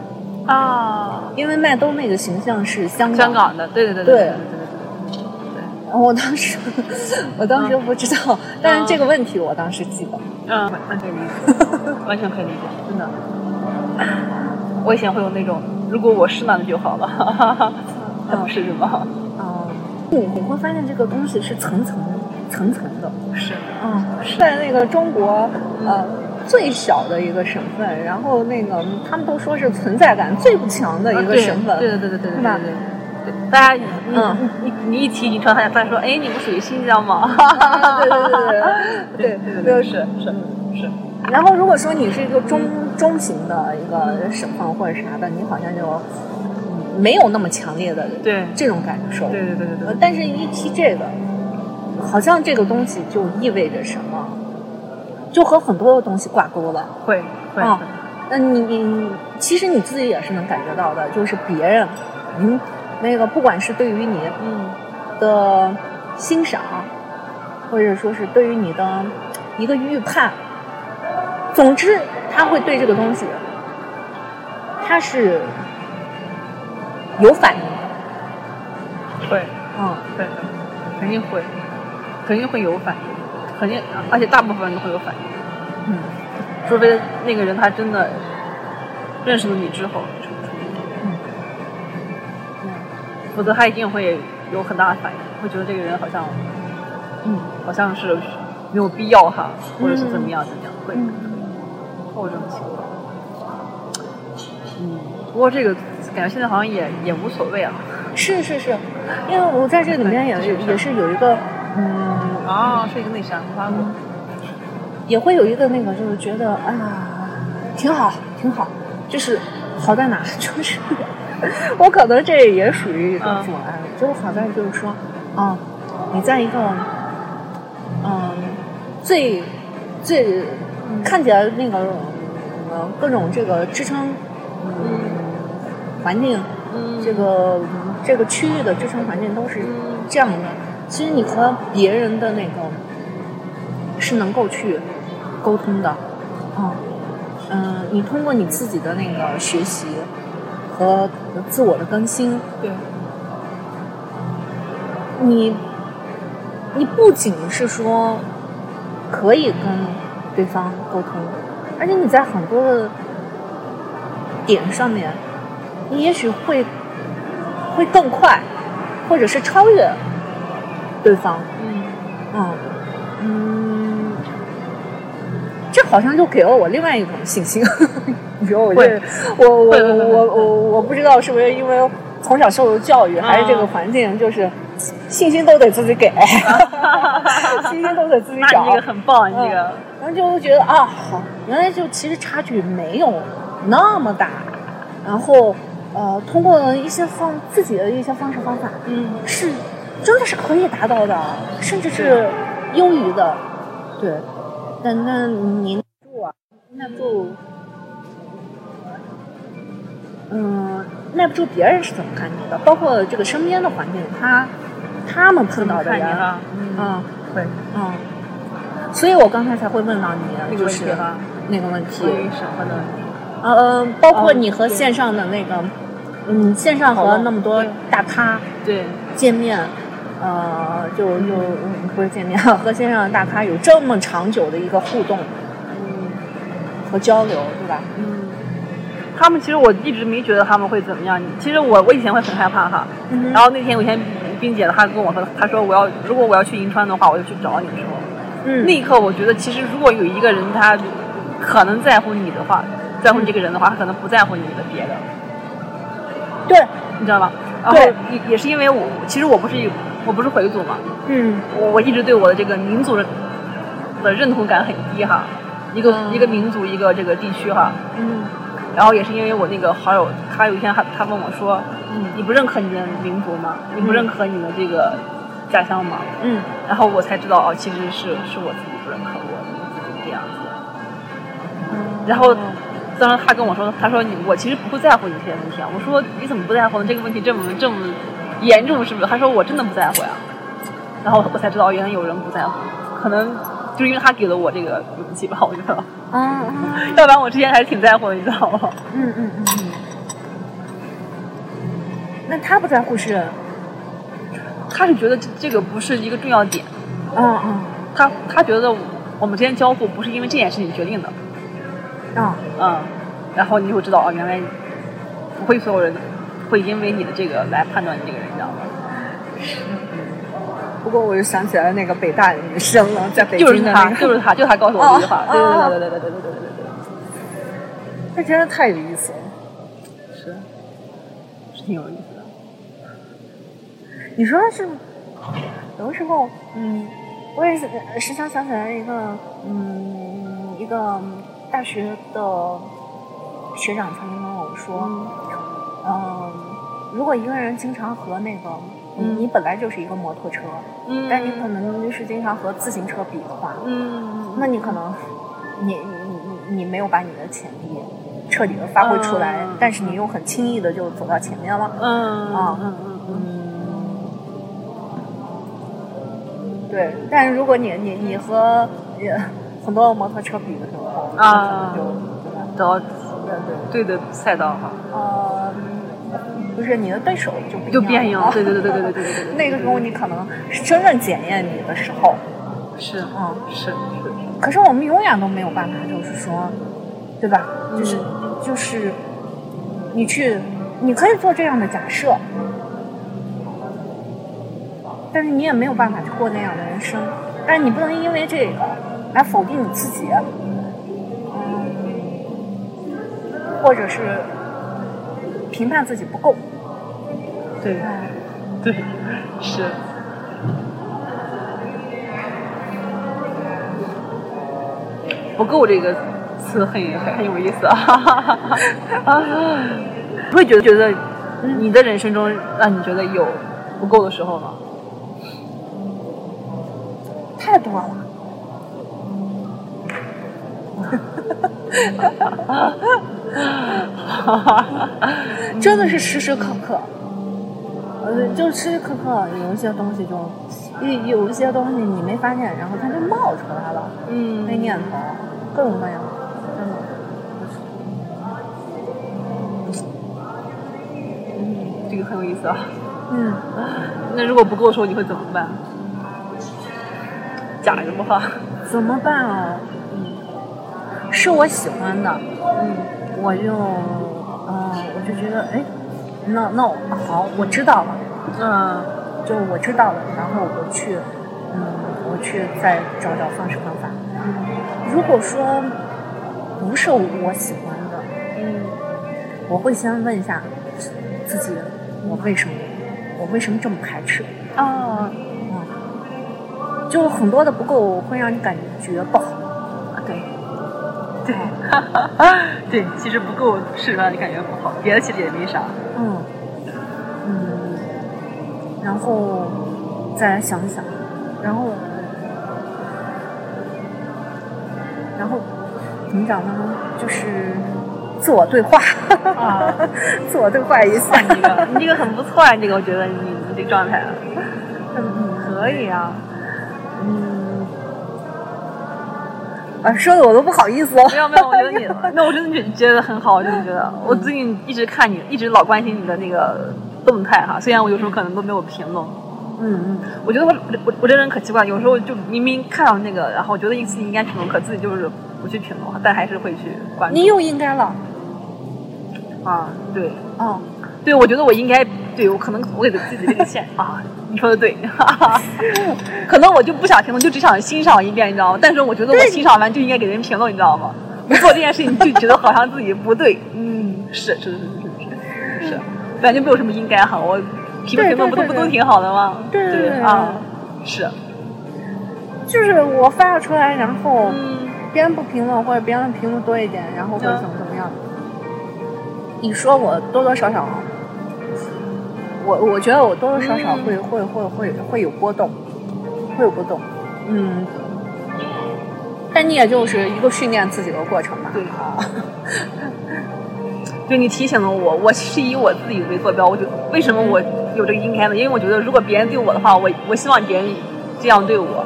A: 啊，
B: 因为麦兜那个形象是香港，
A: 香港的，对对对
B: 对
A: 对
B: 然后我当时我当时不知道，但是这个问题我当时记得，
A: 对，嗯，完全可以理解，完全可以理解，真的。我以前会有那种，如果我是那就 好了，哈哈哈，他不是是吗？
B: 嗯，你你会发现这个东西是层层层层的，
A: 是，
B: 嗯，在那个中国呃最小的一个省份，然后那个他们都说是存在感最不强的一个省份，
A: 啊对对对对对对
B: 是吧
A: 对。对大家，你
B: 嗯
A: 你你你一提银川，大家大家说，哎，你们属于新疆吗？
B: 啊对 对 对对
A: 对
B: 对
A: 对，
B: 对
A: 是是是，
B: 然后如果说你是一个中中型的一个省份或者啥的，你好像就嗯没有那么强烈的
A: 对
B: 这种感受，
A: 对对对对
B: 呃
A: 对，
B: 但是一提这个，好像这个东西就意味着什么，就和很多东西挂钩了。
A: 会会
B: 啊那你你其实你自己也是能感觉到的，就是别人，嗯，那个不管是对于你
A: 嗯
B: 的欣赏，或者说是对于你的一个预判，总之他会对这个东西，他是有反应的，
A: 会
B: 嗯。
A: 会会，肯定会，肯定会有反应，肯定，而且大部分人都会有反应，
B: 嗯
A: 除非那个人他真的认识了你之后，出出
B: 嗯
A: 否则他一定会有很大的反应，会觉得这个人好像
B: 嗯
A: 好像是没有必要哈，或者是怎么样怎么样，会
B: 嗯
A: 会有这种情况。嗯，不过这个感觉现在好像也也无所谓啊。
B: 是是是，因为我在这里面也
A: 对
B: 是
A: 是是
B: 也是有一个，嗯，
A: 啊，是一个内山发过，
B: 也会有一个那个，就是觉得啊，挺好，挺好，就是好在哪， 就是我可能这也属于一个
A: 嗯
B: 阻碍，就是好在就是说，啊，你在一个，嗯，最最
A: 嗯
B: 看起来那个呃各种这个支撑，嗯，环境
A: 嗯
B: 这个这个区域的支撑环境都是
A: 嗯
B: 这样的。其实你和别人的那个是能够去沟通的，嗯嗯、你通过你自己的那个学习和自我的更新，
A: 对，
B: 你你不仅是说可以跟对方沟通，而且你在很多的点上面，你也许会会更快，或者是超越对方。
A: 嗯，
B: 嗯嗯，这好像就给了我另外一种信心。 你说我这
A: 会
B: 我我
A: 会会会
B: 我我我不知道是不是因为从小受的教育，还是这
A: 啊
B: 个环境，就是信心都得自 己给，信心都得自己
A: 那
B: 找
A: 你这。个很棒，你这个
B: 然后就觉得啊，好，原来就其实差距没有那么大。然后呃，通过一些方自己的一些方式方法，
A: 嗯啊
B: 是真的是可以达到的，甚至是优于的。对，但那您住啊，耐不住，嗯，耐不住别人是怎么看你的，包括这个身边的环境，他他们碰到的
A: 看你
B: 人，啊，
A: 了，嗯，
B: 嗯
A: 会
B: 嗯，所以我刚才才会问到你，
A: 那
B: 就
A: 个
B: 是
A: 是吧？
B: 那个问题，
A: 所以什么的，
B: 呃，包括你和
A: 嗯对
B: 线上的那个，嗯，线上
A: 好
B: 和
A: 吧
B: 那么多
A: 对
B: 大咖，
A: 对，
B: 见面，呃，就就嗯不是见面， 和线上的大咖有这么长久的一个互动
A: 嗯
B: 和交流，对吧？
A: 嗯，他们其实我一直没觉得他们会怎么样，其实我我以前会很害怕哈，
B: 嗯
A: 然后那天有一天冰姐她跟我说，她说我要如果我要去银川的话，我就去找你的时候，
B: 嗯，
A: 那一刻我觉得其实如果有一个人他可能在乎你的话，
B: 嗯
A: 在乎你这个人的话，他可能不在乎你的别的，
B: 对，
A: 你知道吗？然后
B: 对
A: 也也是因为我其实我不是我不是回族嘛，
B: 嗯
A: 我我一直对我的这个民族的认同感很低哈，一个、
B: 嗯
A: 一个民族一个这个地区哈，
B: 嗯
A: 然后也是因为我那个好友，他有一天他他问我说，
B: 嗯
A: 你不认可你的民族吗？你不
B: 嗯
A: 认可你的这个家乡吗？
B: 嗯，
A: 然后我才知道哦，其实是是我自己不认可我自己这样子。然
B: 哦
A: 后当时他跟我说，他说你我其实不在乎你这些问题啊。我说你怎么不在乎呢？这个问题这么这么严重是不是？他说我真的不在乎呀、然后我才知道原来有人不在乎，可能就是因为他给了我这个勇气吧，我觉得，
B: 啊啊
A: 要不然我之前还是挺在乎的，你知道吗？
B: 嗯嗯嗯嗯，那他不在乎是，
A: 他是觉得这这个不是一个重要点，
B: 嗯
A: 他他觉得我们之间交互不是因为这件事情决定的，
B: 嗯嗯
A: 嗯，然后你就知道哦，原来不会所有人会因为你的这个来判断你这个人，你知道吗？
B: 不过我又想起来那个北大女生了，在北
A: 就是
B: 京的那
A: 他，
B: 个，
A: 就是他，就是他告诉我这句话，对
B: 哦
A: 对对对对对对对对对对
B: 他真是太有意思了。
A: 对，是是挺有意思的。
B: 你说是，有的时候，嗯，我也是呃时常想起来一个，嗯，一个大学的学长曾经跟我说，嗯、如果一个人经常和那个，
A: 嗯
B: 你本来就是一个摩托车，
A: 嗯
B: 但你可能就是经常和自行车比的话，
A: 嗯，
B: 那你可能你你你你没有把你的潜力彻底的发挥出来，
A: 嗯
B: 但是你又很轻易的就走到前面了。
A: 嗯
B: 啊
A: 嗯嗯嗯
B: 嗯，对，但是如果你你你和你很多摩托车比的时候，
A: 啊
B: 就对吧？
A: 嗯，找
B: 对
A: 对
B: 对，
A: 的赛道哈，
B: 呃，不是你的对手就不一
A: 就变样
B: 样了，
A: 对对对对对对对对对对，
B: 那个时候你可能是真正检验你的时候，
A: 是
B: 嗯，
A: 是是，
B: 可是我们永远都没有办法，就是说，对吧？就是、就是，你去，你可以做这样的假设，但是你也没有办法去过那样的人生，但是你不能因为这个来否定你自己，啊嗯，或者是评判自己不够，嗯
A: 对 对是。不够这个词很很有意思啊！ 会觉得觉得你的人生中让你觉得有不够的时候吗？
B: 太多了。真的是时时刻刻，呃，就时时刻刻有一些东西就，有有一些东西你没发现，然后它就冒出来了，
A: 嗯
B: 那念头各种各样，真的。
A: 这个很有意思啊。
B: 嗯，
A: 那如果不够的时候你会怎么办？假如哈，
B: 怎么办啊？嗯，是我喜欢的，
A: 嗯
B: 我就，嗯、我就觉得，哎，那那我好，我知道了。
A: 嗯
B: 就我知道了，然后我去，嗯，我去再找找方式方法。
A: 嗯
B: 如果说不是我喜欢的，
A: 嗯
B: 我会先问一下自己，我为什么，我为什么这么排斥？
A: 啊，
B: 嗯，就很多的不够会让你感觉不好。
A: 对。
B: 对，
A: 对，其实不够是让你感觉不好，别的其实也没啥。
B: 嗯嗯，然后再来想一想，然后然后怎么讲呢？就是自我对话，
A: 啊，
B: 自我对话一下
A: 算。 你这个，你这个很不错啊，你这个我觉得你你这个状态啊
B: 嗯
A: 可以啊。
B: 嗯，啊，说的我都不好意思哦了。
A: 没有没有，我觉得你， 那我真的觉觉得很好，我真的觉得，我最近一直看你，一直老关心你的那个动态哈，虽然我有时候可能都没有评论。
B: 嗯
A: 我觉得我我我这人可奇怪，有时候就明明看到那个，然后我觉得自己应该评论，可自己就是不去评论，但还是会去关
B: 嗯，
A: 注。
B: 你又应该了。
A: 啊，对
B: 哦，
A: 对，我觉得我应该，对我可能我给自己这个线啊，你说的对， 可能我就不想评论，就只想欣赏一遍，你知道吗？但是我觉得我
B: 对
A: 欣赏完就应该给人评论，你知道吗？不做这件事情就觉得好像自己不对，嗯，是是是是是是，感觉没有什么应该哈，我评论
B: 嗯对
A: 评论不都
B: 对对
A: 不都挺好的吗？
B: 对对对对
A: 啊，是，
B: 就是我发了出来，然后
A: 嗯。
B: 别人不评论或者别人评论多一点，然后或者怎么怎么样。你说我多多少少，我我觉得我多多少少会、会会会会有波动，会有波动。嗯，但你也就是一个训练自己的过程嘛。
A: 对 就你提醒了我，我是以我自己为坐标，我就为什么我有这个应该呢？因为我觉得如果别人对我的话，我我希望别人这样对我，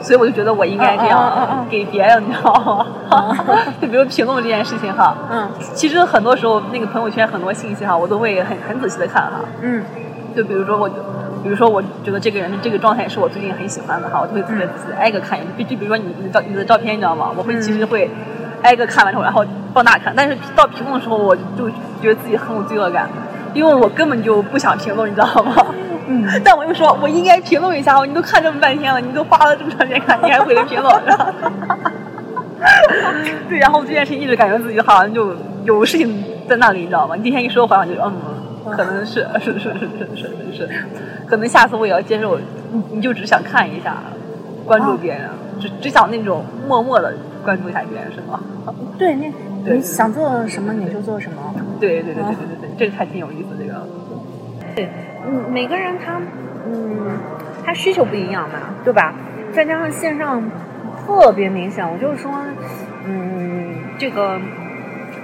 A: 所以我就觉得我应该这
B: 嗯嗯嗯
A: 样
B: 嗯
A: 给别人，你知道吗？ 就比如评论这件事情哈，
B: 嗯
A: 其实很多时候那个朋友圈很多信息哈，我都会很很仔细的看哈。
B: 嗯
A: 就比如说我，比如说我觉得这个人这个状态是我最近很喜欢的哈，我就会特别仔细地挨个看一遍。就就比如说你你的照你的照片，你知道吗？我会
B: 嗯
A: 其实会挨个看完之后，然后放大看。但是到评论的时候，我就觉得自己很有罪恶感，因为我根本就不想评论，你知道吗？
B: 嗯，
A: 但我又说，我应该评论一下，你都看这么半天了，你都花了这么长时间看，你还回来评论？ 对，然后这件事情一直感觉自己好像就有事情在那里，你知道吗？你今天一说，好像就嗯，可能是是是是是是是是，可能下次我也要接受，你你就只想看一下，关注别人，只只想那种默默的关注一下别人，是吗？
B: 对，那
A: 对
B: 你想做什么你就做什么。
A: 对对对对对对对，这个还挺有意思，这个
B: 嗯，每个人他，嗯，他需求不一样嘛，对吧？再加上线上特别明显，我就是说，嗯，这个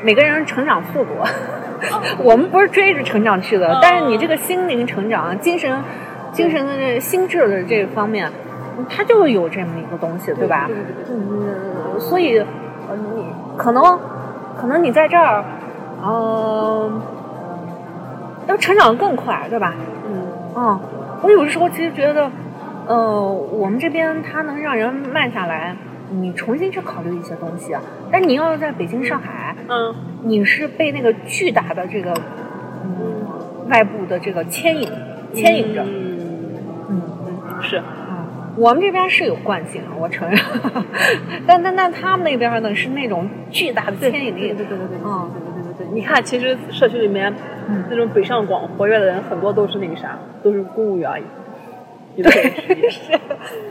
B: 每个人成长速度， 我们不是追着成长去的，但是你这个心灵成长、精神、精神的这心智的这方面，嗯它就是有这么一个东西，对吧？
A: 对对对对嗯
B: 嗯，所以呃，你可能可能你在这儿，呃，要成长得更快，对吧？
A: 嗯
B: 嗯，我有的时候其实觉得，呃，我们这边它能让人慢下来，你重新去考虑一些东西。啊但你要是在北京、上海，
A: 嗯
B: 你是被那个巨大的这个嗯外部的这个牵引牵引着，嗯。
A: 嗯是
B: 啊，我们这边是有惯性，我承认， 但但但他们那边呢是那种巨大的牵引力，
A: 对对对对对
B: 嗯
A: 对对对，你看，其实社区里面
B: 嗯
A: 那种北上广活跃的人，很多都是那个啥，都是公务员儿，有的人职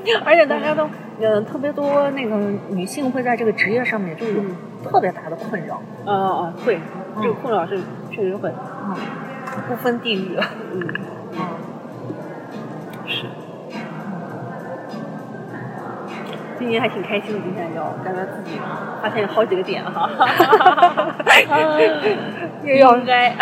A: 业
B: 而且大家都呃特别多那个女性会在这个职业上面就有
A: 嗯
B: 特别大的困扰，
A: 啊啊啊，会，这个困扰是确实会，
B: 啊，不分地域，
A: 嗯，是。今年还挺开心的，今天聊，感觉自己发现有好几个点 哈， 嗯
B: 又要
A: 应该，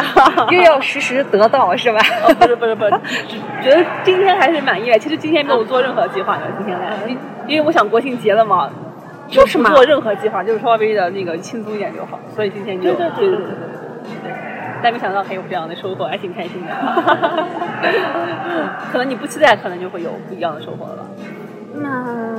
B: 又要时时得到是吧？
A: 哦，不是不是不是，只觉得今天还是满意的。其实今天没有做任何计划的，今天来，因因为我想国庆节了嘛，
B: 啊就是嘛
A: 不做任何计划，就是稍微的那个轻松一点就好。所以今天就
B: 对对对
A: 对
B: 对
A: 对对但没想到还哎有这样的收获，还挺开心的。 可能你不期待，可能就会有不一样的收获了吧。
B: 那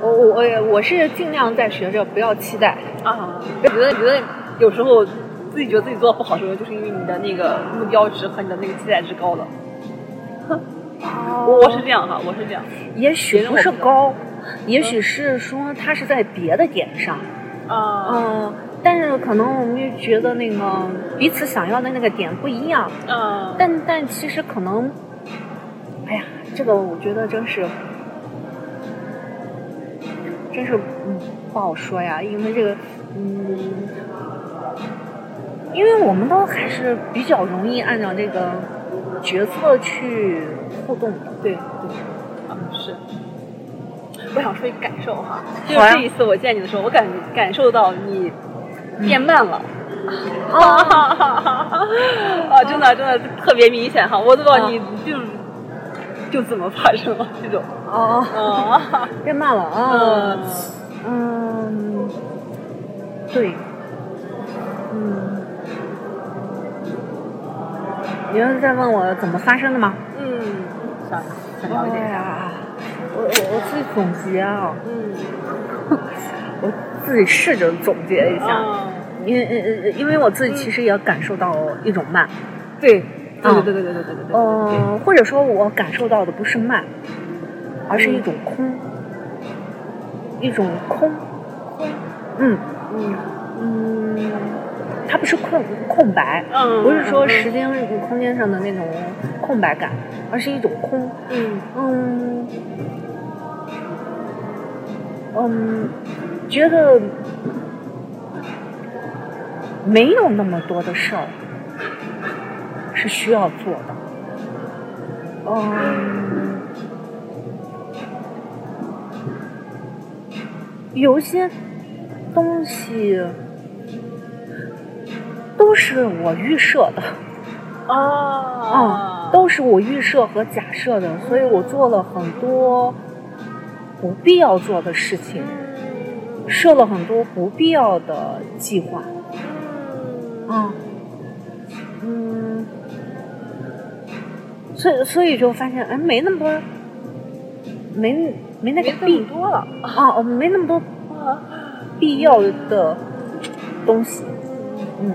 B: 我我我也我是尽量在学着不要期待，
A: 啊，我觉得觉得有时候自己觉得自己做的不好的时候，就是因为你的那个目标值和你的那个期待值高了。我我是这样哈，我是这样。
B: 也许不是高，也许是说他是在别的点上，
A: 啊
B: 嗯，但是可能我们就觉得那个彼此想要的那个点不一样，
A: 啊
B: 但但其实可能，哎呀，这个我觉得真是，真是嗯不好说呀，因为这个嗯，因为我们都还是比较容易按照这个角色去互动的，
A: 对对，啊是。我想说一个感受哈，就是这一次我见你的时候，我感感受到你变慢了。哈哈哈哈 啊，真的真的特别明显哈，我都不知道你就就怎么发生了这种。
B: 哦
A: 哦，
B: 变慢了啊
A: 嗯，，
B: 嗯，对，嗯，你是在问我怎么发生的吗？
A: 嗯，想想了解一下。
B: 呀，我我我自己总结啊，
A: 嗯，
B: 我自己试着总结一下，
A: 啊，
B: 因为因为我自己其实也感受到一种慢，
A: 对，对
B: 嗯
A: 对对对对对对对对。哦
B: 嗯、或者说我感受到的不是慢，而是一种空，一种空，嗯
A: 嗯
B: 嗯，它不是空空白，
A: 嗯，
B: 不是说
A: 嗯
B: 时间空间上的那种空白感，而是一种空，
A: 嗯
B: 嗯，嗯，觉得没有那么多的事儿是需要做的。嗯，有一些东西都是我预设的。
A: 哦
B: 啊，，都是我预设和假设的，所以我做了很多不必要做的事情，
A: 嗯
B: 设了很多不必要的计划。啊，
A: 嗯
B: 嗯，所以所以就发现，哎，没那么多，没没
A: 没
B: 那个
A: 这
B: 必
A: 么多了。
B: 啊，哦没那么多
A: 啊
B: 必要的东西。嗯，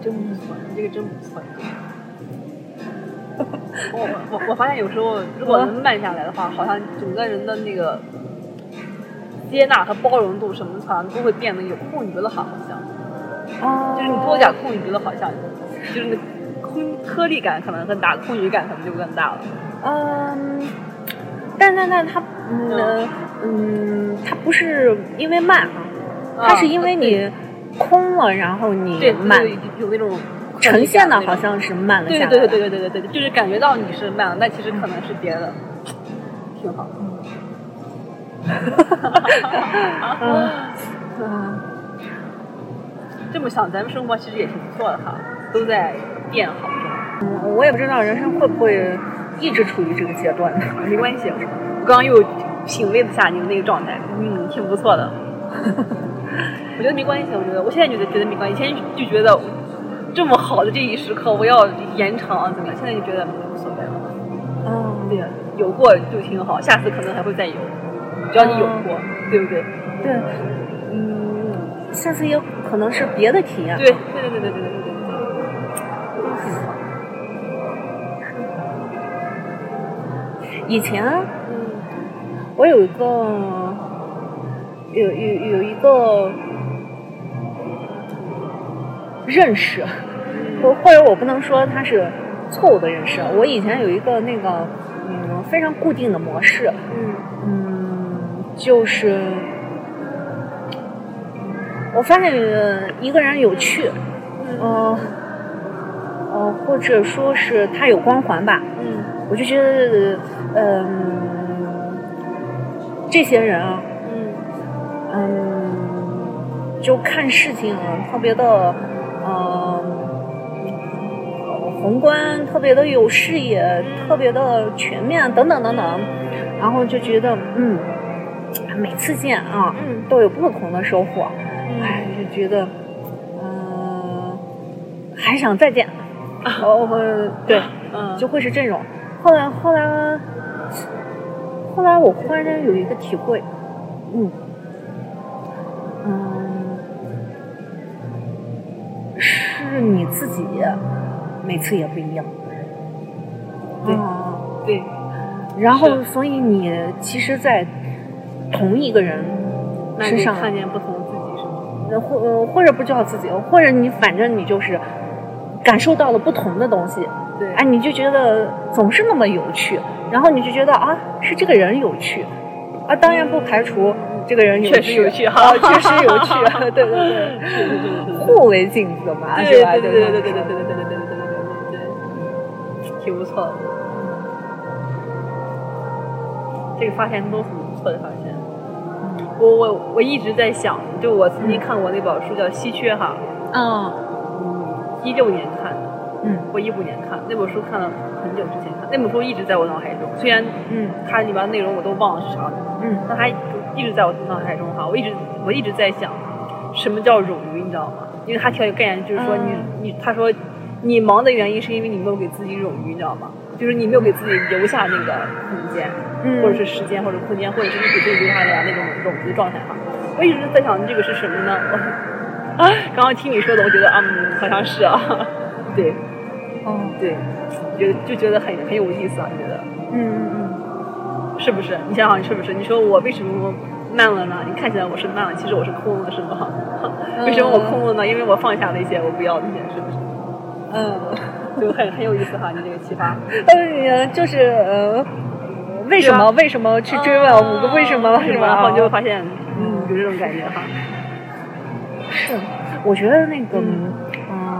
A: 真不错，你这个真不错。我 我我发现有时候如果能慢下来的话，好像整个人的那个接纳和包容度什么的，好像都会变得有空余了哈，好像
B: 啊，
A: 就是你多点空余了，好像就是那个空颗粒感可能更大，空余感可能就更大了。
B: 嗯，但但但它，嗯呃嗯，它不是因为慢啊，它是因为你空了，然后
A: 啊嗯对
B: 你
A: 对
B: 慢
A: 对，有那种
B: 呈现的好
A: 像。
B: 像是慢了
A: 对
B: 下来。
A: 对对对对对对对，就是感觉到你是慢了，但其实可能是别的，挺好。
B: 嗯对啊，
A: 这么想，咱们生活其实也挺不错的哈，都在变好中。
B: 嗯，我也不知道人生会不会一直处于这个阶段。
A: 没关系，我刚刚又品味了一下你的那个状态，嗯，挺不错的。我觉得没关系，我觉得我现在觉得觉得没关系，以前就觉得这么好的这一时刻我要延长啊怎么样，现在就觉得无所谓了。
B: 嗯，对
A: 有过就挺好，下次可能还会再有，只要你有过，对不对？
B: 对，嗯，下次也可能是别的体验。
A: 对对对对对对对对对。
B: 以前
A: 嗯
B: 我有一个，有有有一个认识，或或者我不能说它是错误的认识。我以前有一个那个嗯非常固定的模式，
A: 嗯
B: 嗯，就是我发现呃一个人有趣，嗯、呃，或者说是他有光环吧，
A: 嗯
B: 我就觉得嗯、这些人啊。
A: 嗯
B: 嗯，就看事情特别的，呃，宏观，特别的有视野，特别的全面，等等等等，然后就觉得，嗯，每次见啊，
A: 嗯
B: 都有不同的收获，哎
A: 嗯，
B: 就觉得，嗯、还想再见，哦，我对，
A: 嗯，
B: 就会是这种。后来，后来，后来我忽然间有一个体会，嗯，嗯，是你自己每次也不一样，
A: 对
B: 嗯
A: 对，
B: 然后，
A: 是
B: 所以你其实，在同一个人
A: 那
B: 身
A: 你
B: 上，
A: 看见不同自己是吗？
B: 呃或呃或者不叫自己，或者你反正你就是感受到了不同的东西，
A: 对，
B: 哎，，你就觉得总是那么有趣，然后你就觉得啊，是这个人有趣，啊，当然不排除这个人有趣，
A: 确实有趣哈
B: 啊确实有趣，对对对，
A: 是是是是，
B: 互为镜子嘛，
A: 对
B: 是吧？
A: 对对对对对对对对对对对
B: 吧
A: 对对对对，挺不错的。这个发现都是不错的发现。我我我一直在想，就我曾经看过那本书叫《稀缺》哈，
B: 嗯
A: 一六年看的，
B: 嗯
A: 或一五年看那本书，看了很久之前看，那本书一直在我脑海中，虽然
B: 嗯
A: 它里边内容我都忘了是啥，
B: 嗯
A: 但它一直在我脑海中哈，我一直我一直在想，什么叫冗余，你知道吗？嗯因为他提到一个概念，就是说你、你，他说你忙的原因是因为你没有给自己冗余，你知道吗？就是你没有给自己留下那个空间，
B: 嗯，
A: 或者是时间，或者空间，或者是你给自己留下的那种冗余状态哈。我一直在想这个是什么呢？我啊刚刚听你说的，我觉得啊嗯，好像是啊， 对
B: 哦
A: 对，就就觉得很很有意思啊，觉得。
B: 嗯嗯
A: 是不是？你想想，是不是？你说我为什么慢了呢？你看起来我是慢了，其实我是空了，是吗？
B: 嗯
A: 为什么我空了呢？因为我放下了一些我不要的一些，是不是？
B: 嗯
A: 就很很有意思哈，你这个启发。
B: 呃就是呃。为什么？为什么去追问啊五个为什么？为什么？
A: 啊嗯然后
B: 啊
A: 你就会发现，嗯，有这种感觉哈。
B: 是，我觉得那个，
A: 嗯
B: 嗯，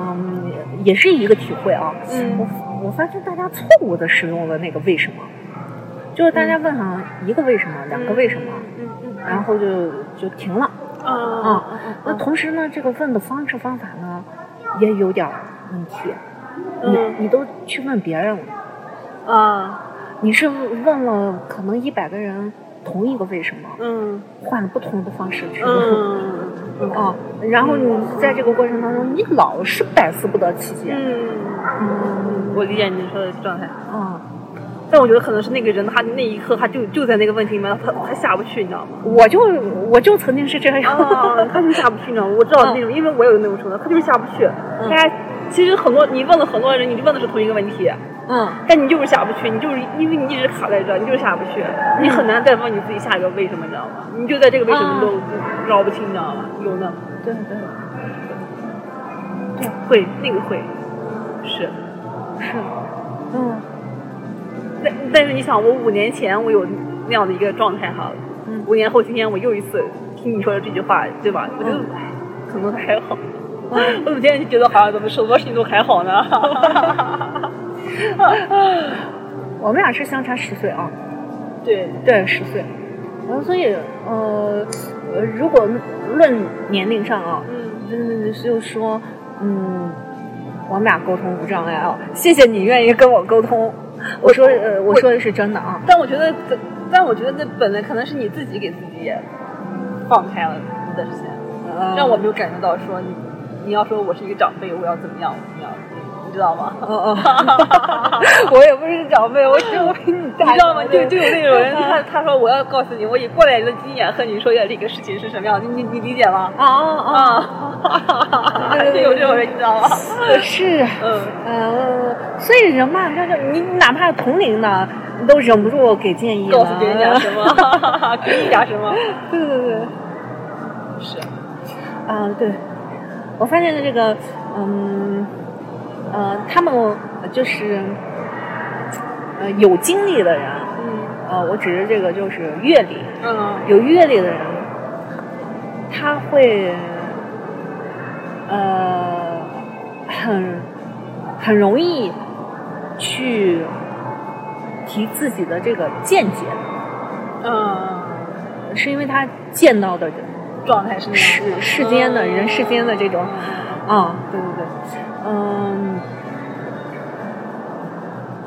B: 也是一个体会啊。
A: 嗯
B: 我我发现大家错误的使用了那个为什么，就是大家问上一个为什么，两个为什么，
A: 嗯嗯
B: 然后就就停了。
A: 啊
B: 那同时呢，这个问的方式方法呢，也有点儿问题。
A: 嗯
B: 你你都去问别人了，
A: 啊
B: 你是问了可能一百个人同一个为什么，
A: 嗯
B: 换了不同的方式去问。
A: 嗯
B: 哦，然后你在这个过程当中，你老是百思不得其解。
A: 嗯，
B: 嗯，
A: 我理解你说的状态。
B: 啊，
A: 但我觉得可能是那个人，他那一刻他就就在那个问题里面，他他下不去，你知道吗？
B: 我就我就曾经是这样，
A: 啊， 他就是下不去呢。我知道那种，因为我有那种冲动，他就是下不去。大家其实很多，你问了很多人，你问的是同一个问题，
B: 嗯
A: 但你就是下不去，你就是因为你一直卡在这儿，你就是下不去，你很难再问你自己下一个为什么，你知道吗？你就在这个为什么都绕不清，你知道吗？有呢，
B: 对对
A: 会那个会，是。
B: 是，嗯
A: 但但是你想，我五年前我有那样的一个状态哈，
B: 嗯
A: 五年后今天我又一次听你说的这句话，对吧？我觉得
B: 嗯
A: 可能还好。我怎么现在就觉得好像怎么什么事情都还好呢？
B: 我们俩是相差十岁啊，
A: 对，
B: 对十岁，然后所以呃呃，如果论年龄上啊，
A: 嗯，
B: 就是就说嗯，我们俩沟通无障碍啊，谢谢你愿意跟我沟通，我说呃我说的是真的啊，
A: 但我觉得，但我觉得那本来可能是你自己给自己放开了你的事情，
B: 呃
A: 让我没有感觉到说你，你要说我是一个长辈，我要怎么样，我怎么样，你知道吗？
B: 嗯嗯，我也不是长辈，我只有比你大。
A: 你知道吗？就就有那种 人，他
B: 啊
A: 他说我要告诉你，我以过来人的经验和你说一下这个事情是什么样，你你你理解吗？
B: 啊啊！
A: 啊，就
B: 对对对
A: 有这种人，你知道吗？
B: 是，
A: 嗯，
B: 呃，所以人嘛，就是你哪怕同龄的，你都忍不住给建议了
A: 告诉别人点什么， 给你点什 么，
B: 对对对，
A: 是，
B: 啊对，我发现这个，嗯，呃，他们就是，呃，有经历的人，
A: 嗯
B: 呃，我指的这个就是阅历，
A: 嗯
B: 有阅历的人，他会，呃，很很容易去提自己的这个见解，
A: 嗯，
B: 是因为他见到的
A: 状态是那样
B: 世
A: 的，
B: 世间的
A: 嗯
B: 人世间的这种，啊，对对对，嗯。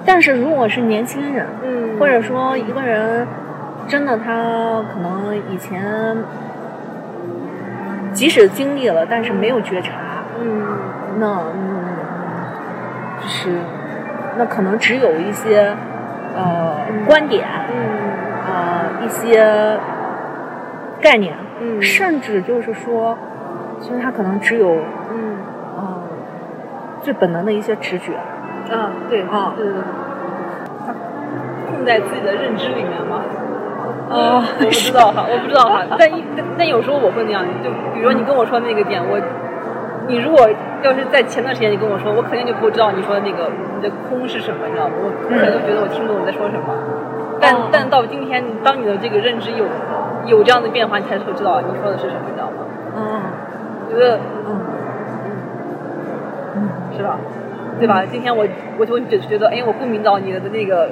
B: 但是如果是年轻人，
A: 嗯，
B: 或者说一个人真的他可能以前即使经历了，但是没有觉察，
A: 嗯
B: 那嗯，就是那可能只有一些呃
A: 嗯
B: 观点啊、
A: 嗯
B: 呃一些概念，
A: 嗯
B: 甚至就是说，其实他可能只有
A: 嗯
B: 呃最本能的一些直觉，
A: 啊，对
B: 啊
A: 对对对，困在自己的认知里面嘛。
B: 啊
A: 我不知道哈，我不知道哈，但一但但有时候我会那样，就比如说你跟我说那个点，我你如果要是在前段时间你跟我说，我肯定就不知道你说那个你的空是什么，你知道吗？我我可能就觉得我听不懂你在说什么。但
B: 哦
A: 但到今天，你当你的这个认知有有这样的变化，你才会知道你说的是什么，你知道吗？
B: 嗯
A: 我觉得
B: 嗯
A: 是吧？对吧？今天我我就会觉觉得，哎，我共鸣到你的那个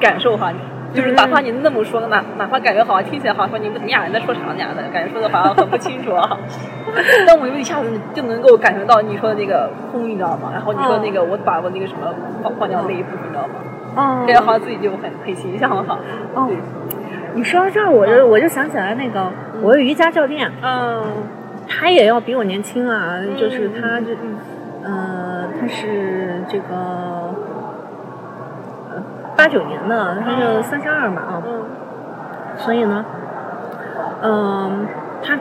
A: 感受哈，就是哪
B: 嗯
A: 怕你那么说，哪哪怕感觉好像听起来好像说你们你俩人在说啥呢俩的，感觉说的好像很不清楚啊。 但我就一下子就能够感受到你说的那个空，你知道吗？然后你说那个我把我那个什么放放掉那一部分，你知道吗？
B: 嗯
A: 感觉好像自己就很很形象哈。
B: 哦，你说到这儿，我就我就想起来那个，我有瑜伽教练，
A: 嗯，
B: 他也要比我年轻啊，就是他这，
A: 嗯
B: 呃，他是这个呃八九年的，他就三十二嘛啊，
A: 嗯
B: 所以呢，嗯，他，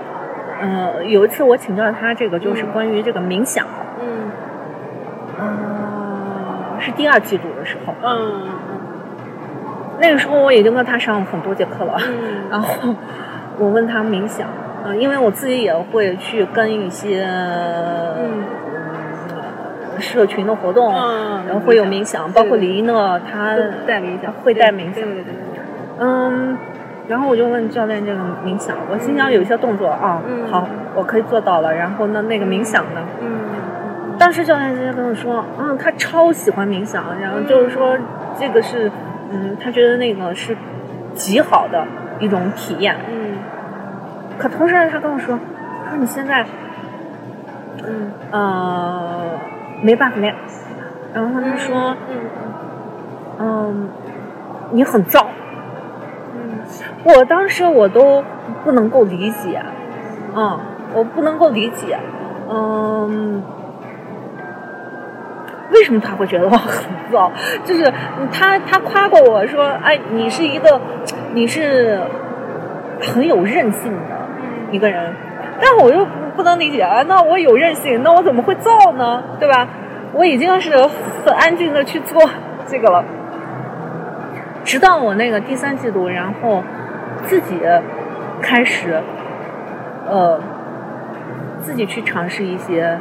B: 呃，有一次我请教他这个就是关于这个冥想，
A: 嗯
B: 嗯，是第二季度的时候，
A: 嗯
B: 那个时候我已经跟他上很多节课了，
A: 嗯
B: 然后我问他冥想，嗯、因为我自己也会去跟一些嗯社群的活动，
A: 嗯
B: 然后会有冥想，包括李一乐他
A: 带冥想，
B: 会带冥
A: 对对
B: 想，
A: 对对，
B: 嗯。然后我就问教练这个冥想，我心想有一些动作啊，
A: 嗯
B: 好，我可以做到了。然后呢，那个冥想呢，
A: 嗯
B: 当时教练直接跟我说，嗯，他超喜欢冥想，然后就是说这个是，嗯，他觉得那个是极好的一种体验。
A: 嗯
B: 可同时他跟我说，他说你现在，
A: 嗯
B: 呃，没办法练。然后他说，
A: 嗯
B: 嗯，你很燥。
A: 嗯
B: 我当时我都不能够理解，嗯，我不能够理解，嗯，为什么他会觉得我很燥？就是他他夸过我说，哎，你是一个，你是很有韧性的一个人，但我又不能理解啊，那我有韧性，那我怎么会燥呢？对吧？我已经是很安静的去做这个了。直到我那个第三季度，然后自己开始，呃，自己去尝试一些，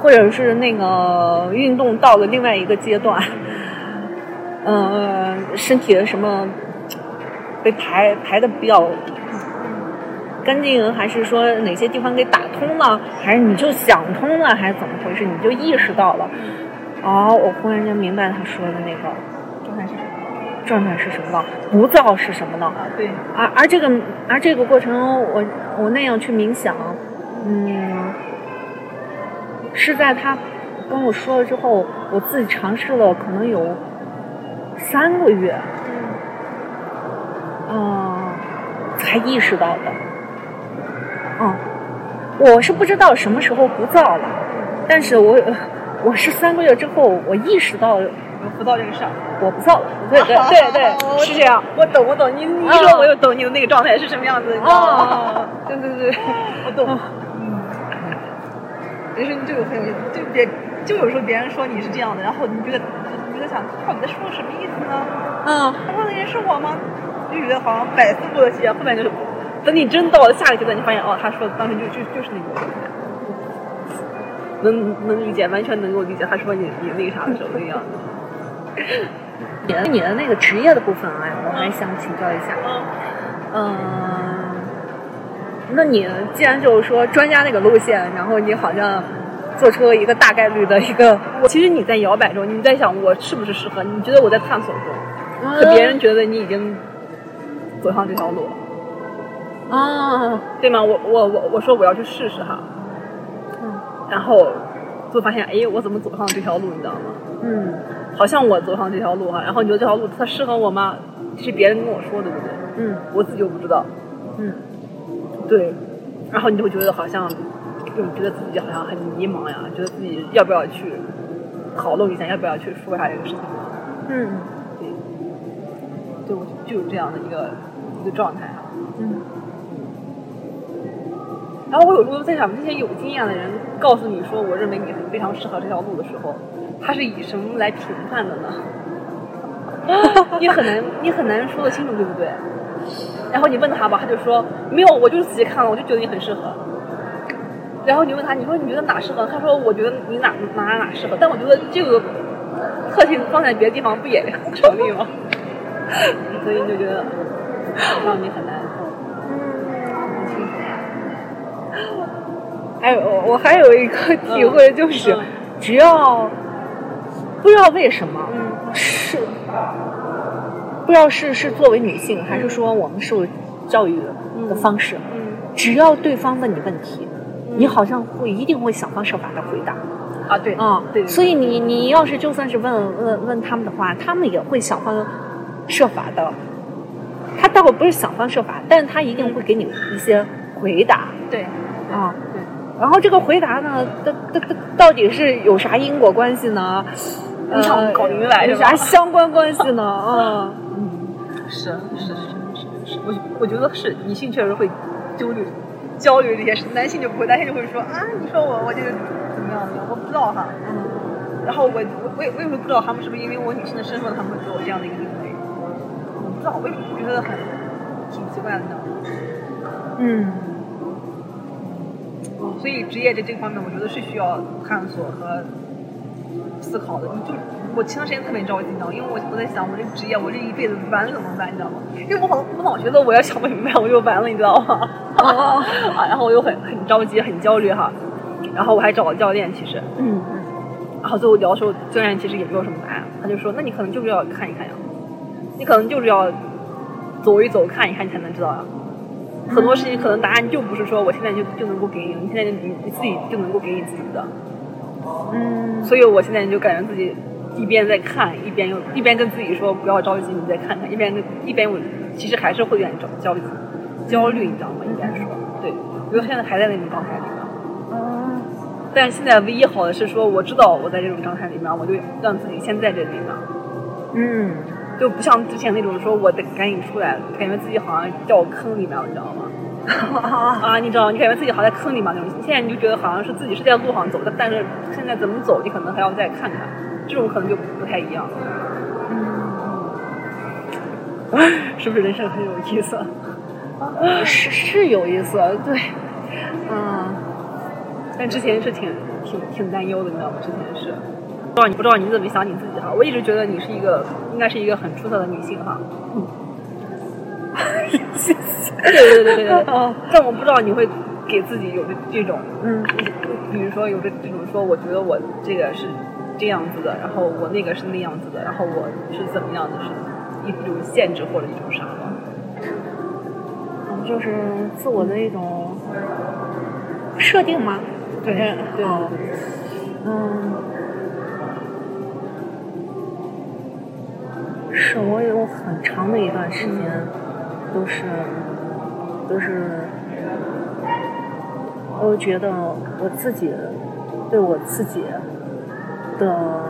B: 或者是那个运动到了另外一个阶段， 呃，身体的什么被排排的比较干净，还是说哪些地方给打通了，还是你就想通了，还是怎么回事？你就意识到了。哦，我忽然间明白他说的那个
C: 状态是什么？
B: 状态是什么了，不燥是什么了。
C: 啊，对，
B: 而而这个而这个过程中，我我那样去冥想，嗯，是在他跟我说了之后，我自己尝试了可能有三个月，嗯、才意识到的。嗯，我是不知道什么时候不燥了，但是我我是三个月之后，我意识到
C: 有不到这个事儿。
B: 我不燥了。对 对对对，是这样。
A: 我懂，我懂，你你一说我就懂你的那个状态是什么样子，你知道吗？
B: 哦，对对对，
C: 我懂。人生这个很有意思，就别就有时候别人说你是这样的，然后你觉得你就在想，靠，你在说什么意思呢？
B: 嗯。
C: 他说的人是我吗？就觉得好像百思不得其解，后面就是
A: 等你真到了下个阶段，你发现哦，他说的当时就就就是那个状态，能能理解，完全能够理解他说你你那个啥的时候那个样子。
B: 你的你的那个职业的部分啊，我还想请教一下。
A: 嗯
B: 嗯，那你既然就是说专家那个路线，然后你好像做出了一个大概率的一个，
A: 我其实你在摇摆中，你在想我是不是适合，你觉得我在探索中，可别人觉得你已经走上这条路了，
B: 啊，
A: 对吗？我我我我说我要去试试哈，
B: 嗯
A: 然后就发现哎，我怎么走上这条路，你知道吗？
B: 嗯
A: 好像我走上这条路哈，然后你说这条路它适合我吗？这是别人跟我说的，对不对？
B: 嗯
A: 我自己又不知道，
B: 嗯
A: 对，然后你就会觉得好像，就觉得自己好像很迷茫呀，觉得自己要不要去讨论一下，要不要去说一下这个事情，
B: 嗯
A: 对，对，我就有这样的一个一个状态啊哈。
B: 嗯，
A: 然后我有时候在想，这些有经验的人告诉你说，我认为你非常适合这条路的时候，他是以什么来评判的呢？你很难，你很难说得清楚，对不对？然后你问他吧，他就说没有，我就是仔细看了，我就觉得你很适合。然后你问他，你说你觉得哪适合？他说我觉得你哪哪哪哪适合，但我觉得这个特性放在别的地方不也成立吗？所以你就觉得让你很难。
B: 哎，我我还有一个体会就是，
A: 嗯
B: 只要不知道为什么
A: 嗯
B: 是不知道是是作为女性，还是说我们受教育的方式，
A: 嗯
B: 只要对方问你问题，你好像会一定会想方设法的回答。
A: 啊，对
B: 啊、
A: 对对
B: 所以你你要是就算是问问问他们的话，他们也会想方设法的。他倒不是想方设法，但是他一定会给你一些回答
A: 对，
B: 啊。
A: 对
B: 然后这个回答呢，到到到到底是有啥因果关系呢？
A: 你想搞明白
B: 呃有
A: 是吧
B: 啥相关关系 呢？啊，
A: 是是是是是，我我觉得是女性确实会焦虑焦虑这些事，男性就不会，男性就会说啊，你说我我这个怎么样怎么样，我不知道哈。然后我我我也我也会不知道他们是不是因为我女性的身份，他们会给我这样的一个定位。我不知道，我也觉得很挺奇怪的，你知道吗？
B: 嗯，
A: 所以职业这这方面，我觉得是需要探索和思考的。你就我前段时间特别着急，你知道吗，因为我我在想，我这职业，我这一辈子完了怎么办，你知道吗？因为我老我老觉得我要想不明白，我就完了，你知道吗？
B: 哦，
A: 啊，然后我又很很着急，很焦虑哈。然后我还找了教练，其实，
B: 嗯，
A: 然后最后聊的时候，教练其实也没有什么答案，他就说，那你可能就是要看一看呀，你可能就是要走一走、看一看，你才能知道呀。很多事情可能答案就不是说我现在就就能够给你，你现在就你你自己就能够给你自己的。
B: 嗯，
A: 所以我现在就感觉自己一边在看，一边又一边跟自己说不要着急，你再看看，一边一边我其实还是会有点焦焦虑，焦虑，你知道吗？应该说，对，我现在还在那种状态里面。
B: 嗯
A: 但是现在唯一好的是说，我知道我在这种状态里面，我就让自己先在这里面，
B: 嗯，
A: 就不像之前那种说我得赶紧出来，感觉自己好像掉坑里面了，你知道吗？啊，你知道，你感觉自己好像在坑里面那种。现在你就觉得好像是自己是在路上走，但但是现在怎么走，你可能还要再看看，这种可能就不太一样。 是不是人生很有意思？嗯
B: 是是有意思，对，嗯。
A: 但之前是挺挺挺担忧的，你知道吗？之前是，不知道你不知道你怎么想你自己哈。我一直觉得你是一个应该是一个很出色的女性哈。 对对对对对。
B: 哦，
A: 但我不知道你会给自己有这这种，
B: 嗯
A: 比如说有这这种说，我觉得我这个是这样子的，然后我那个是那样子的，然后我是怎么样的，是一种限制或者一种啥吗？
B: 就是自我的一种设定吗？
A: 对
B: 嗯
A: 对
B: 哦嗯，是我有很长的一段时间都是都是，我觉得我自己对我自己的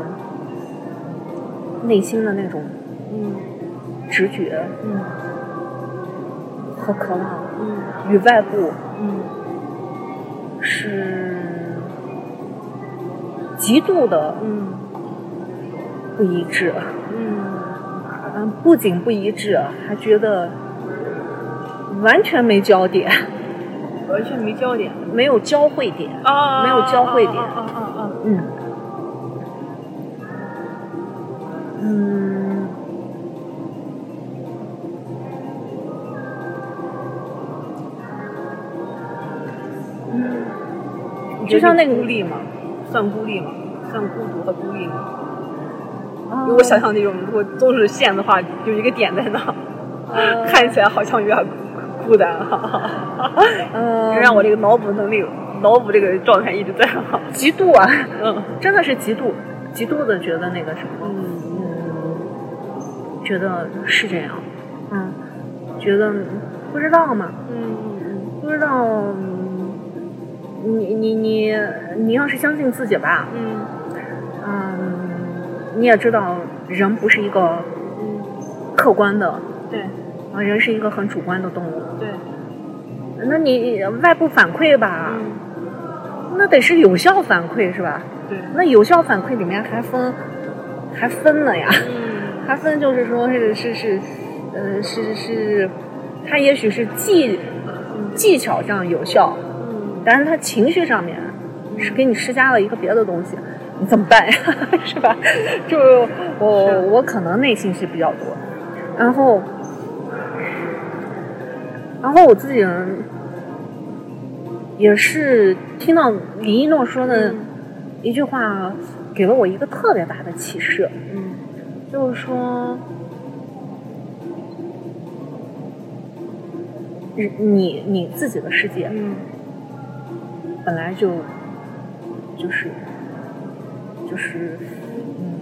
B: 内心的那种
A: 嗯
B: 直觉
A: 嗯
B: 和渴望
A: 嗯
B: 与外部
A: 嗯
B: 是极度的
A: 嗯
B: 不一致，
A: 嗯
B: 嗯，不仅不一致，还觉得完全没焦点，
A: 完全没焦点
B: 没有交汇点，
A: 啊
B: 没有交汇点
A: 啊啊啊！
B: 嗯，嗯，嗯，就像那个
A: 孤立嘛，算孤立嘛，算孤独和孤立嘛。
B: 啊
A: 如果想象那种如果都是线的话，有一个点在那，
B: 呃
A: 看起来好像有点孤单哈。
B: 呃，
A: 让我这个脑补能力，脑补这个状态一直在。
B: 极度啊，
A: 嗯
B: 真的是极度极度的觉得那个什么。
A: 嗯
B: 嗯，觉得是这样，嗯，觉得不知道嘛，
A: 嗯
B: 不知道，嗯你你你你要是相信自己吧，
A: 嗯
B: 嗯，你也知道人不是一个
A: 嗯，
B: 客观的，
A: 对
B: 啊，人是一个很主观的动物。
A: 对，
B: 那你外部反馈吧，
A: 嗯
B: 那得是有效反馈是吧？
A: 对，
B: 那有效反馈里面还分还分了呀。
A: 嗯
B: 它分就是说是是是，呃，是是，它也许是技技巧上有效，
A: 嗯
B: 但是它情绪上面是给你施加了一个别的东西，你怎么办呀？ 是吧？就是我
A: 是
B: 我可能内心戏比较多，然后然后我自己人也是听到李一诺说的一句话，给了我一个特别大的启示。
A: 嗯
B: 就是说，日你你自己的世界
D: 嗯
B: 本来就就是就是嗯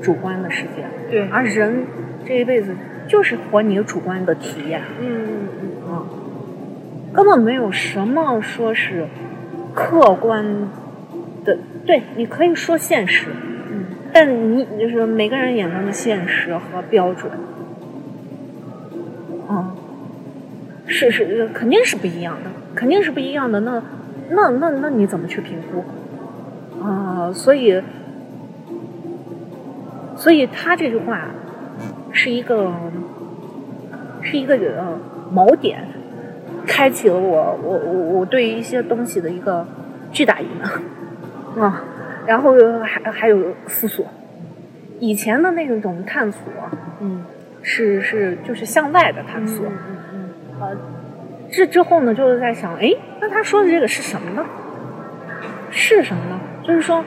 B: 主观的世界，
D: 对，
B: 而人这一辈子就是活你主观的体验，
D: 嗯嗯
B: 嗯，根本没有什么说是客观的，对，你可以说现实，
D: 嗯
B: 但你就是每个人眼中的现实和标准，嗯，是是肯定是不一样的，肯定是不一样的。那那那那你怎么去评估？啊、所以所以他这句话是一个是一个呃锚点，开启了我我我我对于一些东西的一个巨大疑问啊。然后还还有思索。以前的那种探索
D: 嗯
B: 是是就是向外的探索，
D: 嗯
B: 这之后呢，就是在想，哎，那他说的这个是什么呢？是什么呢？就是说，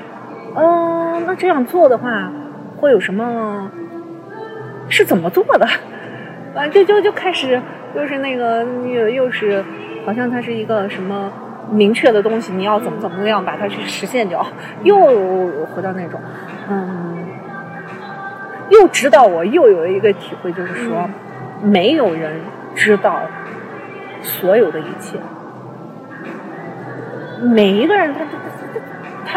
B: 嗯、那这样做的话，会有什么？是怎么做的？ 啊，就就就开始，就是那个又又是，好像它是一个什么明确的东西，你要怎么怎么样把它去实现掉，又回到那种，嗯，又指导我又有一个体会，就是说，没有人知道所有的一切。每一个人他他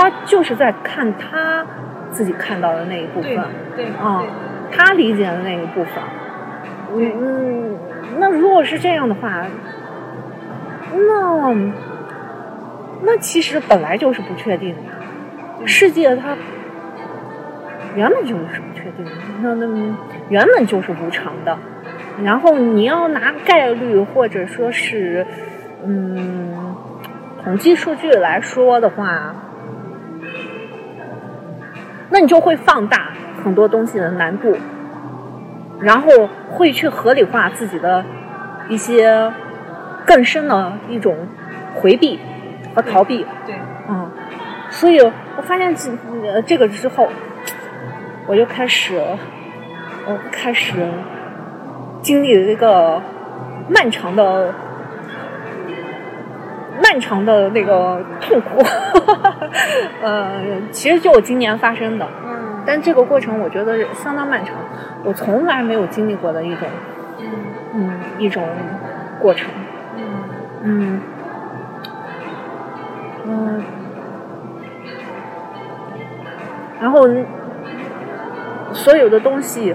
B: 他他就是在看他自己看到的那一部
D: 嗯，对
B: 分，
D: 对
B: 啊、他理解的那一部分。嗯，那如果是这样的话，那那其实本来就是不确定的，世界它原本就是不确定的，那那原本就是无常的。然后你要拿概率或者说是嗯统计数据来说的话，那你就会放大很多东西的难度，然后会去合理化自己的一些更深的一种回避和逃避。
D: 对对
B: 嗯，所以我发现这呃这个之后，我就开始，嗯我开始经历了一个漫长的、漫长的那个痛苦。 呃，其实就我今年发生的，
D: 嗯
B: 但这个过程我觉得相当漫长，我从来没有经历过的一种，
D: 嗯
B: 嗯，一种过程。
D: 嗯
B: 嗯，嗯，然后所有的东西，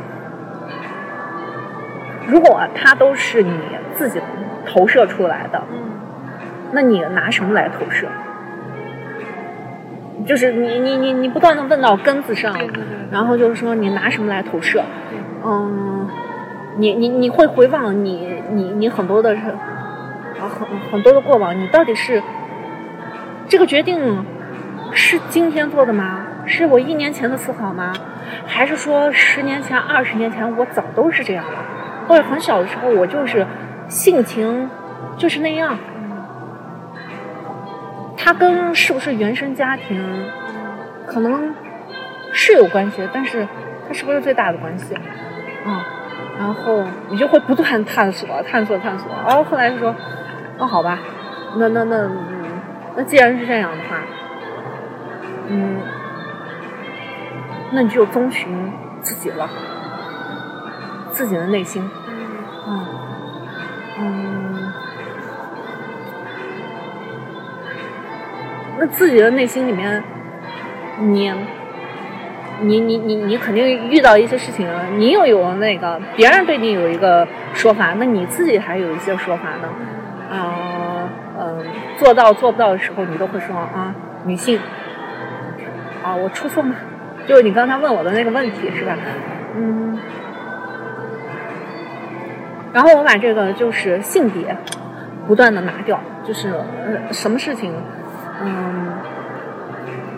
B: 如果它都是你自己投射出来的，
D: 嗯
B: 那你拿什么来投射？就是你你你你不断的问到根子上，
D: 对对对，
B: 然后就是说你拿什么来投射
D: 对？
B: 嗯，你你你会回望你你你很多的是，啊很很多的过往，你到底是这个决定是今天做的吗？是我一年前的思考吗？还是说十年前、二十年前我早都是这样了，或者很小的时候我就是性情就是那样？它跟是不是原生家庭可能是有关系，但是它是不是最大的关系？嗯，然后你就会不断探索、探索、探索。然后后来就说，那、好吧，那那那、嗯那既然是这样的话，嗯，那你就遵循自己了，自己的内心。嗯，嗯，那自己的内心里面，你，你你你你肯定遇到一些事情，你又有那个别人对你有一个说法，那你自己还有一些说法呢。啊、嗯、做到做不到的时候，你都会说啊，女性，啊，我出错吗？就是你刚才问我的那个问题是吧？嗯。然后我把这个就是性别不断的拿掉，就是呃什么事情，嗯，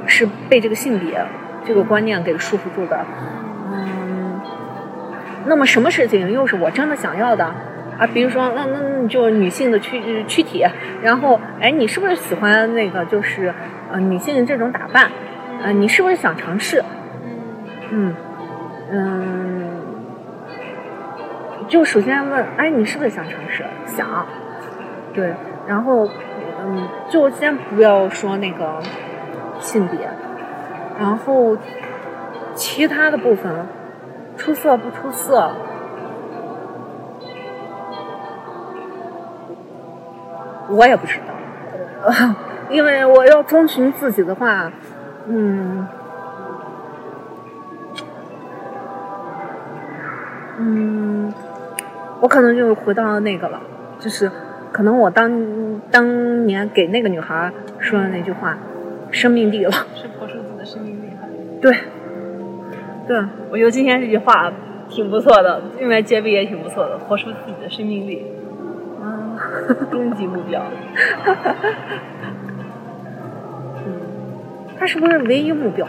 B: 是被这个性别这个观念给束缚住的，嗯，那么什么事情又是我真的想要的啊？比如说，那那那就是女性的躯呃躯体，然后哎，你是不是喜欢那个就是呃女性这种打扮？呃，你是不是想尝试？嗯嗯，就首先问，哎，你是不是想尝试？想，对，然后，嗯，就先不要说那个性别，然后其他的部分，出色不出色，我也不知道， 因为我要遵循自己的话，嗯。嗯，我可能就回到那个了，就是可能我当当年给那个女孩说的那句话，生命力了。
D: 是婆叔子的生命力哈。
B: 对，对，
A: 我觉得今天这句话挺不错的，用来结尾也挺不错的，活出自己的生命力，
B: 嗯，
A: 终极目标。
B: 她是不是唯一目标？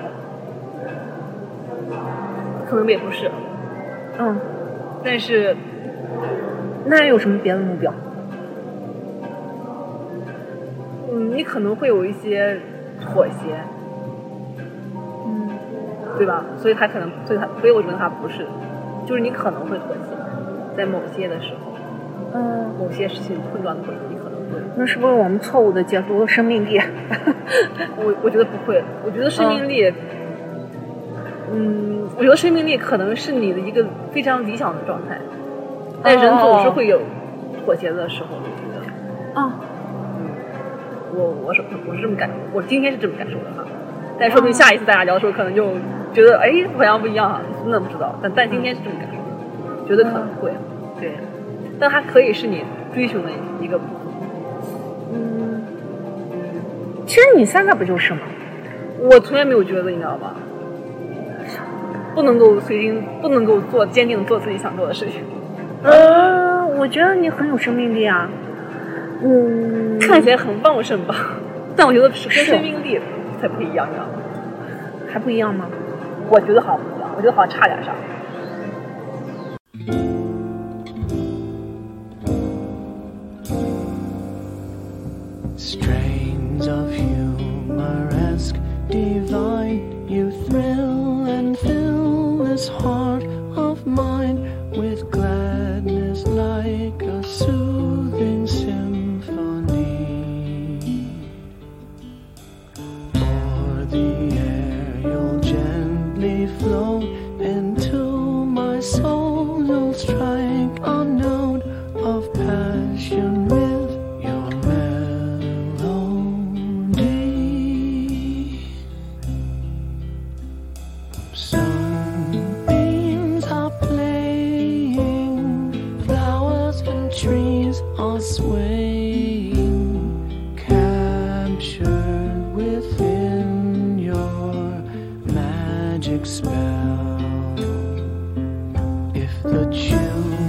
A: 可能也不是，
B: 嗯，
A: 但是
B: 那还有什么别的目标？
A: 嗯，你可能会有一些妥协，
B: 嗯，
A: 对吧？所以他可能，所以他，所以我觉得他不是，就是你可能会妥协，在某些的时候，
B: 嗯，
A: 某些事情混乱的时候，你可能会。
B: 那是不是我们错误的解读了生命力？
A: 我我觉得不会，我觉得生命力，嗯，我觉得生命力可能是你的一个非常理想的状态，但人总是会有妥协的时候，我觉得，
B: 啊，
A: 嗯我我是我是这么感，我今天是这么感受的哈，但说不定下一次大家聊的时候，可能就觉得哎好像不一样啊，那不知道，但但今天是这么感受的，觉得可能会，嗯对，但它可以是你追求的一个部分。
B: 嗯，其实你现在不就是吗？
A: 我从来没有觉得，你知道吧？不能够随心，不能够做坚定做自己想做的事情。
B: 呃，我觉得你很有生命力啊。嗯，
A: 看起来很旺盛吧，但我觉得是跟
B: 是
A: 生命力才不一样，你知道吗？
B: 还不一样吗？
A: 我觉得好像不一样，我觉得好像差点啥。
E: Strains of humoresque divine, you thrill and fill this heart of mine with gladness like a soothing symphony. O'er the air you'll gently flow into my soul. You'll strike a note of passion with your melody. Sunbeams are playing, flowers and trees are swaying captured within your magic spell. If the chill